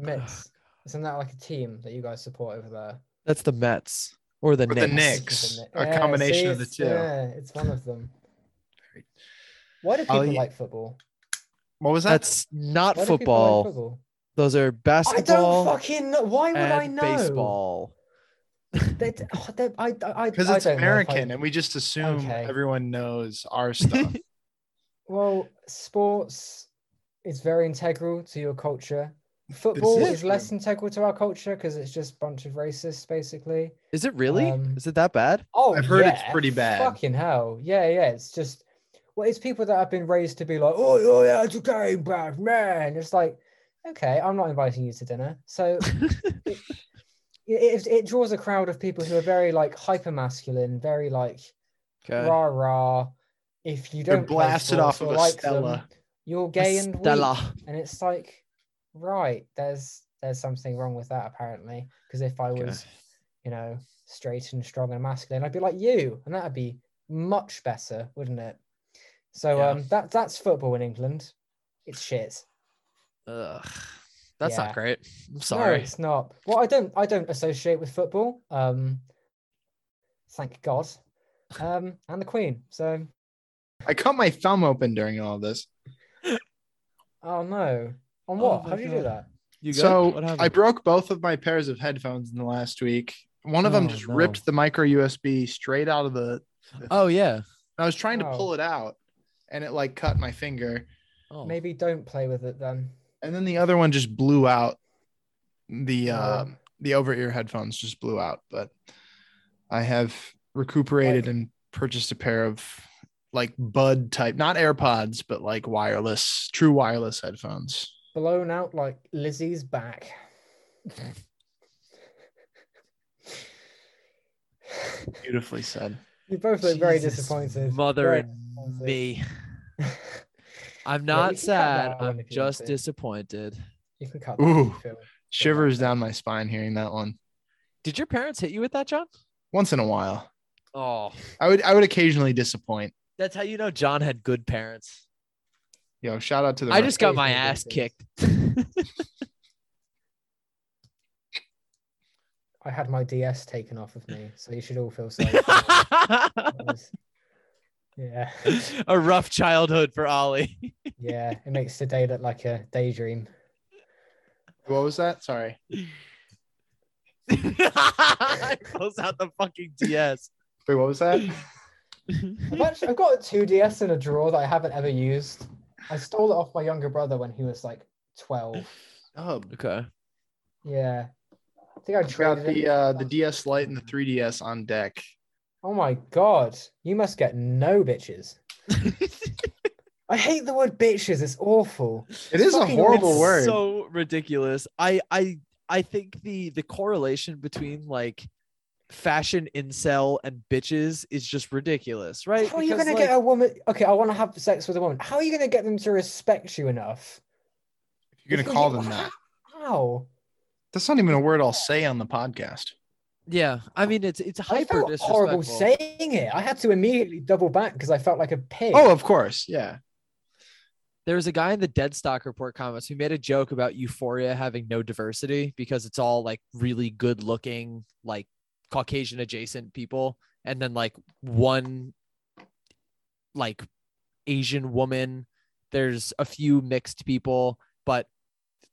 Speaker 1: *sighs*
Speaker 2: Mets. Isn't that like a team that you guys support over there?
Speaker 3: That's the Mets or the
Speaker 1: Or
Speaker 3: Knicks.
Speaker 1: the Knicks.
Speaker 2: Isn't it?
Speaker 1: A
Speaker 2: Yeah,
Speaker 1: combination
Speaker 2: see,
Speaker 1: of the
Speaker 2: it's-
Speaker 1: two.
Speaker 2: Yeah, it's one
Speaker 1: *sighs*
Speaker 2: of them. Why do people
Speaker 1: Ollie-
Speaker 2: like football?
Speaker 1: What was that?
Speaker 3: That's not
Speaker 2: Why do people like
Speaker 3: football.
Speaker 2: football?
Speaker 3: Those are
Speaker 2: I don't
Speaker 3: basketball
Speaker 2: fucking know. Why would I
Speaker 3: and
Speaker 2: know?
Speaker 3: baseball.
Speaker 2: They, oh, they, I, I, I,
Speaker 1: because
Speaker 2: I
Speaker 1: it's
Speaker 2: don't know if I-
Speaker 1: American, and we just assume
Speaker 2: Okay.
Speaker 1: everyone knows
Speaker 2: *laughs*
Speaker 1: our stuff.
Speaker 2: Well, sports is very integral to your culture. Football
Speaker 1: is
Speaker 2: is,
Speaker 1: true.
Speaker 2: less integral to our culture because it's just a bunch of racists, basically.
Speaker 3: Is it really?
Speaker 2: Um,
Speaker 3: Is it that bad?
Speaker 2: Oh,
Speaker 1: I've heard it's
Speaker 2: yeah,
Speaker 1: pretty bad.
Speaker 2: Fucking hell. Yeah, yeah. It's just Well, it's people that have been raised to be like, oh, oh yeah, it's a game, bad man. It's like, okay, I'm not inviting you to dinner.
Speaker 1: *laughs*
Speaker 2: So it, it, it draws a crowd of people who are very like hyper masculine, very like
Speaker 3: Okay.
Speaker 2: rah rah. If you
Speaker 1: They're
Speaker 2: don't play
Speaker 1: blasted off
Speaker 2: sports
Speaker 1: of
Speaker 2: or
Speaker 1: a
Speaker 2: like
Speaker 1: Stella.
Speaker 2: them, you're gay and weak.
Speaker 3: Stella.
Speaker 2: And it's like, right, there's there's something wrong with that apparently. Because if I
Speaker 3: Okay.
Speaker 2: was, you know, straight and strong and masculine, I'd be like you, and that'd be much better, wouldn't it? So
Speaker 3: Yeah.
Speaker 2: um, that that's football in England. It's shit.
Speaker 3: Ugh. That's
Speaker 2: Yeah.
Speaker 3: not great. I'm
Speaker 2: No,
Speaker 3: sorry.
Speaker 2: it's not. Well, I don't I don't associate with football. Um, thank God. Um, and the Queen. So,
Speaker 1: I cut my thumb open during all this.
Speaker 2: oh no. On
Speaker 3: Oh
Speaker 2: what?
Speaker 3: my
Speaker 2: How do you do
Speaker 3: God.
Speaker 2: that?
Speaker 3: You good? What
Speaker 1: So
Speaker 3: happened?
Speaker 1: I broke both of my pairs of headphones in the last week. One of them
Speaker 3: Oh,
Speaker 1: just
Speaker 3: no.
Speaker 1: ripped the micro USB straight out of the.
Speaker 3: Oh yeah.
Speaker 1: I was trying to
Speaker 2: Oh.
Speaker 1: pull it out, and it like cut my finger.
Speaker 3: Oh.
Speaker 2: Maybe don't play with it then.
Speaker 1: And then the other one just blew out. The uh,
Speaker 2: Oh.
Speaker 1: the over ear headphones just blew out, but I have recuperated
Speaker 2: Like-
Speaker 1: and purchased a pair of like Bud type, not AirPods, but like wireless, true wireless headphones.
Speaker 2: Blown out like Lizzie's back. *laughs*
Speaker 1: Beautifully said.
Speaker 2: you both look very
Speaker 3: Jesus,
Speaker 2: disappointed.
Speaker 3: Mother
Speaker 2: Very
Speaker 3: and
Speaker 2: disappointed.
Speaker 3: me.
Speaker 2: Yeah,
Speaker 3: I'm
Speaker 2: you
Speaker 3: not
Speaker 2: can cut
Speaker 3: sad.
Speaker 2: that one
Speaker 3: I'm
Speaker 2: if you want
Speaker 3: just
Speaker 2: to.
Speaker 3: disappointed.
Speaker 2: *laughs* you can cut that
Speaker 1: Ooh.
Speaker 2: if you feel-
Speaker 1: Shivers down my spine hearing that one.
Speaker 3: Did your parents hit you with that, John?
Speaker 1: Once in a while,
Speaker 3: Oh,
Speaker 1: I would I would occasionally disappoint.
Speaker 3: that's how you know John had good parents.
Speaker 1: Yo, shout out to the.
Speaker 3: I just got
Speaker 2: Occasionally
Speaker 3: my
Speaker 2: good
Speaker 3: ass
Speaker 2: parents.
Speaker 3: kicked.
Speaker 2: I had my DS taken off of me, so you should all feel
Speaker 3: *laughs*
Speaker 2: sorry. for me.
Speaker 3: a
Speaker 2: That was- yeah, *laughs*
Speaker 3: *laughs* rough childhood for Ollie.
Speaker 2: yeah. It makes today look like a daydream.
Speaker 1: What was that? Sorry.
Speaker 3: *laughs* Close out the fucking DS.
Speaker 1: Wait, what was that?
Speaker 2: I've, actually, I've got a 2DS in a drawer that I haven't ever used. I stole it off my younger brother when he was like 12.
Speaker 1: Oh,
Speaker 3: okay.
Speaker 2: Yeah. I think I
Speaker 1: got
Speaker 2: traded it.
Speaker 1: the uh, the DS Lite and the 3DS on deck.
Speaker 2: Oh my god. You must get no bitches.
Speaker 3: *laughs*
Speaker 2: I hate the word bitches. It's awful.
Speaker 1: It is a
Speaker 2: Fucking
Speaker 1: horrible
Speaker 2: it's
Speaker 1: word.
Speaker 3: So ridiculous. I I I think the the correlation between like fashion incel and bitches is just ridiculous, right?
Speaker 2: How are you
Speaker 3: Because,
Speaker 2: going to
Speaker 3: like,
Speaker 2: get a woman? Okay, I want to have sex with a woman. How are you going to get them to respect you enough?
Speaker 1: If you're gonna call them that,
Speaker 2: How?
Speaker 1: that's not even a word I'll say on the podcast.
Speaker 3: Yeah, I mean it's it's
Speaker 2: I
Speaker 3: hyper
Speaker 2: felt horrible
Speaker 3: disrespectful.
Speaker 2: saying it. I had to immediately double back because I felt like a pig.
Speaker 1: Oh, of course, yeah.
Speaker 3: there was a guy in the Deadstock Report comments who made a joke about Euphoria having no diversity because it's all like really good looking, like Caucasian adjacent people, and then like one like Asian woman. There's a few mixed people, but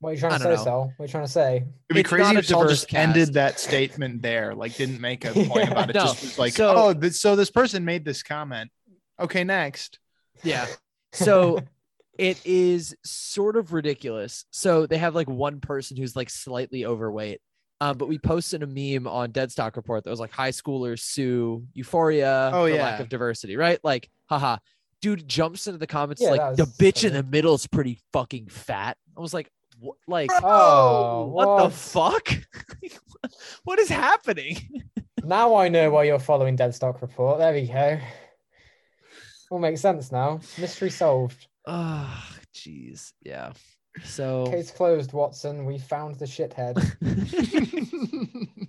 Speaker 2: what are you trying
Speaker 3: I
Speaker 2: to say,
Speaker 3: don't know.
Speaker 2: Sal? What are you trying to say?
Speaker 1: It'd be
Speaker 3: It's
Speaker 1: crazy
Speaker 3: not a
Speaker 1: if Saul
Speaker 3: diverse
Speaker 1: just
Speaker 3: cast.
Speaker 1: ended that statement there, like didn't make
Speaker 3: *laughs*
Speaker 1: a point
Speaker 2: Yeah.
Speaker 1: about it.
Speaker 3: No.
Speaker 1: Just was like,
Speaker 3: So-
Speaker 1: oh, th- so this person made this comment. Okay, next.
Speaker 3: yeah.
Speaker 2: *laughs*
Speaker 3: So it is sort of ridiculous. So they have like one person who's like slightly overweight. Um, but we posted a meme on Deadstock Report that was like high schoolers sue euphoria
Speaker 1: Oh,
Speaker 3: for lack
Speaker 1: yeah.
Speaker 3: of diversity, right? Like, haha. Dude jumps into the comments
Speaker 2: Yeah,
Speaker 3: like
Speaker 2: that
Speaker 3: the
Speaker 2: was
Speaker 3: bitch in
Speaker 2: funny.
Speaker 3: the middle is pretty fucking fat. I was like, what? Like,
Speaker 2: Oh,
Speaker 3: what, the
Speaker 2: what?
Speaker 3: fuck? *laughs* what is happening? *laughs*
Speaker 2: now I know why you're following Deadstock Report. There we go. All makes sense now. Mystery solved.
Speaker 3: Oh, jeez, yeah. So
Speaker 2: Case closed, Watson. We found the shithead.
Speaker 1: *laughs*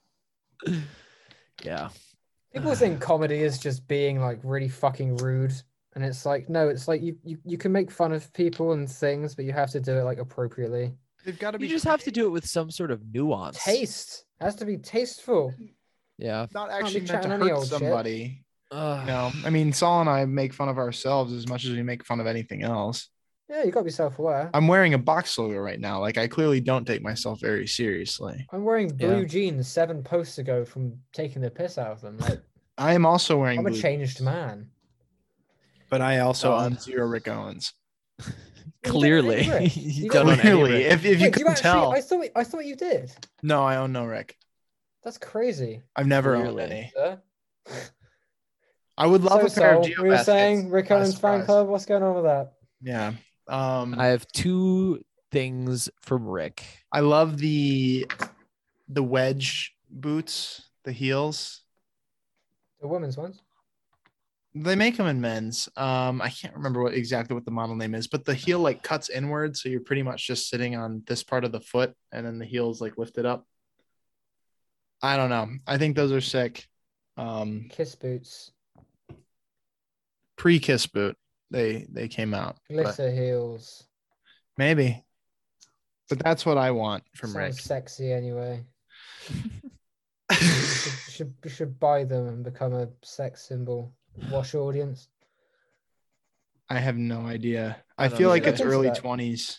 Speaker 3: *laughs* yeah.
Speaker 2: People think comedy is just being like really fucking rude. And it's like, no, it's like you, you, you can make fun of people and things, but you have to do it like appropriately.
Speaker 1: They've got to be
Speaker 3: You just have to do it with some sort of nuance.
Speaker 2: Taste has to be tasteful.
Speaker 3: Yeah.
Speaker 1: not actually meant to
Speaker 2: chatting any
Speaker 1: hurt
Speaker 2: old shit.
Speaker 1: somebody.
Speaker 3: Ugh.
Speaker 1: No, I mean Saul and I make fun of ourselves as much as we make fun of anything else.
Speaker 2: Yeah, you gotta be self aware.
Speaker 1: I'm wearing a box logo right now. Like I clearly don't take myself very seriously.
Speaker 2: I'm wearing
Speaker 3: Yeah.
Speaker 2: blue jeans seven posts ago from taking the piss out of them. Like,
Speaker 1: I am also wearing
Speaker 2: I'm a
Speaker 1: blue,
Speaker 2: changed man.
Speaker 1: but I also
Speaker 3: God.
Speaker 1: own zero Rick Owens.
Speaker 3: Clearly.
Speaker 2: You don't own any
Speaker 3: *laughs*
Speaker 2: Rick.
Speaker 3: You
Speaker 2: You
Speaker 3: don't
Speaker 2: don't
Speaker 3: own any
Speaker 1: Clearly,
Speaker 3: Rick.
Speaker 1: if, if you
Speaker 2: Wait, do
Speaker 1: can tell,
Speaker 2: I thought I thought you did.
Speaker 1: no, I own no Rick.
Speaker 2: That's crazy.
Speaker 1: I've never owned
Speaker 3: Clearly.
Speaker 1: any.
Speaker 2: sir.
Speaker 1: I would love
Speaker 2: so,
Speaker 1: a pair
Speaker 2: so,
Speaker 1: of
Speaker 2: we were
Speaker 1: Geo
Speaker 2: saying Rick Owens fan
Speaker 1: surprise.
Speaker 2: club. What's going on with that?
Speaker 1: Yeah. Um,
Speaker 3: I have two things from Rick.
Speaker 1: I love the the wedge boots, the heels.
Speaker 2: The women's ones.
Speaker 1: They make them in men's. Um, I can't remember what exactly what the model name is, but the heel like cuts inward, so you're pretty much just sitting on this part of the foot, and then the heels like lifted up. I don't know. I think those are sick. Um,
Speaker 2: Kiss boots.
Speaker 1: Pre kiss boot, they they came out. But
Speaker 2: Glitter heels.
Speaker 1: maybe, but that's what I want from
Speaker 2: Sounds
Speaker 1: Rick.
Speaker 2: sexy anyway. You should, should you should buy them and become a sex symbol. Wash your audience.
Speaker 1: *laughs* I have no idea. I,
Speaker 3: I don't
Speaker 1: feel
Speaker 3: know
Speaker 1: like
Speaker 3: either.
Speaker 1: it's early
Speaker 2: Look into that.
Speaker 1: twenties.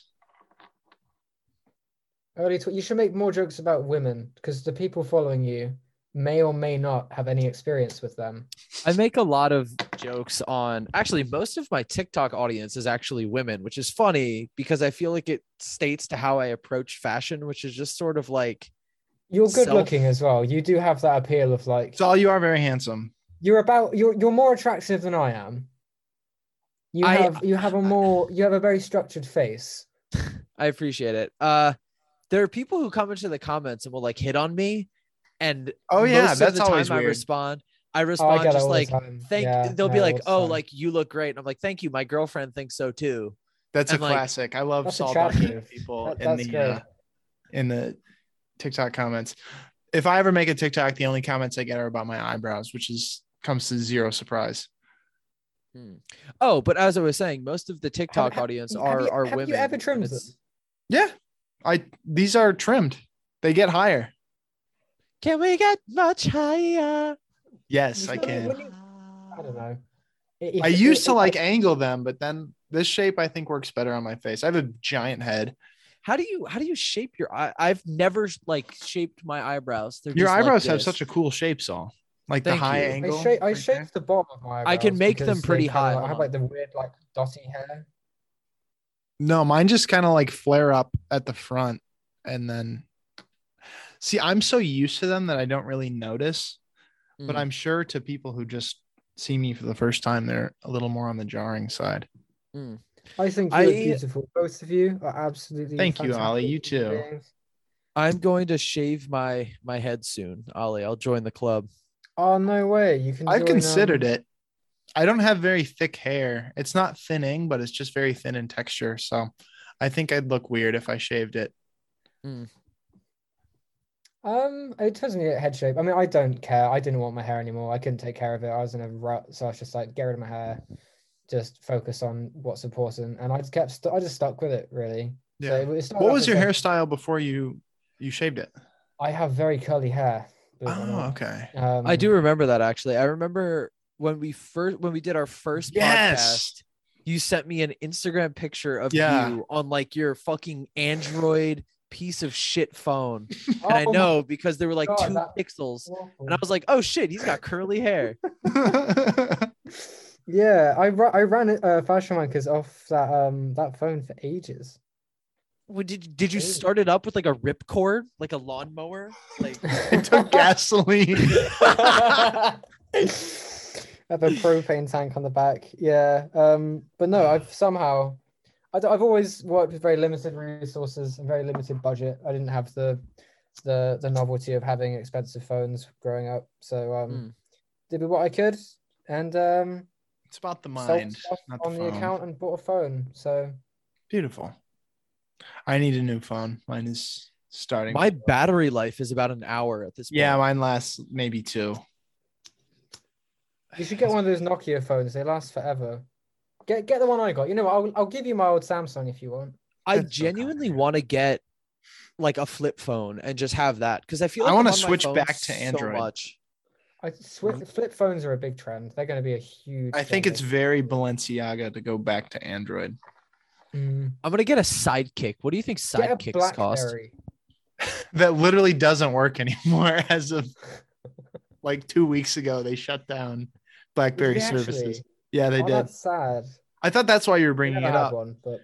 Speaker 2: Early tw- you should make more jokes about women because the people following you may or may not have any experience with them.
Speaker 3: I make a lot of jokes on actually most of my TikTok audience is actually women, which is funny because I feel like it states to how I approach fashion, which is just sort of like
Speaker 2: You're good
Speaker 3: Self-
Speaker 2: looking as well. You do have that appeal of like
Speaker 1: It's all you are very handsome.
Speaker 2: you're about you're you're more attractive than I am. You
Speaker 3: I-
Speaker 2: have you have a more you have a very structured face.
Speaker 3: I appreciate it. Uh there are people who come into the comments and will like hit on me and
Speaker 1: Oh, yeah,
Speaker 3: most of
Speaker 1: that's
Speaker 3: the time
Speaker 1: always
Speaker 3: I
Speaker 1: weird.
Speaker 3: respond
Speaker 2: Oh,
Speaker 3: I
Speaker 2: I
Speaker 3: respond
Speaker 2: get it
Speaker 3: just
Speaker 2: all
Speaker 3: like
Speaker 2: the time.
Speaker 3: thank
Speaker 2: Yeah,
Speaker 3: they'll
Speaker 2: yeah,
Speaker 3: be like
Speaker 2: all the
Speaker 3: oh
Speaker 2: time.
Speaker 3: like you look great and I'm like thank you my girlfriend thinks so too
Speaker 1: That's
Speaker 3: And,
Speaker 1: a
Speaker 3: like,
Speaker 1: classic. I love
Speaker 2: that's
Speaker 1: sawbucking *laughs*
Speaker 2: attractive.
Speaker 1: people
Speaker 2: That-
Speaker 1: in
Speaker 2: that's
Speaker 1: the uh,
Speaker 2: great.
Speaker 1: in the TikTok comments. If I ever make a TikTok, the only comments I get are about my eyebrows, which is comes to zero surprise.
Speaker 3: oh but as I was saying most of the TikTok audience
Speaker 2: have
Speaker 3: are
Speaker 2: you-
Speaker 3: are
Speaker 2: have you
Speaker 3: women
Speaker 2: ever
Speaker 3: and
Speaker 2: trimmed
Speaker 3: it's-
Speaker 1: Yeah,
Speaker 2: them?
Speaker 1: I these are trimmed. They get higher.
Speaker 3: Can we get much higher?
Speaker 1: Yes,
Speaker 2: You
Speaker 1: I
Speaker 2: feel like
Speaker 1: can.
Speaker 2: when you- I don't know. If-
Speaker 1: I
Speaker 2: if-
Speaker 1: used to
Speaker 2: if-
Speaker 1: like angle them, but then this shape I think works better on my face. I have a giant head.
Speaker 3: How do you how do you shape your eye? I've never like shaped my eyebrows. They're
Speaker 1: Your
Speaker 3: just like
Speaker 1: eyebrows have
Speaker 3: this.
Speaker 1: such a cool shape, Saul. Like the
Speaker 3: Thank
Speaker 1: high
Speaker 3: you. I
Speaker 1: angle.
Speaker 2: I shape I
Speaker 1: right there.
Speaker 2: shaved the bottom of my eyebrows.
Speaker 3: I can make them
Speaker 2: because they
Speaker 3: pretty
Speaker 2: kinda,
Speaker 3: high,
Speaker 2: Like, I have
Speaker 3: hold
Speaker 2: like the weird like dotty hair.
Speaker 1: No, mine just kind of like flare up at the front and then see, I'm so used to them that I don't really notice, but
Speaker 3: Mm.
Speaker 1: I'm sure to people who just see me for the first time, they're a little more on the jarring side.
Speaker 2: I think
Speaker 3: I-
Speaker 2: you're beautiful. Both of you are absolutely.
Speaker 1: Thank you, Ali. You
Speaker 2: fantastic human
Speaker 1: too.
Speaker 2: beings.
Speaker 3: I'm going to shave my my head soon, Ollie. I'll join the club.
Speaker 2: Oh no way! You can. um,
Speaker 1: I've considered it. I don't have very thick hair. It's not thinning, but it's just very thin in texture. So I think I'd look weird if I shaved it.
Speaker 2: Um, it doesn't need a head shape. I mean, I don't care. I didn't want my hair anymore. I couldn't take care of it. I was in a rut, so I was just like, get rid of my hair, just focus on what's important, and I just kept. St- I just stuck with it really. So
Speaker 1: Yeah.
Speaker 2: it was- it started
Speaker 1: What
Speaker 2: off
Speaker 1: was
Speaker 2: as,
Speaker 1: your
Speaker 2: like,
Speaker 1: hairstyle before you you shaved it?
Speaker 2: I have very curly hair. believe it or
Speaker 1: Oh,
Speaker 2: not. *laughs*
Speaker 1: okay.
Speaker 2: Um,
Speaker 3: I do
Speaker 1: Mm-hmm.
Speaker 3: remember that actually. I remember when we first when we did our first
Speaker 1: Yes.
Speaker 3: podcast, you sent me an Instagram picture of
Speaker 1: Yeah.
Speaker 3: you on like your fucking Android piece of shit phone.
Speaker 2: Oh
Speaker 3: And I
Speaker 2: my
Speaker 3: know because there were like
Speaker 2: God,
Speaker 3: two
Speaker 2: that-
Speaker 3: pixels.
Speaker 2: awful.
Speaker 3: And I was like, oh shit, he's got
Speaker 1: *laughs*
Speaker 3: curly hair.
Speaker 2: Yeah, I ra- I ran uh, fashion wankers off that um that phone for
Speaker 1: *laughs*
Speaker 2: ages. *laughs*
Speaker 3: What, did did you
Speaker 2: Crazy.
Speaker 3: start it up with like a ripcord, like a lawnmower? Like
Speaker 1: I took
Speaker 2: *laughs*
Speaker 1: gasoline.
Speaker 2: I have a propane tank on the back. Yeah. Um. But no, I've somehow, I have always worked with very limited resources and very limited budget. I didn't have the, the the novelty of having expensive phones growing up. So um,
Speaker 1: Hmm.
Speaker 3: Mm.
Speaker 2: did what I could, and um,
Speaker 1: It's about the
Speaker 2: sold
Speaker 1: mind,
Speaker 2: stuff
Speaker 1: not the
Speaker 2: on the
Speaker 1: phone.
Speaker 2: account and bought a phone. So
Speaker 1: Beautiful. I need a new phone. Mine is starting.
Speaker 3: my battery life is about an hour at this point.
Speaker 1: yeah, mine lasts maybe two.
Speaker 2: You
Speaker 1: *sighs*
Speaker 2: should get one of those Nokia phones. They last forever. Get get the one I got. You know what? I'll I'll give you my old Samsung if you want.
Speaker 1: *laughs*
Speaker 3: I
Speaker 1: That's so
Speaker 3: genuinely
Speaker 1: complicated.
Speaker 3: want to get like a flip phone and just have that because I feel
Speaker 1: I
Speaker 3: like I'm
Speaker 1: wanna
Speaker 3: on my
Speaker 1: switch
Speaker 3: phone
Speaker 1: back to
Speaker 3: so
Speaker 1: Android.
Speaker 3: much.
Speaker 2: I swi flip phones are a big trend. They're going to be a huge.
Speaker 1: I think
Speaker 2: trend
Speaker 1: it's
Speaker 2: next-
Speaker 1: very Balenciaga to go back to Android.
Speaker 2: Mm.
Speaker 3: I'm gonna get a sidekick. What do you think
Speaker 2: Get a
Speaker 3: sidekicks cost?
Speaker 2: BlackBerry.
Speaker 1: That literally doesn't work anymore. *laughs* As of like two weeks ago, they shut down BlackBerry
Speaker 2: Did they
Speaker 1: services.
Speaker 2: actually?
Speaker 1: Yeah, they
Speaker 2: oh,
Speaker 1: did.
Speaker 2: That's sad.
Speaker 1: I thought that's why you were
Speaker 2: I
Speaker 1: bringing
Speaker 2: never
Speaker 1: it
Speaker 2: had
Speaker 1: up.
Speaker 2: One, but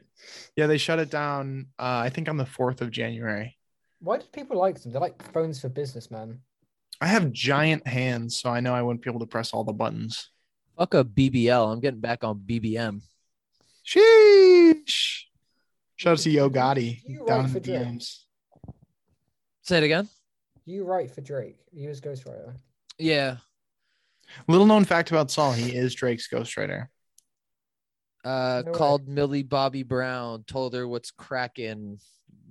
Speaker 1: Yeah, they shut it down. Uh, I think on the fourth of January.
Speaker 2: why did people like them? They're like phones for businessmen.
Speaker 1: I have giant hands, so I know I wouldn't be able to press all the buttons.
Speaker 3: Fuck a BBL. I'm getting back on BBM.
Speaker 1: Sheesh. Shout out to Yo Gotti
Speaker 2: You
Speaker 1: down
Speaker 2: right
Speaker 1: in
Speaker 2: for
Speaker 1: the
Speaker 2: Drake.
Speaker 1: DMs.
Speaker 3: Say it again.
Speaker 2: You write for Drake. You as ghostwriter.
Speaker 3: Yeah.
Speaker 1: Little known fact about Saul, he is Drake's ghostwriter.
Speaker 3: Uh,
Speaker 2: No way.
Speaker 3: called Millie Bobby Brown, told her what's cracking,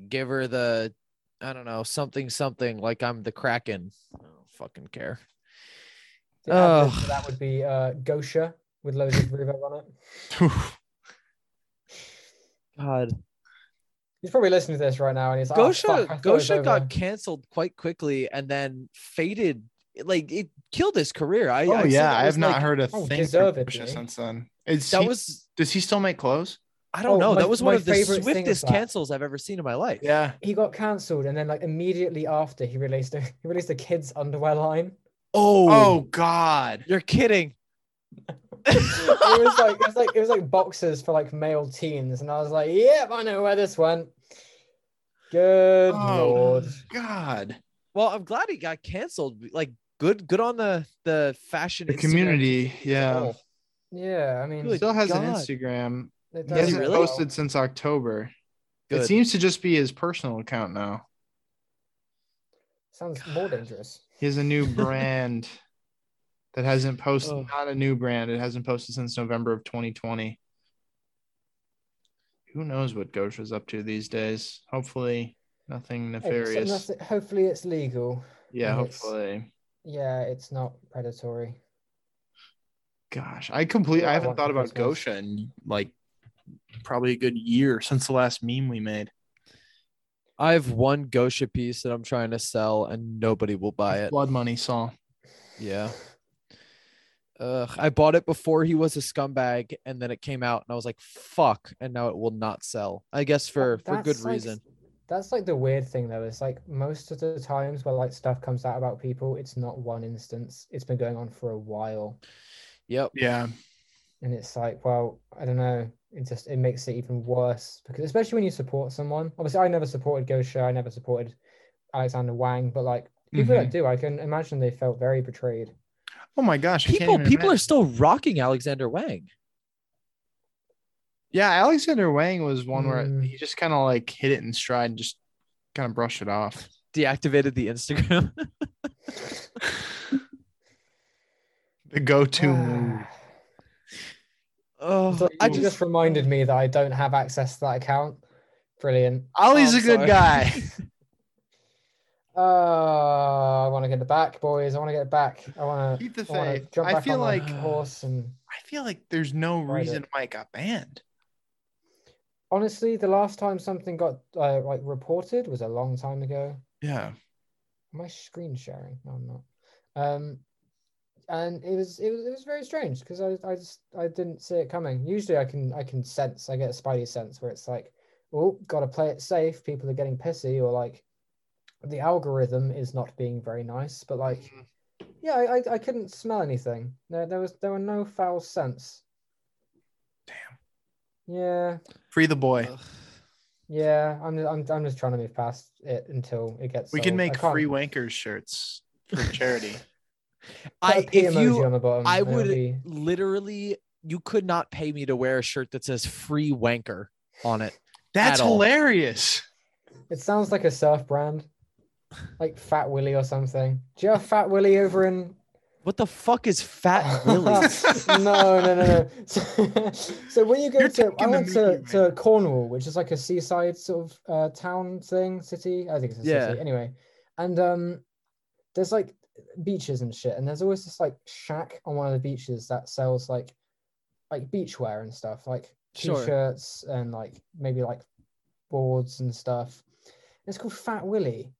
Speaker 3: give her the, I don't know, something, something like I'm the Kraken. I don't fucking care.
Speaker 2: The advert
Speaker 3: Ugh.
Speaker 2: for that would be uh, Gosha with loads of reverb on it.
Speaker 3: God.
Speaker 2: He's probably listening to this right now, and he's like, oh,
Speaker 3: Gosha,
Speaker 2: fuck, I thought it was
Speaker 3: Gosha
Speaker 2: over.
Speaker 3: got canceled quite quickly and then faded. Like it killed his career. I,
Speaker 1: oh
Speaker 3: I'd say
Speaker 1: yeah,
Speaker 3: that
Speaker 1: I
Speaker 3: was,
Speaker 1: have not
Speaker 3: like-
Speaker 1: heard a
Speaker 2: oh,
Speaker 1: thing from
Speaker 2: deservedly.
Speaker 1: Pusha since then. Is
Speaker 3: That
Speaker 1: he-
Speaker 3: was
Speaker 1: does he still make clothes?
Speaker 3: I don't
Speaker 2: Oh,
Speaker 3: know.
Speaker 2: my-
Speaker 3: that was one
Speaker 2: my
Speaker 3: of the
Speaker 2: favorite thing was
Speaker 3: swiftest
Speaker 2: that.
Speaker 3: cancels I've ever seen in my life.
Speaker 1: Yeah.
Speaker 2: he got cancelled, and then like immediately after, he released a *laughs* he released a kids underwear line.
Speaker 3: Oh,
Speaker 1: Oh God.
Speaker 3: you're kidding.
Speaker 2: it was like it was like it was like boxes for like male teens, and I was like, yep, I know where this went. Good
Speaker 1: Oh
Speaker 2: lord.
Speaker 1: God.
Speaker 3: well, I'm glad he got canceled. Like good, good on the the fashion
Speaker 1: The
Speaker 3: Instagram
Speaker 1: community, yeah.
Speaker 3: people.
Speaker 2: Oh, Yeah, I mean,
Speaker 3: Good
Speaker 1: Still has an
Speaker 3: God.
Speaker 1: Instagram.
Speaker 2: it
Speaker 1: He
Speaker 2: does
Speaker 1: hasn't
Speaker 3: really?
Speaker 1: posted since October. It
Speaker 3: Good.
Speaker 1: seems to just be his personal account now.
Speaker 2: sounds more dangerous.
Speaker 1: He has a new brand that hasn't posted,
Speaker 3: Oh.
Speaker 1: not a new brand. It hasn't posted since November of 2020. Who knows what Gosha's up to these days? Hopefully, nothing
Speaker 2: Hey,
Speaker 1: *sighs*
Speaker 2: so
Speaker 1: nefarious.
Speaker 2: nothing- hopefully, it's legal.
Speaker 1: yeah,
Speaker 2: and it's-
Speaker 1: hopefully.
Speaker 2: Yeah, it's not predatory.
Speaker 1: Gosh, I complete.
Speaker 2: I
Speaker 1: I haven't
Speaker 2: want
Speaker 1: thought
Speaker 2: for
Speaker 1: about
Speaker 2: Christmas.
Speaker 1: Gosha in like probably a good year since the last meme we made.
Speaker 3: I have one Gosha piece that I'm trying to sell, and nobody will buy it.
Speaker 1: Blood money, Saul.
Speaker 3: Yeah. Ugh, I bought it before he was a scumbag, and then it came out, and I was like, "Fuck!" And now it will not sell. I guess for
Speaker 2: That-
Speaker 3: for good
Speaker 2: that's, like,
Speaker 3: reason.
Speaker 2: That's like the weird thing though, is like most of the times where like stuff comes out about people, it's not one instance. It's been going on for a while.
Speaker 3: Yep.
Speaker 1: Yeah,
Speaker 2: And it's like, well, I don't know. It just it makes it even worse because especially when you support someone. Obviously, I never supported Gosha, I never supported Alexander Wang, but like people that do, I can imagine they felt very betrayed.
Speaker 1: Oh my gosh, I can't
Speaker 3: People
Speaker 1: even
Speaker 3: people are
Speaker 1: imagine.
Speaker 3: still rocking Alexander Wang.
Speaker 1: Yeah, Alexander Wang was one where
Speaker 2: Mm.
Speaker 1: he just kind of like hit it in stride and just kind of brushed it off.
Speaker 3: Deactivated the Instagram. *laughs*
Speaker 1: The go-to
Speaker 2: Ah,
Speaker 1: move.
Speaker 3: Oh,
Speaker 2: So
Speaker 3: I
Speaker 2: you
Speaker 3: just,
Speaker 2: just reminded me that I don't have access to that account. Brilliant.
Speaker 1: Ollie's
Speaker 3: Oh,
Speaker 1: a
Speaker 3: I'm
Speaker 1: good
Speaker 2: *laughs*
Speaker 3: sorry.
Speaker 1: guy.
Speaker 2: Uh, I want to get it back, boys. I want to get it back. I want to.
Speaker 1: Keep the
Speaker 2: I wanna
Speaker 1: faith.
Speaker 2: jump
Speaker 1: I
Speaker 2: back
Speaker 1: feel
Speaker 2: on
Speaker 1: like
Speaker 2: the horse and
Speaker 1: I feel like there's no
Speaker 2: Right,
Speaker 1: reason
Speaker 2: it-
Speaker 1: Mike got banned.
Speaker 2: honestly, the last time something got uh, like reported was a long time ago.
Speaker 1: Yeah.
Speaker 2: Am I screen sharing? No, I'm not. Um, and it was it was it was very strange because I I just I didn't see it coming. Usually I can I can sense I get a spidey sense where it's like, oh, gotta play it safe. People are getting pissy or like, the algorithm is not being very nice. But like, yeah, I I, I couldn't smell anything. There there was there were no foul scents. Damn. Yeah.
Speaker 1: Free the boy.
Speaker 2: uh,
Speaker 3: Ugh.
Speaker 2: Yeah, I'm just, I'm I'm just trying to move past it until it gets.
Speaker 1: we can
Speaker 2: sold. I
Speaker 1: make
Speaker 2: can't
Speaker 1: free Wankers shirts
Speaker 2: *laughs*
Speaker 1: for charity.
Speaker 2: put a
Speaker 3: I
Speaker 2: P
Speaker 3: if
Speaker 2: emoji
Speaker 3: you
Speaker 2: on the bottom,
Speaker 3: I
Speaker 2: and it'll
Speaker 3: would-
Speaker 2: be-
Speaker 3: literally you could not pay me to wear a shirt that says free wanker on it.
Speaker 1: That's
Speaker 3: At all.
Speaker 1: hilarious.
Speaker 2: It sounds like a surf brand, like Fat Willy or something. Do you have Fat Willy over in?
Speaker 3: What the fuck
Speaker 2: *laughs*
Speaker 3: is fat Willy?
Speaker 2: no, no, no,
Speaker 3: *laughs*
Speaker 2: no. So, so when you go
Speaker 1: You're
Speaker 2: to, I
Speaker 1: taking the
Speaker 2: went to,
Speaker 1: Mickey,
Speaker 2: to Cornwall, which is like a seaside sort of uh, town thing, city. I think it's a
Speaker 3: Yeah.
Speaker 2: city anyway. And um, there's like beaches and shit, and there's always this like shack on one of the beaches that sells like like beachwear and stuff, like
Speaker 3: Sure.
Speaker 2: t-shirts and like maybe like boards and stuff. It's called Fat Willy.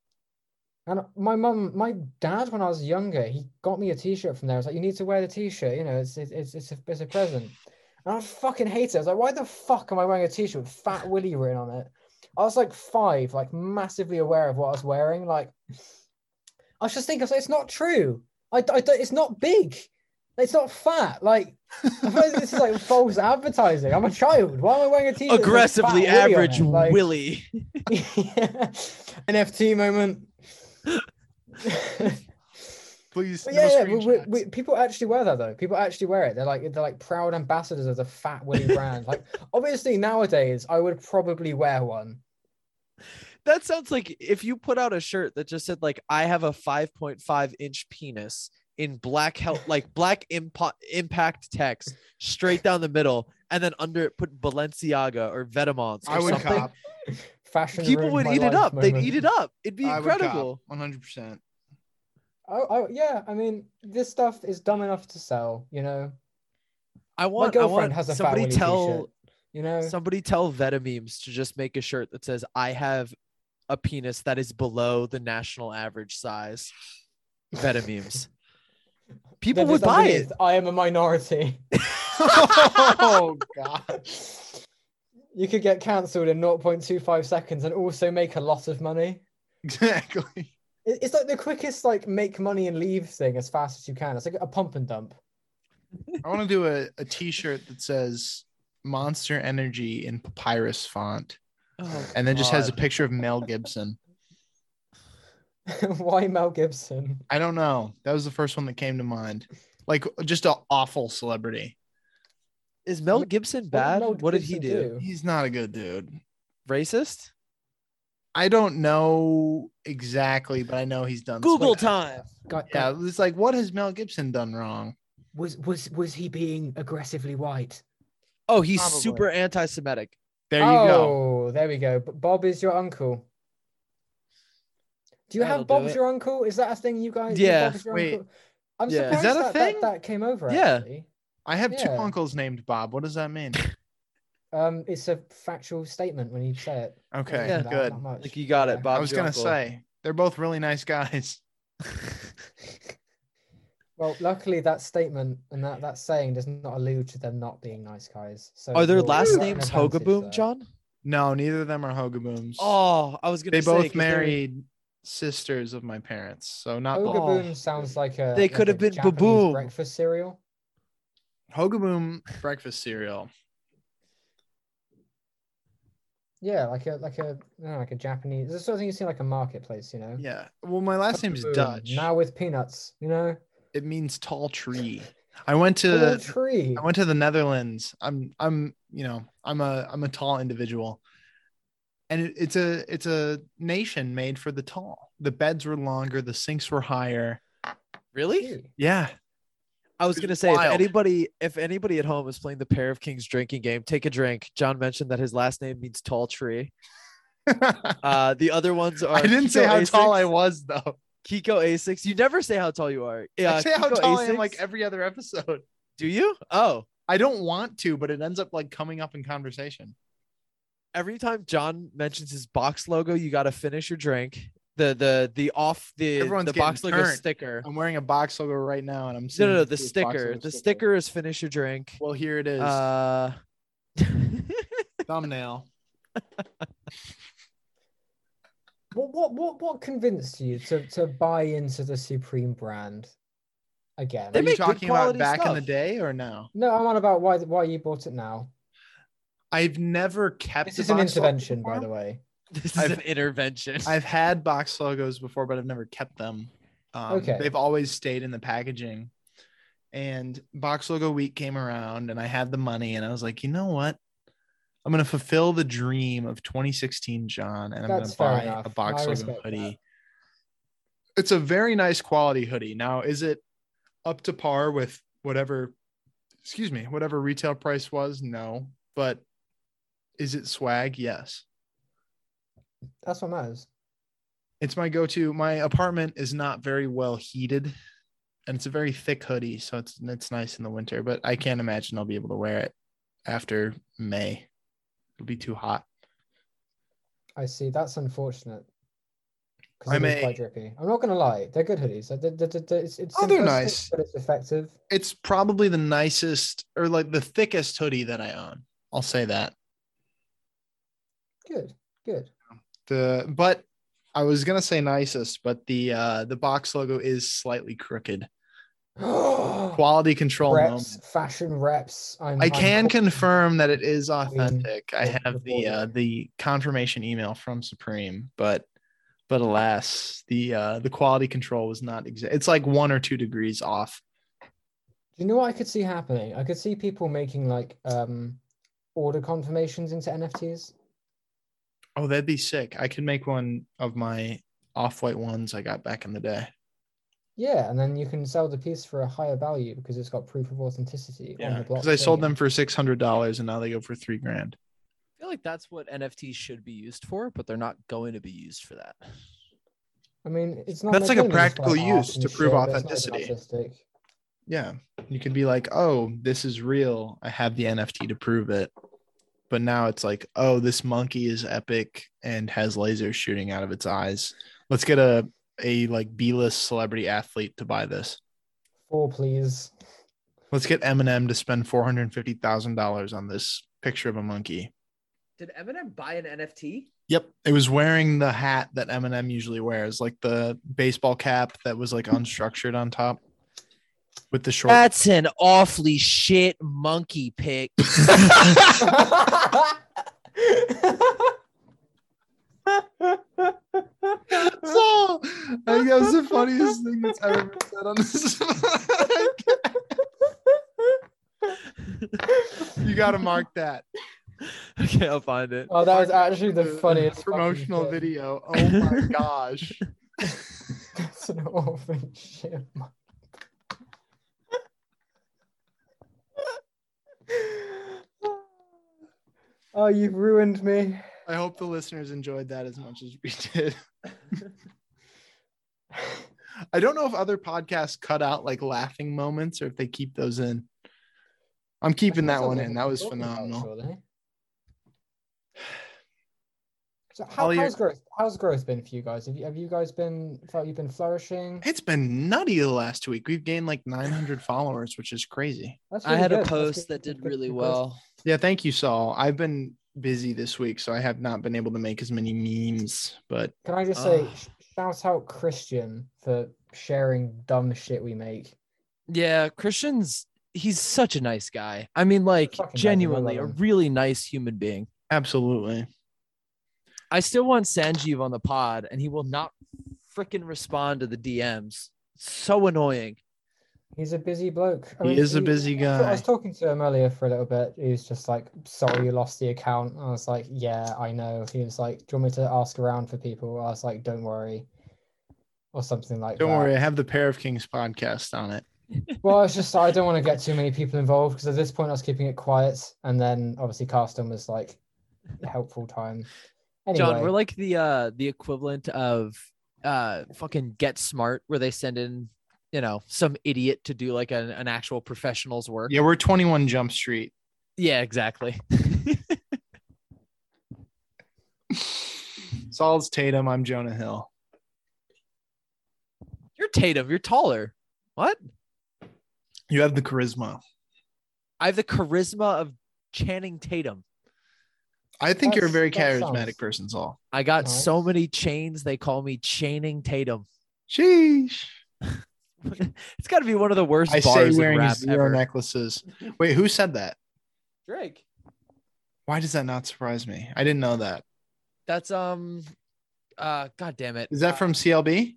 Speaker 2: And my mum, my dad, when I was younger, he got me a T-shirt from there. I was like, "You need to wear the T-shirt, you know, it's it's it's, it's, a, it's a present." And I fucking hate it. I was like, "Why the fuck am I wearing a T-shirt with Fat Willy written on it?" I was like five, like massively aware of what I was wearing. Like, I was just thinking, I was like, "It's not true. I, I don't- it's not big. It's not fat. Like, this is like false advertising. I'm a child. Why am I wearing a T-shirt?" with Fat
Speaker 3: Aggressively
Speaker 2: Willy on
Speaker 3: average
Speaker 2: it? Like- *laughs*
Speaker 3: Willy.
Speaker 2: NFT moment.
Speaker 1: Please.
Speaker 2: But
Speaker 1: no
Speaker 2: yeah, yeah. we- we-
Speaker 1: screenshots.
Speaker 2: we- people actually wear that though. People actually wear it. They're like they're like proud ambassadors of the fat Willy brand. like obviously nowadays, I would probably wear one.
Speaker 3: That sounds like if you put out a shirt that just said like I have a 5.5 inch penis in
Speaker 2: *laughs*
Speaker 3: black help like black impo- impact text straight down the middle and then under it put Balenciaga or Vetements or
Speaker 1: I would
Speaker 3: something.
Speaker 1: cop.
Speaker 2: *laughs* Fashion.
Speaker 3: People
Speaker 2: ruined
Speaker 3: would
Speaker 2: my
Speaker 3: eat it
Speaker 2: life
Speaker 3: up. They'd
Speaker 2: moment.
Speaker 3: eat it up. It'd be
Speaker 1: I would cop.
Speaker 3: incredible.
Speaker 1: 100%.
Speaker 2: *laughs* Oh, oh yeah. I mean, this stuff is dumb enough to sell. You know,
Speaker 3: I want
Speaker 2: my
Speaker 3: I
Speaker 2: girlfriend
Speaker 3: want
Speaker 2: has a fat
Speaker 3: somebody
Speaker 2: Willy
Speaker 3: tell
Speaker 2: t-shirt. You know,
Speaker 3: somebody tell Vetamemes to just make a shirt that says I have a penis that is below the national average size. Vetamemes. People
Speaker 2: Then
Speaker 3: would
Speaker 2: just
Speaker 3: buy it.
Speaker 2: underneath, I am a minority. *laughs*
Speaker 1: oh, God.
Speaker 2: you could get cancelled in 0.25 seconds and also make a lot of money.
Speaker 1: *laughs* Exactly.
Speaker 2: It- It's like the quickest, like make money and leave thing as fast as you can. It's like a pump and dump. *laughs*
Speaker 1: I want to do a, a t shirt that says Monster Energy in papyrus font
Speaker 3: Oh,
Speaker 1: *laughs* and then just has a
Speaker 3: God.
Speaker 1: picture of Mel Gibson.
Speaker 2: Why Mel Gibson?
Speaker 1: I don't know. That was the first one that came to mind. Like just an awful celebrity.
Speaker 3: *laughs* Is Mel
Speaker 2: Mel-
Speaker 3: Gibson
Speaker 2: What did
Speaker 3: bad?
Speaker 2: Mel
Speaker 3: what did he
Speaker 2: Gibson
Speaker 3: do?
Speaker 1: He's not a good dude.
Speaker 3: Racist?
Speaker 1: I don't know exactly, but I know he's done some
Speaker 3: Google
Speaker 1: bad
Speaker 3: time.
Speaker 1: stuff.
Speaker 2: God,
Speaker 1: Yeah, it's like what has Mel Gibson done wrong?
Speaker 2: uh, was was was he being aggressively white?
Speaker 3: Oh, he's
Speaker 1: Probably.
Speaker 3: super anti-Semitic.
Speaker 1: There you
Speaker 2: oh,
Speaker 1: go.
Speaker 2: there we go. B- Bob is your uncle. Do you
Speaker 3: That'll
Speaker 2: have
Speaker 3: do
Speaker 2: Bob's
Speaker 3: it.
Speaker 2: your uncle? Is that a thing you guys? is
Speaker 3: Yeah,
Speaker 2: Bob is your
Speaker 1: wait.
Speaker 2: uncle? I'm
Speaker 3: Yeah.
Speaker 2: surprised
Speaker 1: Is that a
Speaker 2: that,
Speaker 1: thing?
Speaker 2: That, came over.
Speaker 3: Yeah.
Speaker 2: actually.
Speaker 1: I have two
Speaker 2: Yeah.
Speaker 1: uncles named Bob. What does that
Speaker 3: *laughs*
Speaker 1: mean?
Speaker 2: Um, it's a factual statement when you say it.
Speaker 1: Okay,
Speaker 3: Yeah.
Speaker 1: good.
Speaker 3: Like you got
Speaker 2: Yeah.
Speaker 3: it, Bob.
Speaker 1: I was gonna say they're both really nice guys. *laughs*
Speaker 2: Well, luckily that statement and that, that saying does not allude to them not being nice guys. So
Speaker 3: Are their
Speaker 2: you're-
Speaker 3: last
Speaker 2: you're at an
Speaker 3: names
Speaker 2: advantage there.
Speaker 3: Hogaboom, John?
Speaker 1: No, neither of them are Hogabooms.
Speaker 3: Oh, I was gonna
Speaker 1: they
Speaker 3: say 'cause
Speaker 1: both married sisters of my parents, so not Bob.
Speaker 2: Hogaboom sounds like a.
Speaker 3: Oh. They
Speaker 2: like
Speaker 3: could
Speaker 2: a
Speaker 3: have been
Speaker 2: Japanese
Speaker 3: baboom.
Speaker 2: breakfast cereal.
Speaker 1: Hogaboom breakfast cereal.
Speaker 2: Yeah, like a like a I don't know, like a Japanese. This sort of thing you see in, like a marketplace, you know.
Speaker 1: Yeah. Well, my last name's
Speaker 2: Boom,
Speaker 1: Dutch.
Speaker 2: Now with peanuts, you know.
Speaker 1: It means tall tree. I went
Speaker 2: Tall
Speaker 1: to
Speaker 2: tree.
Speaker 1: Uh, I went to the Netherlands. I'm I'm you know I'm a I'm a tall individual, and it, it's a it's a nation made for the tall. The beds were longer, the sinks were higher.
Speaker 3: Really?
Speaker 2: Gee.
Speaker 1: Yeah, *laughs*
Speaker 3: I was
Speaker 1: It's
Speaker 3: gonna say if
Speaker 1: wild.
Speaker 3: anybody if anybody at home is playing the pair of kings drinking game, take a drink. John mentioned that his last name means tall tree.
Speaker 1: I
Speaker 3: Uh, the other ones are.
Speaker 1: didn't say
Speaker 3: Kiko
Speaker 1: how tall
Speaker 3: Asics-
Speaker 1: I was though.
Speaker 3: Kiko Asics. You never say how tall you are. Yeah,
Speaker 1: I say how
Speaker 3: Kiko
Speaker 1: tall I am like
Speaker 3: Asics.
Speaker 1: every other episode.
Speaker 3: Do you? Oh,
Speaker 1: I don't want to, but it ends up like coming up in conversation.
Speaker 3: every time John mentions his box logo, you got to finish your drink. The the the off the
Speaker 1: Everyone's
Speaker 3: the box
Speaker 1: getting
Speaker 3: logo
Speaker 1: turned.
Speaker 3: sticker.
Speaker 1: I'm wearing a box logo right now, and I'm
Speaker 3: No,
Speaker 1: sitting
Speaker 3: no,
Speaker 1: next
Speaker 3: no, the
Speaker 1: to a box
Speaker 3: sticker.
Speaker 1: logo
Speaker 3: The sticker is finish your drink.
Speaker 1: Well, here it is.
Speaker 2: *laughs*
Speaker 3: Uh, *laughs*
Speaker 1: Thumbnail.
Speaker 2: What what what what convinced you to to buy into the Supreme brand again?
Speaker 3: They
Speaker 1: Are you
Speaker 3: make good
Speaker 1: talking about
Speaker 3: quality
Speaker 1: back in the
Speaker 3: stuff.
Speaker 1: day or now?
Speaker 2: No, I'm on about why why you bought it now.
Speaker 1: I've never kept.
Speaker 2: This
Speaker 1: a
Speaker 2: is an
Speaker 1: box logo
Speaker 2: intervention, by
Speaker 1: before.
Speaker 2: the way.
Speaker 3: this is
Speaker 1: I've-
Speaker 3: an intervention.
Speaker 1: *laughs* I've had box logos before, but I've never kept them. Um,
Speaker 2: Okay.
Speaker 1: They've always stayed in the packaging. And box logo week came around, and I had the money, and I was like, you know what? I'm gonna fulfill the dream of 2016, John, and I'm
Speaker 2: That's fair
Speaker 1: gonna buy
Speaker 2: enough.
Speaker 1: a box
Speaker 2: I
Speaker 1: logo
Speaker 2: respect
Speaker 1: hoodie. It's a very nice quality hoodie. Now, is it up to par with whatever? Excuse me, whatever retail price was? No, but is it swag? Yes.
Speaker 2: That's what matters.
Speaker 1: It's my go-to. My apartment is not very well heated, and it's a very thick hoodie, so it's it's nice in the winter. But I can't imagine I'll be able to wear it after May. It'll be too hot.
Speaker 2: I see. That's unfortunate. Because
Speaker 1: I
Speaker 2: it is
Speaker 1: may-
Speaker 2: quite drippy. I'm not gonna lie, they're good hoodies. They're- they're- they're- they're- it's, it's
Speaker 1: Oh, they're
Speaker 2: simplistic,
Speaker 1: nice.
Speaker 2: but it's effective.
Speaker 1: It's probably the nicest or like the thickest hoodie that I own. I'll say that.
Speaker 2: Good, good. *gasps*
Speaker 1: The but I was gonna say nicest, but the uh the box logo is slightly crooked. Quality control.
Speaker 2: reps,
Speaker 1: moment.
Speaker 2: fashion reps. I'm,
Speaker 1: I
Speaker 2: I'm
Speaker 1: can
Speaker 2: cool.
Speaker 1: confirm that it is authentic. I
Speaker 2: yeah,
Speaker 1: have the
Speaker 2: reported.
Speaker 1: uh, the confirmation email from Supreme, but But alas, the uh, the quality control was not exact. It's like one or two degrees off.
Speaker 2: Do you know what I could see happening? I could see people making like um order confirmations into NFTs.
Speaker 1: Oh, that'd be sick. I could make one of my off white ones I got back in the day.
Speaker 2: Yeah, and then you can sell the piece for a higher value because it's got proof of authenticity on
Speaker 1: Yeah,
Speaker 2: the
Speaker 1: because
Speaker 2: blockchain.
Speaker 1: I sold them for six hundred dollars and now they go for three grand.
Speaker 3: I feel like that's what NFTs should be used for, but they're not going to be used for that.
Speaker 2: I mean, it's not
Speaker 1: That's
Speaker 2: my
Speaker 1: like a
Speaker 2: thing, it's
Speaker 1: practical
Speaker 2: art
Speaker 1: use
Speaker 2: and
Speaker 1: to prove
Speaker 2: but it's not as
Speaker 1: authenticity.
Speaker 2: artistic.
Speaker 1: Yeah, you could be like, oh, this is real. I have the NFT to prove it. But now it's like, oh, this monkey is epic and has lasers shooting out of its eyes. Let's get a a like B list celebrity athlete to buy this.
Speaker 2: Four, please. *laughs*
Speaker 1: Let's get Eminem to spend four hundred fifty thousand dollars on this picture of a monkey.
Speaker 4: Did Eminem buy an NFT?
Speaker 1: Yep, it was wearing the hat that Eminem usually wears, like the baseball cap that was like unstructured on top, with the short.
Speaker 3: That's an awfully shit monkey *laughs* pick.
Speaker 1: *laughs* so I think that was the funniest thing that's ever been said on this. you got to mark that.
Speaker 4: Okay, I'll find it.
Speaker 2: oh, that was actually the funniest fucking
Speaker 1: promotional
Speaker 2: thing.
Speaker 1: video. Oh my gosh.
Speaker 2: That's an orphan ship. *laughs* oh, you've ruined me.
Speaker 1: I hope the listeners enjoyed that as much as we did. I don't know if other podcasts cut out like laughing moments or if they keep those in. I'm keeping that one in. That was phenomenal.
Speaker 2: So how,
Speaker 1: Ollie,
Speaker 2: how's growth? How's growth been for you guys? Have you have you guys been felt you've been flourishing?
Speaker 1: It's been nutty the last week. We've gained like 900 followers, which is crazy.
Speaker 2: That's
Speaker 3: I had
Speaker 2: good.
Speaker 3: a
Speaker 2: That's
Speaker 3: post
Speaker 2: good.
Speaker 3: that did
Speaker 2: Good-
Speaker 3: really
Speaker 2: good
Speaker 3: well.
Speaker 1: Yeah, thank you, Saul. I've been busy this week, so I have not been able to make as many memes, but
Speaker 2: Can I just say
Speaker 3: Ah.
Speaker 2: sh- shout out Christian for sharing dumb shit we make?
Speaker 3: Yeah, Christian's he's such a nice guy. I mean, like
Speaker 2: Fucking nice. I love
Speaker 3: genuinely a
Speaker 2: him.
Speaker 3: really nice human being.
Speaker 1: absolutely.
Speaker 3: I still want Sanjeev on the pod, and he will not freaking respond to the DMs. So annoying.
Speaker 2: He's a busy bloke.
Speaker 1: He is a busy
Speaker 2: I was- I was
Speaker 1: guy.
Speaker 2: talking to him earlier for a little bit. He was just like, "Sorry, you lost the account." I was like, "Yeah, I know." He was like, "Do you want me to ask around for people?" I was like, "Don't worry," or something like
Speaker 1: Don't
Speaker 2: that.
Speaker 1: worry, I have the Pair of Kings podcast on it.
Speaker 2: Well, it's just I don't want to get too many people involved because at this point I was keeping it quiet, and then obviously Carston was like a helpful time. Anyway,
Speaker 3: John, we're like the uh the equivalent of uh fucking get smart where they send in, you know, some idiot to do like an, an actual professional's work.
Speaker 1: Yeah, we're 21 Jump Street.
Speaker 3: Yeah, exactly.
Speaker 1: *laughs*
Speaker 3: *laughs*
Speaker 1: Saul's Tatum. I'm Jonah Hill.
Speaker 3: You're Tatum, you're taller. What?
Speaker 1: You have the charisma.
Speaker 3: I have the charisma of Channing Tatum.
Speaker 1: I think you're a
Speaker 2: That's-
Speaker 1: very
Speaker 2: that
Speaker 1: charismatic
Speaker 2: sounds-
Speaker 1: person, Saul.
Speaker 3: I got
Speaker 2: Nice.
Speaker 3: so many chains they call me Chaining Tatum. *laughs*
Speaker 1: Sheesh.
Speaker 3: It's got to be one of the worst
Speaker 1: I say
Speaker 3: bars in
Speaker 1: wearing
Speaker 3: rap
Speaker 1: zero
Speaker 3: ever.
Speaker 1: necklaces. Wait, who said that?
Speaker 3: Drake.
Speaker 1: Why does that not surprise me? I didn't know that.
Speaker 3: That's um uh god damn it.
Speaker 1: Is that
Speaker 3: Uh,
Speaker 1: from CLB?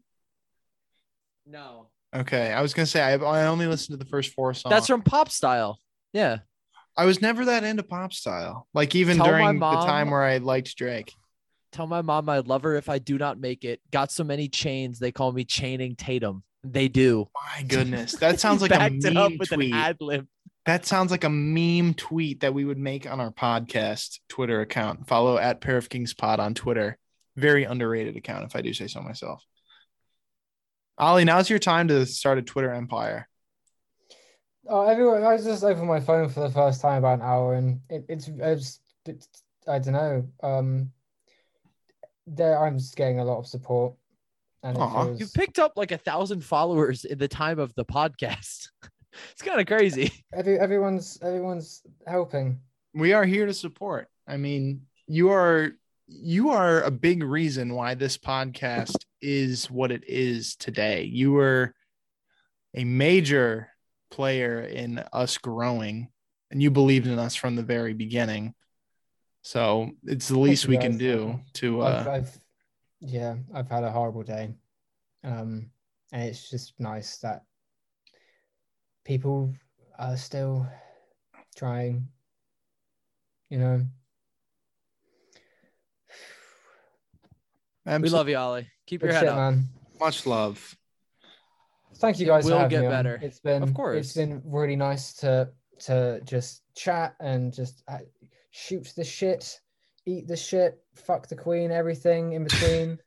Speaker 3: No.
Speaker 1: Okay, I was gonna say I, I only listened to the first four songs.
Speaker 3: That's from Pop Style. Yeah.
Speaker 1: I was never that into pop style. Like even
Speaker 3: Tell my
Speaker 1: during the
Speaker 3: mom-
Speaker 1: time where I liked Drake.
Speaker 3: Tell my mom I love her if I do not make it. Got so many chains, they call me chaining Tatum. They do.
Speaker 1: My goodness,
Speaker 3: *laughs*
Speaker 1: that sounds like a
Speaker 3: Backed it up
Speaker 1: meme
Speaker 3: with
Speaker 1: tweet.
Speaker 3: an ad lib.
Speaker 1: that sounds like a meme tweet that we would make on our podcast Twitter account. Follow at Pair of Kings Pod on Twitter. Very underrated account, if I do say so myself. Ollie, now's your time to start a Twitter empire.
Speaker 2: oh, everyone, I was just over my phone for the first time about an hour, and it, it's, it's, it's I don't know. Um, there, I'm just getting a lot of support, and it
Speaker 1: Aw.
Speaker 2: feels,
Speaker 3: You picked up like a thousand followers in the time of the podcast. *laughs* it's kind of crazy.
Speaker 2: every, everyone's everyone's helping.
Speaker 1: We are here to support. I mean, you are you are a big reason why this podcast is what it is today. You were a major player in us growing and you believed in us from the very beginning. So it's the least
Speaker 2: you,
Speaker 1: we
Speaker 2: guys.
Speaker 1: can do to
Speaker 2: I've,
Speaker 1: uh
Speaker 2: I've Yeah, I've had a horrible day. Um, and it's just nice that people are still trying, you know.
Speaker 1: Absolutely.
Speaker 3: We love you, Ollie. Keep your
Speaker 2: Good
Speaker 3: head
Speaker 2: shit,
Speaker 3: up.
Speaker 2: man.
Speaker 1: much love. *laughs*
Speaker 2: Thank you
Speaker 3: It
Speaker 2: guys
Speaker 3: will
Speaker 2: for having
Speaker 3: get
Speaker 2: me on.
Speaker 3: better.
Speaker 2: It's been
Speaker 3: Of course.
Speaker 2: It's been really nice to to just chat and just uh, shoot the shit, eat the shit, fuck the queen, everything in
Speaker 3: *laughs*
Speaker 2: between.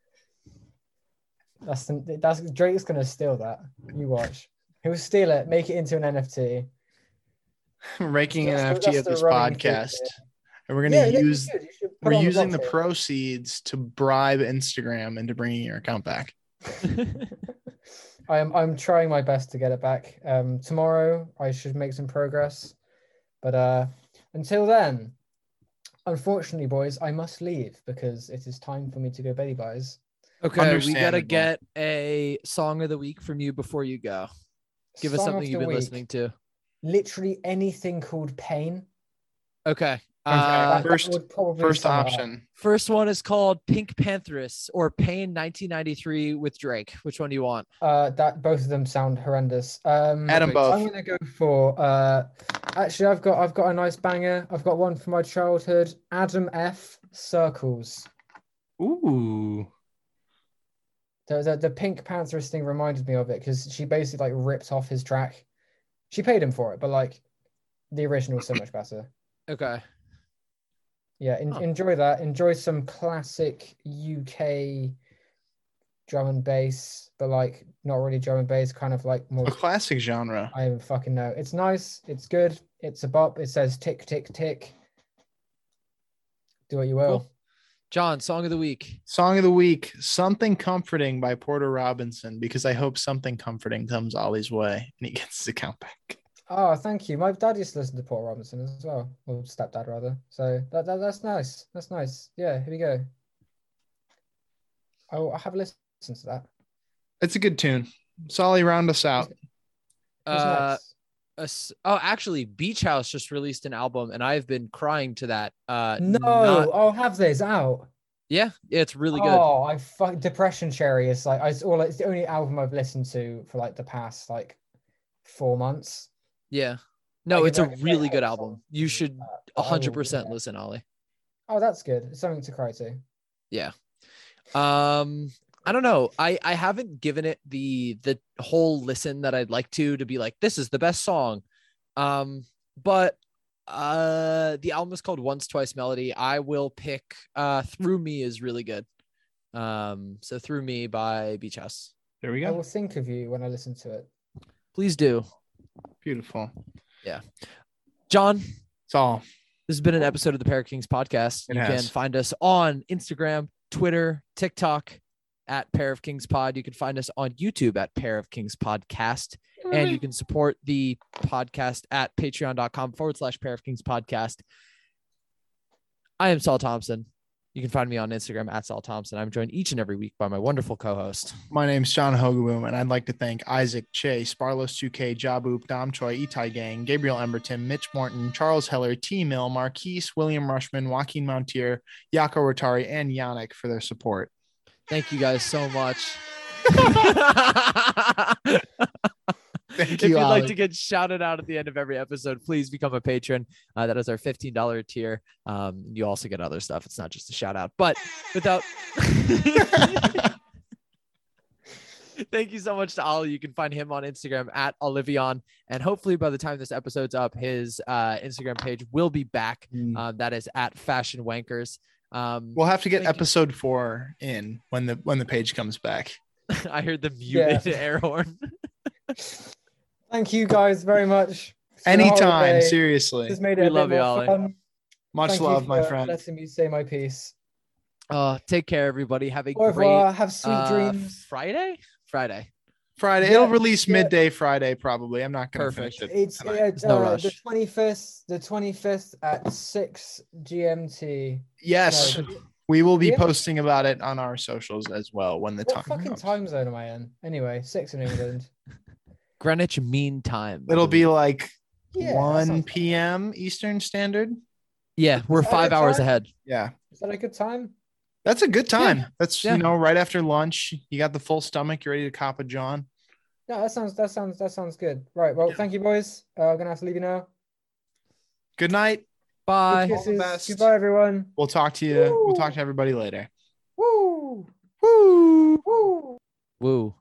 Speaker 2: that's the, that's Drake's gonna steal that. You watch. He'll steal it, make it into an NFT.
Speaker 1: Ranking an
Speaker 2: That's the-
Speaker 1: NFT of
Speaker 2: that's the
Speaker 1: this
Speaker 2: running theme
Speaker 1: podcast,
Speaker 2: here.
Speaker 1: and we're going to
Speaker 2: no, you
Speaker 1: use
Speaker 2: should. You should put
Speaker 1: we're
Speaker 2: it on
Speaker 1: using the
Speaker 2: blockchain.
Speaker 1: proceeds to bribe Instagram into bringing your account back.
Speaker 2: *laughs* I'm I'm trying my best to get it back. Um, tomorrow I should make some progress, but uh, until then, unfortunately, boys, I must leave because it is time for me to go belly buys.
Speaker 3: okay, we gotta
Speaker 1: Understandable.
Speaker 3: get a song of the week from you before you go. Give us
Speaker 2: Song of
Speaker 3: something you've
Speaker 2: the
Speaker 3: been
Speaker 2: week.
Speaker 3: listening to.
Speaker 2: Literally anything called pain.
Speaker 3: Okay. Uh,
Speaker 2: that
Speaker 1: first-
Speaker 2: would probably
Speaker 1: First
Speaker 2: sum it up.
Speaker 1: option.
Speaker 3: first one is called Pink Panthers or Pain 1993 with Drake. Which one do you want?
Speaker 2: Uh, that both of them sound horrendous. Um,
Speaker 1: Adam
Speaker 3: Perfect.
Speaker 2: I'm
Speaker 1: both.
Speaker 2: gonna go for uh actually I've got I've got a nice banger. I've got one from my childhood, Adam F Circles.
Speaker 1: Ooh.
Speaker 2: The the, the Pink Pantherist thing reminded me of it because she basically like ripped off his track. She paid him for it, but like the original is so much better.
Speaker 3: Okay.
Speaker 2: Yeah, en-
Speaker 3: Huh.
Speaker 2: enjoy that. Enjoy some classic UK drum and bass, but like not really drum and bass, kind of like more
Speaker 1: A classic genre.
Speaker 2: I don't fucking know. It's nice. It's good. It's a bop. It says tick, tick, tick. Do what you will.
Speaker 3: Cool. John, song of the week.
Speaker 1: Song of the week, Something Comforting by Porter Robinson, because I hope something comforting comes Ollie's way and he gets his account back.
Speaker 2: Oh, thank you. My dad used to listen to Paul Robinson as well, or stepdad rather. So that, that that's nice. That's nice. Yeah, here we go. Oh, I have a listen to that.
Speaker 1: It's a good tune. So Ollie, round us out.
Speaker 2: That's
Speaker 3: Uh,
Speaker 2: nice.
Speaker 3: a s- oh, actually, Beach House just released an album, and I've been crying to that. Uh,
Speaker 2: No,
Speaker 3: not-
Speaker 2: I'll have this out.
Speaker 3: yeah, it's really good.
Speaker 2: Oh, I fuck Depression Cherry is like it's all it's the only album I've listened to for like the past like four months.
Speaker 3: Yeah, no,
Speaker 2: Like,
Speaker 3: it's
Speaker 2: if
Speaker 3: a
Speaker 2: I could play
Speaker 3: really
Speaker 2: all
Speaker 3: good
Speaker 2: the
Speaker 3: album.
Speaker 2: songs
Speaker 3: You
Speaker 2: from
Speaker 3: should
Speaker 2: that, Uh, I
Speaker 3: a
Speaker 2: will,
Speaker 3: hundred percent
Speaker 2: yeah.
Speaker 3: listen, Ollie.
Speaker 2: Oh, that's good. It's something to cry to.
Speaker 3: Um, I don't know. I I haven't given it the the whole listen that I'd like to to be like this is the best song. Um, but uh, the album is called Once Twice Melody. I will pick uh Through Me is really good. Um, so Through Me by Beach House.
Speaker 1: There we
Speaker 2: I will
Speaker 1: go.
Speaker 2: think of you when I listen to it.
Speaker 3: Please do,
Speaker 1: Beautiful.
Speaker 3: John.
Speaker 1: It's all.
Speaker 3: This has been an episode of the Parrot Kings podcast.
Speaker 1: It
Speaker 3: you
Speaker 1: has.
Speaker 3: can find us on Instagram, Twitter, TikTok at Pair of Kings Pod. You can find us on YouTube at Pair of Kings Podcast. And you can support the podcast at patreon.com forward slash Pair of Kings Podcast. I am Saul Thompson. You can find me on Instagram at Saul Thompson. I'm joined each and every week by my wonderful co host.
Speaker 1: My name's John Hogaboom, and I'd like to thank Isaac, Chase, Barlos 2K, Jaboop, Dom Choi, Itai Gang, Gabriel Emberton, Mitch Morton, Charles Heller, T Mill, Marquise, William Rushman, Joaquin Montier, Yako Rotari, and Yannick for their support.
Speaker 3: Thank you guys so much.
Speaker 1: *laughs* Thank
Speaker 3: if
Speaker 1: you,
Speaker 3: you'd like
Speaker 1: Ollie.
Speaker 3: to get shouted out at the end of every episode, please become a patron. Uh, that is our fifteen dollar tier. Um, you also get other stuff. It's not just a shout out, but without. *laughs* Thank you so much to Ollie. You can find him on Instagram at Olivion, and hopefully by the time this episode's up, his uh, Instagram page will be back.
Speaker 1: Mm.
Speaker 3: Uh, that is at Fashion Wankers. Um,
Speaker 1: We'll have to get
Speaker 3: Thank you.
Speaker 1: episode four in when the when the page comes back.
Speaker 3: *laughs* I heard the
Speaker 2: Yeah.
Speaker 3: muted air horn.
Speaker 2: Thank you guys very much. It's been a hard
Speaker 1: Anytime,
Speaker 2: day.
Speaker 1: seriously.
Speaker 2: This made it
Speaker 3: We
Speaker 2: a bit
Speaker 3: love you,
Speaker 2: more
Speaker 3: Ollie.
Speaker 2: fun.
Speaker 1: Much
Speaker 2: Thank you
Speaker 1: love, my
Speaker 2: for
Speaker 1: friend.
Speaker 2: Letting me say my piece.
Speaker 3: Uh, take care, everybody. Have a
Speaker 2: Au
Speaker 3: great
Speaker 2: revoir. Have sweet
Speaker 3: uh,
Speaker 2: dreams.
Speaker 3: Friday. Friday.
Speaker 1: Friday.
Speaker 2: Yeah,
Speaker 1: It'll release
Speaker 2: yeah.
Speaker 1: midday Friday, probably. I'm not gonna
Speaker 3: Perfect.
Speaker 1: finish it.
Speaker 2: It's
Speaker 1: tonight.
Speaker 2: uh,
Speaker 3: no
Speaker 2: uh,
Speaker 3: rush.
Speaker 2: the twenty fifth. The twenty fifth at six GMT.
Speaker 1: Yes,
Speaker 2: No,
Speaker 1: we will be
Speaker 2: Yeah.
Speaker 1: posting about it on our socials as well when the
Speaker 2: what
Speaker 1: time.
Speaker 2: fucking
Speaker 1: comes.
Speaker 2: time zone am I in? Anyway, six in
Speaker 1: *laughs*
Speaker 2: England.
Speaker 3: Greenwich Mean Time. I
Speaker 1: It'll be
Speaker 3: believe.
Speaker 1: like
Speaker 2: Yeah, that
Speaker 1: 1
Speaker 2: sounds-
Speaker 1: p.m. Eastern Standard.
Speaker 3: yeah, we're
Speaker 2: that
Speaker 3: five
Speaker 2: our
Speaker 3: hours
Speaker 2: time?
Speaker 3: ahead.
Speaker 1: Yeah.
Speaker 2: Is that a good time?
Speaker 1: That's a good time. That's
Speaker 5: Yeah.
Speaker 1: you know right after lunch. You got the full stomach. You're ready to cop a John.
Speaker 2: No, that sounds that sounds that sounds good. Right. Well, thank you, boys. Uh, I'm gonna have to leave you now.
Speaker 1: Good night.
Speaker 5: Bye.
Speaker 2: Big
Speaker 1: All the
Speaker 2: kisses.
Speaker 1: best.
Speaker 2: Goodbye, everyone.
Speaker 1: We'll talk to you. We'll talk to everybody later.
Speaker 2: Woo! Woo! Woo!
Speaker 5: Woo.